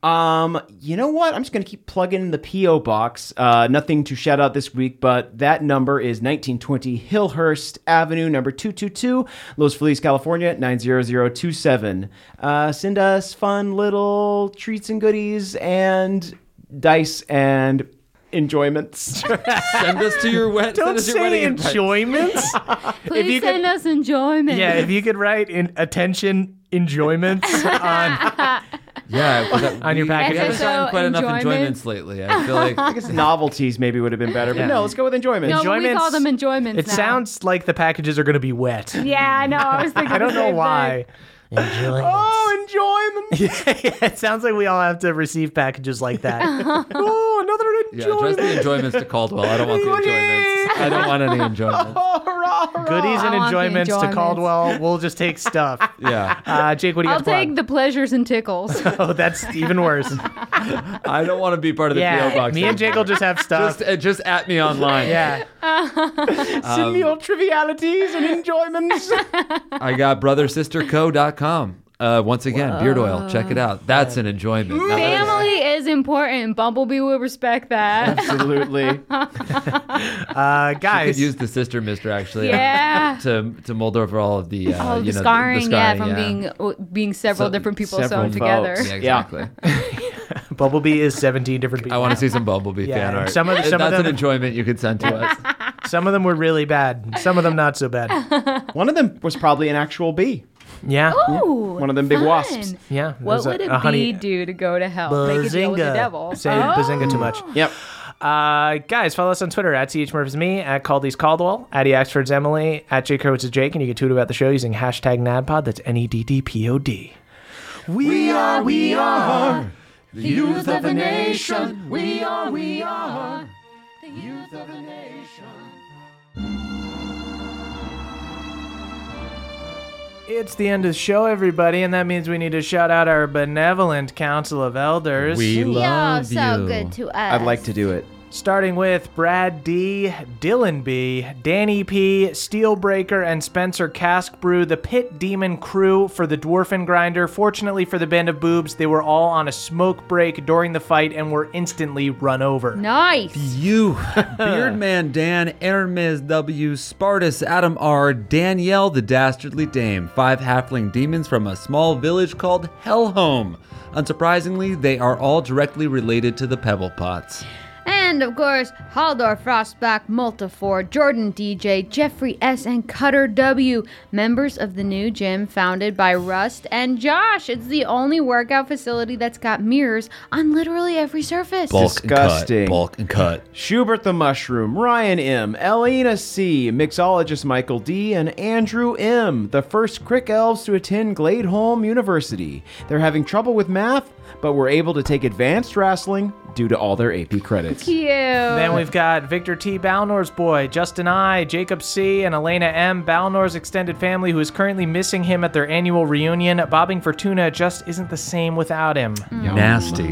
S8: Um, you know what? I'm just gonna keep plugging the PO box. Uh, nothing to shout out this week, but that number is 1920 Hillhurst Avenue, number 222, Los Feliz, California 90027. Uh, send us fun little treats and goodies and dice and enjoyments. *laughs*
S5: send us to your wed- send
S4: Don't
S5: us your wedding.
S4: say
S5: invite.
S4: enjoyments.
S6: Please
S4: you could-
S6: send us enjoyment. *laughs*
S4: yeah, if you could write in attention *laughs* enjoyments Um, on
S5: Yeah, but that-
S4: On your
S5: we-
S4: package.
S5: We haven't
S6: Okay, so
S5: gotten quite enough
S6: enjoyment.
S5: enjoyments lately. I feel like
S8: Novelties maybe would have been better, but no, let's go with enjoyments.
S6: no, but we call
S4: enjoyments-
S6: them enjoyments.
S4: it
S6: now.
S4: sounds like the packages are going to be wet.
S6: Yeah, I know. I was thinking.
S4: I don't know why.
S8: Oh,
S4: *laughs*
S8: enjoyment!
S4: it sounds like we all have to receive packages like that. oh, another
S5: yeah, address the enjoyments to Caldwell. I don't want the enjoyments. I don't want any enjoyments.
S4: *laughs*
S8: Oh,
S4: goodies and
S6: I want the
S4: enjoyments, to
S6: enjoyments.
S4: Caldwell. We'll just *laughs* take stuff.
S5: Yeah,
S4: Uh, Jake, what do you
S7: I'll
S4: got to plug?
S7: take the pleasures and tickles.
S4: Oh, that's even *laughs* worse.
S5: I don't want to be part of the PO
S4: yeah,
S5: box.
S4: me and Jake will just have stuff.
S5: Just, uh, just at me online.
S4: yeah,
S8: Send
S5: Um,
S8: me your trivialities
S5: *laughs*
S8: and enjoyments.
S5: I got brothersisterco.com. Uh, once again, beard oil. Check it out. That's an enjoyment. Not that it's-
S7: Family is important. Bumblebee will
S8: *laughs*
S7: respect that.
S8: Absolutely.
S4: uh,
S5: I could
S4: guys.
S5: use the sister mister actually.
S7: Yeah.
S5: *laughs* To to mold over all of the uh,
S7: Oh, the,
S5: you know,
S7: scarring, yeah, from
S5: yeah.
S7: *laughs* being being several
S5: So-
S7: different people
S8: several
S7: sewn together.
S8: folks.
S5: yeah
S8: Yeah.
S5: exactly.
S4: Bumblebee is 17 different people.
S5: I want to see some Bumblebee
S4: Yeah,
S5: fan art.
S4: some of- some of
S5: That's
S4: them-
S5: an enjoyment you could send to
S7: *laughs*
S5: us.
S4: Some of them were really bad. Some of them not so
S6: *laughs*
S4: bad.
S8: One of them was probably an actual bee.
S4: Yeah.
S7: Ooh,
S8: One of them big
S7: fun.
S8: wasps.
S4: Yeah.
S6: What
S4: there's
S6: would a, bee
S4: Uh, honey-
S6: do to go to hell? Make a deal with the devil. Oh.
S4: Bazinga. Say bazinga too much.
S8: Yep.
S4: Uh, guys, follow us on Twitter at chmurphs me, at Caldy's Caldwell, at eaxford's Emily, at Jake Hurwitz's Jake, and you can tweet about the show using hashtag NADPOD. That's N E D D P O D. We are, we are.
S7: The youth of a nation.
S5: We are, we are.
S4: It's the end of the show, everybody, and that means we need to shout out our benevolent Council of Elders.
S5: We
S7: You're
S5: love
S7: so
S5: you.
S7: good to us.
S8: I'd like to do it.
S4: Starting with Brad D, Dylan B, Danny P, Steelbreaker, and Spencer Cask Brew, the Pit Demon crew for the Dwarfen Grinder. Fortunately for the band of boobs, they were all on a smoke break during the fight and were instantly run over.
S7: Nice.
S5: You, Beardman Dan, Aramis W, Spartus, Adam R, Danielle the Dastardly Dame, five halfling demons from a small village called Hellhome. Unsurprisingly, they are all directly related to the Pebble Pots.
S7: And of course, Haldor Frostback, Multifor, Jordan DJ, Jeffrey S, and Cutter W, members of the new gym founded by Rust and Josh. It's the only workout facility that's got mirrors on literally every surface.
S8: Disgusting.
S5: and cut. Bulk and cut.
S8: Schubert the Mushroom, Ryan M, Elena C, mixologist Michael D, and Andrew M, the first Crick elves to attend Gladeholm University. They're having trouble with math, but were able to take advanced wrestling due to all their AP credits.
S7: Cute.
S4: Then we've got Victor T. Balnor's boy, Justin I, Jacob C., and Elena M. Balnor's extended family, who is currently missing him at their annual reunion. Bobbing for tuna just isn't the same without him.
S5: Mm. Nasty.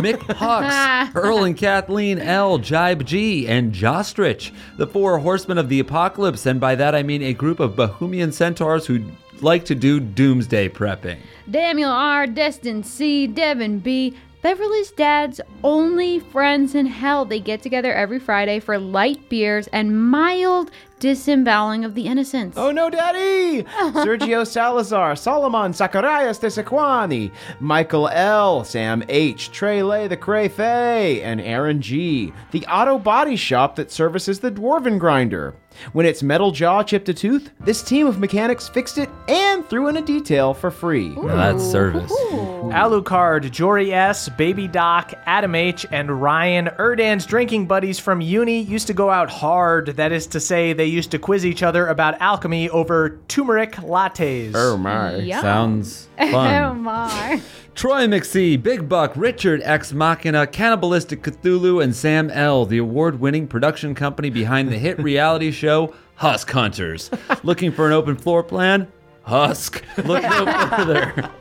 S5: Mick Hawks, Earl and Kathleen L, Jibe G, and Jostrich, the four horsemen of the apocalypse, and by that I mean a group of Bohemian centaurs who like to do doomsday prepping.
S7: Daniel R, Destin C, Devin B, Beverly's dad's only friends in hell. They get together every Friday for light beers and mild disemboweling of the innocents.
S8: Oh no, Daddy! Sergio Salazar, Solomon Zacharias de Sequani, Michael L, Sam H, Trey Lay the Cray Fay, and Aaron G. The auto body shop that services the Dwarven Grinder. When its metal jaw chipped a tooth, this team of mechanics fixed it and threw in a detail for free.
S5: Now that's service.
S4: Alucard, Jory S, Baby Doc, Adam H, and Ryan Erdan's drinking buddies from uni used to go out hard. That is to say, they used to quiz each other about alchemy over turmeric lattes.
S8: my.
S7: Yeah.
S5: Sounds
S7: *laughs* Oh
S5: fun.
S7: my.
S5: Troy McSee, Big Buck, Richard Ex Machina, Cannibalistic Cthulhu, and Sam L, the award winning production company behind the hit reality show Husk
S7: *laughs*
S5: Hunters. Looking for an open floor plan? Husk. Look no further.
S7: *laughs*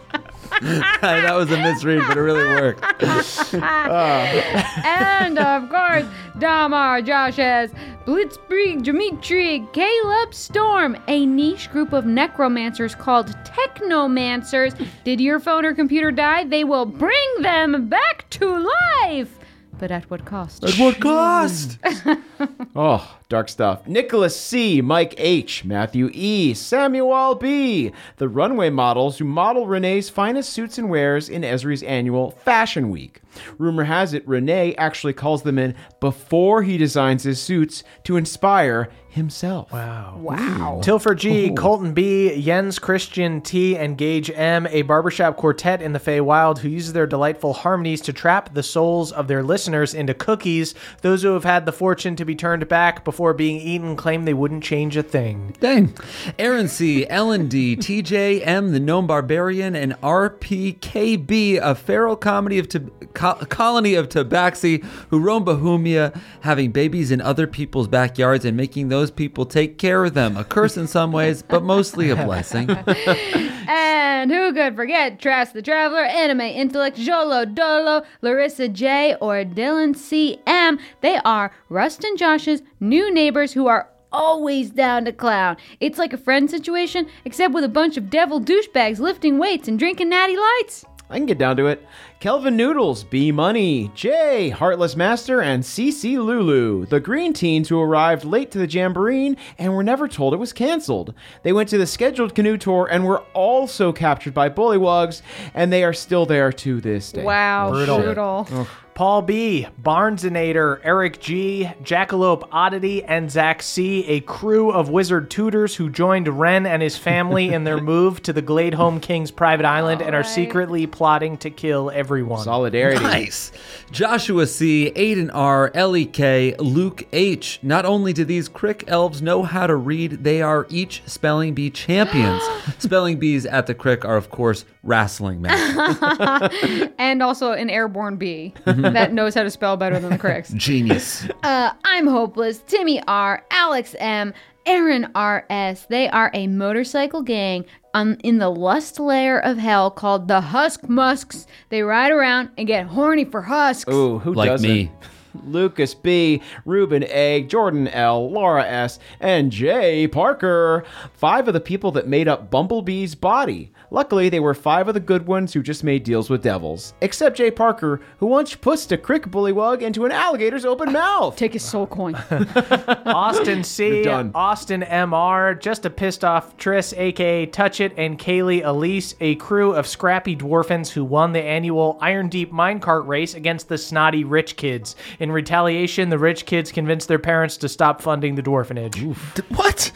S5: *laughs* that was a misread, but it really worked.
S7: and of course, Damar, Josh S, Blitzkrieg, Dimitri, Caleb Storm, a niche group of necromancers called technomancers. Did your phone or computer die? They will bring them back to life. But at
S5: *laughs*
S7: what cost?
S5: At what cost?
S8: Oh, dark stuff. Nicholas C., Mike H., Matthew E., Samuel B., the runway models who model Renee's finest suits and wares in Esri's annual Fashion Week. Rumor has it Renee actually calls them in before he designs his suits to inspire himself.
S4: Tilford G, Colton B, Jens Christian T, and Gage M, a barbershop quartet in the Feywild who uses their delightful harmonies to trap the souls of their listeners into cookies. Those who have had the fortune to be turned back before being eaten claim they wouldn't change a thing.
S5: Dang. Aaron C., Ellen D., TJ M., The Gnome Barbarian, and RPKB, a feral comedy of Tob- co- colony of tabaxi who roam Bohemia, having babies in other people's backyards and making those people take care of them. A curse in some ways, but mostly a blessing.
S7: And who could forget Trask the Traveler, Anime Intellect, Jolo Dolo, Larissa J, or Dylan CM? They are Rust and Josh's new neighbors who are always down to clown. It's like a friend situation, except with a bunch of devil douchebags lifting weights and drinking natty lights.
S8: I can get down to it. Kelvin Noodles, B Money, Jay, Heartless Master, and CC Lulu, the green teens who arrived late to the Jamboree and were never told it was canceled. They went to the scheduled canoe tour and were also captured by bullywugs, and they are still there to this day.
S7: Wow, brutal.
S4: Paul B, Barnesinator, Eric G, Jackalope Oddity, and Zach C, a crew of wizard tutors who joined Ren and his family in their move to the Glade Home King's private island and are secretly plotting to kill everyone.
S5: *laughs*
S8: Solidarity.
S5: Nice. Joshua C, Aiden R, Ellie K, Luke H. Not only do these Crick elves know how to read, they are each spelling bee champions. spelling bees at the Crick are, of course, wrestling men.
S7: And also an airborne bee that knows how to spell better than the cricks.
S5: Genius.
S7: Uh, I'm Hopeless, Timmy R, Alex M, Aaron RS. They are a motorcycle gang on, in the lust layer of hell called the Husk Musks. They ride around and get horny for husks.
S8: Ooh, who
S5: *laughs* Like
S8: doesn't?
S5: me.
S8: Lucas B, Ruben A, Jordan L, Laura S, and Jay Parker. Five of the people that made up Bumblebee's body. Luckily, they were five of the good ones who just made deals with devils. Except Jay Parker, who once pushed a crick bullywug into an alligator's open mouth.
S7: Take his soul coin.
S4: Austin C,
S8: done.
S4: Austin MR, just a pissed off Triss, aka Touch It, and Kaylee Elise, a crew of scrappy dwarfins who won the annual Iron Deep minecart race against the snotty rich kids. In retaliation, the rich kids convinced their parents to stop funding the dwarfenage.
S5: What?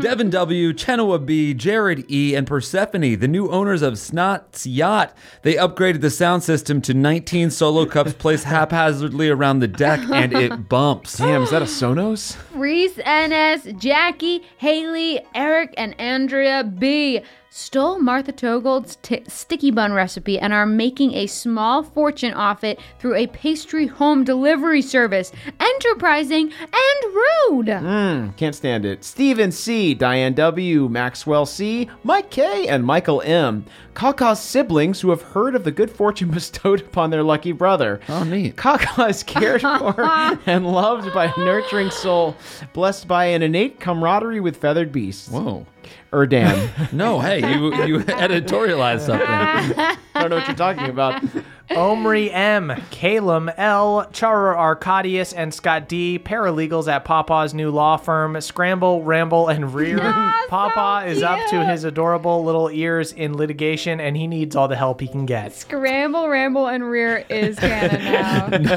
S5: Devin W, Chenua B, Jared E, and Persephone, the new owners of Snot's Yacht. They upgraded the sound system to 19 solo cups placed haphazardly around the deck, and it
S8: *laughs*
S5: bumps.
S8: Damn, *gasps* is that a Sonos?
S7: Reese NS, Jackie, Haley, Eric, and Andrea B stole Martha Togold's t- sticky bun recipe and are making a small fortune off it through a pastry home delivery service. Enterprising and rude.
S8: Can't stand it. Steven C, Diane W, Maxwell C, Mike K, and Michael M. Kaka's siblings who have heard of the good fortune *laughs* bestowed upon their lucky brother.
S5: Oh, neat.
S8: Kaka
S5: *laughs*
S8: is cared for and loved by a nurturing soul, blessed by an innate camaraderie with feathered beasts. Er,
S5: Whoa.
S8: Erdan.
S5: No, hey, you you *laughs* editorialized something.
S8: I don't know what you're talking about.
S4: Omri M, Calum L, Chara Arcadius, and Scott D, paralegals at Papa's new law firm, Scramble, Ramble, and Rear. Papa is up to
S7: cute.
S4: his adorable little ears in litigation, and he needs all the help he can get.
S6: Scramble, ramble, and rear is canon now.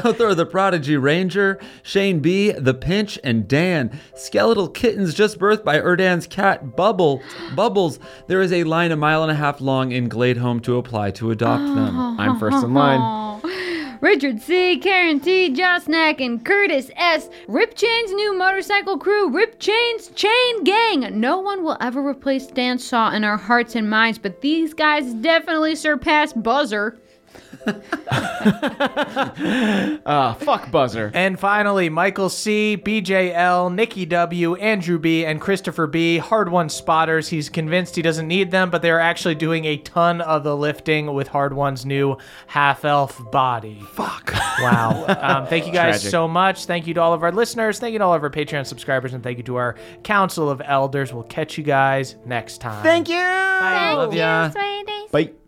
S5: *laughs* Nothor the Prodigy Ranger, Shane B, The Pinch, and Dan. Skeletal kittens just birthed by Erdan's cat Bubble Bubbles. There is a line a mile and a half long in Glade Home to apply to adopt them.
S8: I'm first in
S5: *laughs*
S8: line.
S7: Aw. Richard C, Karen T, Josnack, and Curtis S. Rip Chain's new motorcycle crew, Rip Chain's Chain Gang. No one will ever replace Dan Saw in our hearts and minds, but these guys definitely surpass Buzzer.
S8: Uh, fuck buzzer.
S4: And finally, Michael C, BJL, Nikki W, Andrew B, and Christopher B, hard one spotters. He's convinced he doesn't need them, but they are actually doing a ton of the lifting with hard one's new half elf body. Fuck. Wow. um, thank you guys
S8: Tragic.
S4: so much. Thank you to all of our listeners. Thank you to all of our Patreon subscribers, and thank you to our Council of Elders. We'll catch you guys next time.
S8: Thank you.
S4: Bye. Love ya.
S7: Sweeties.
S8: Bye.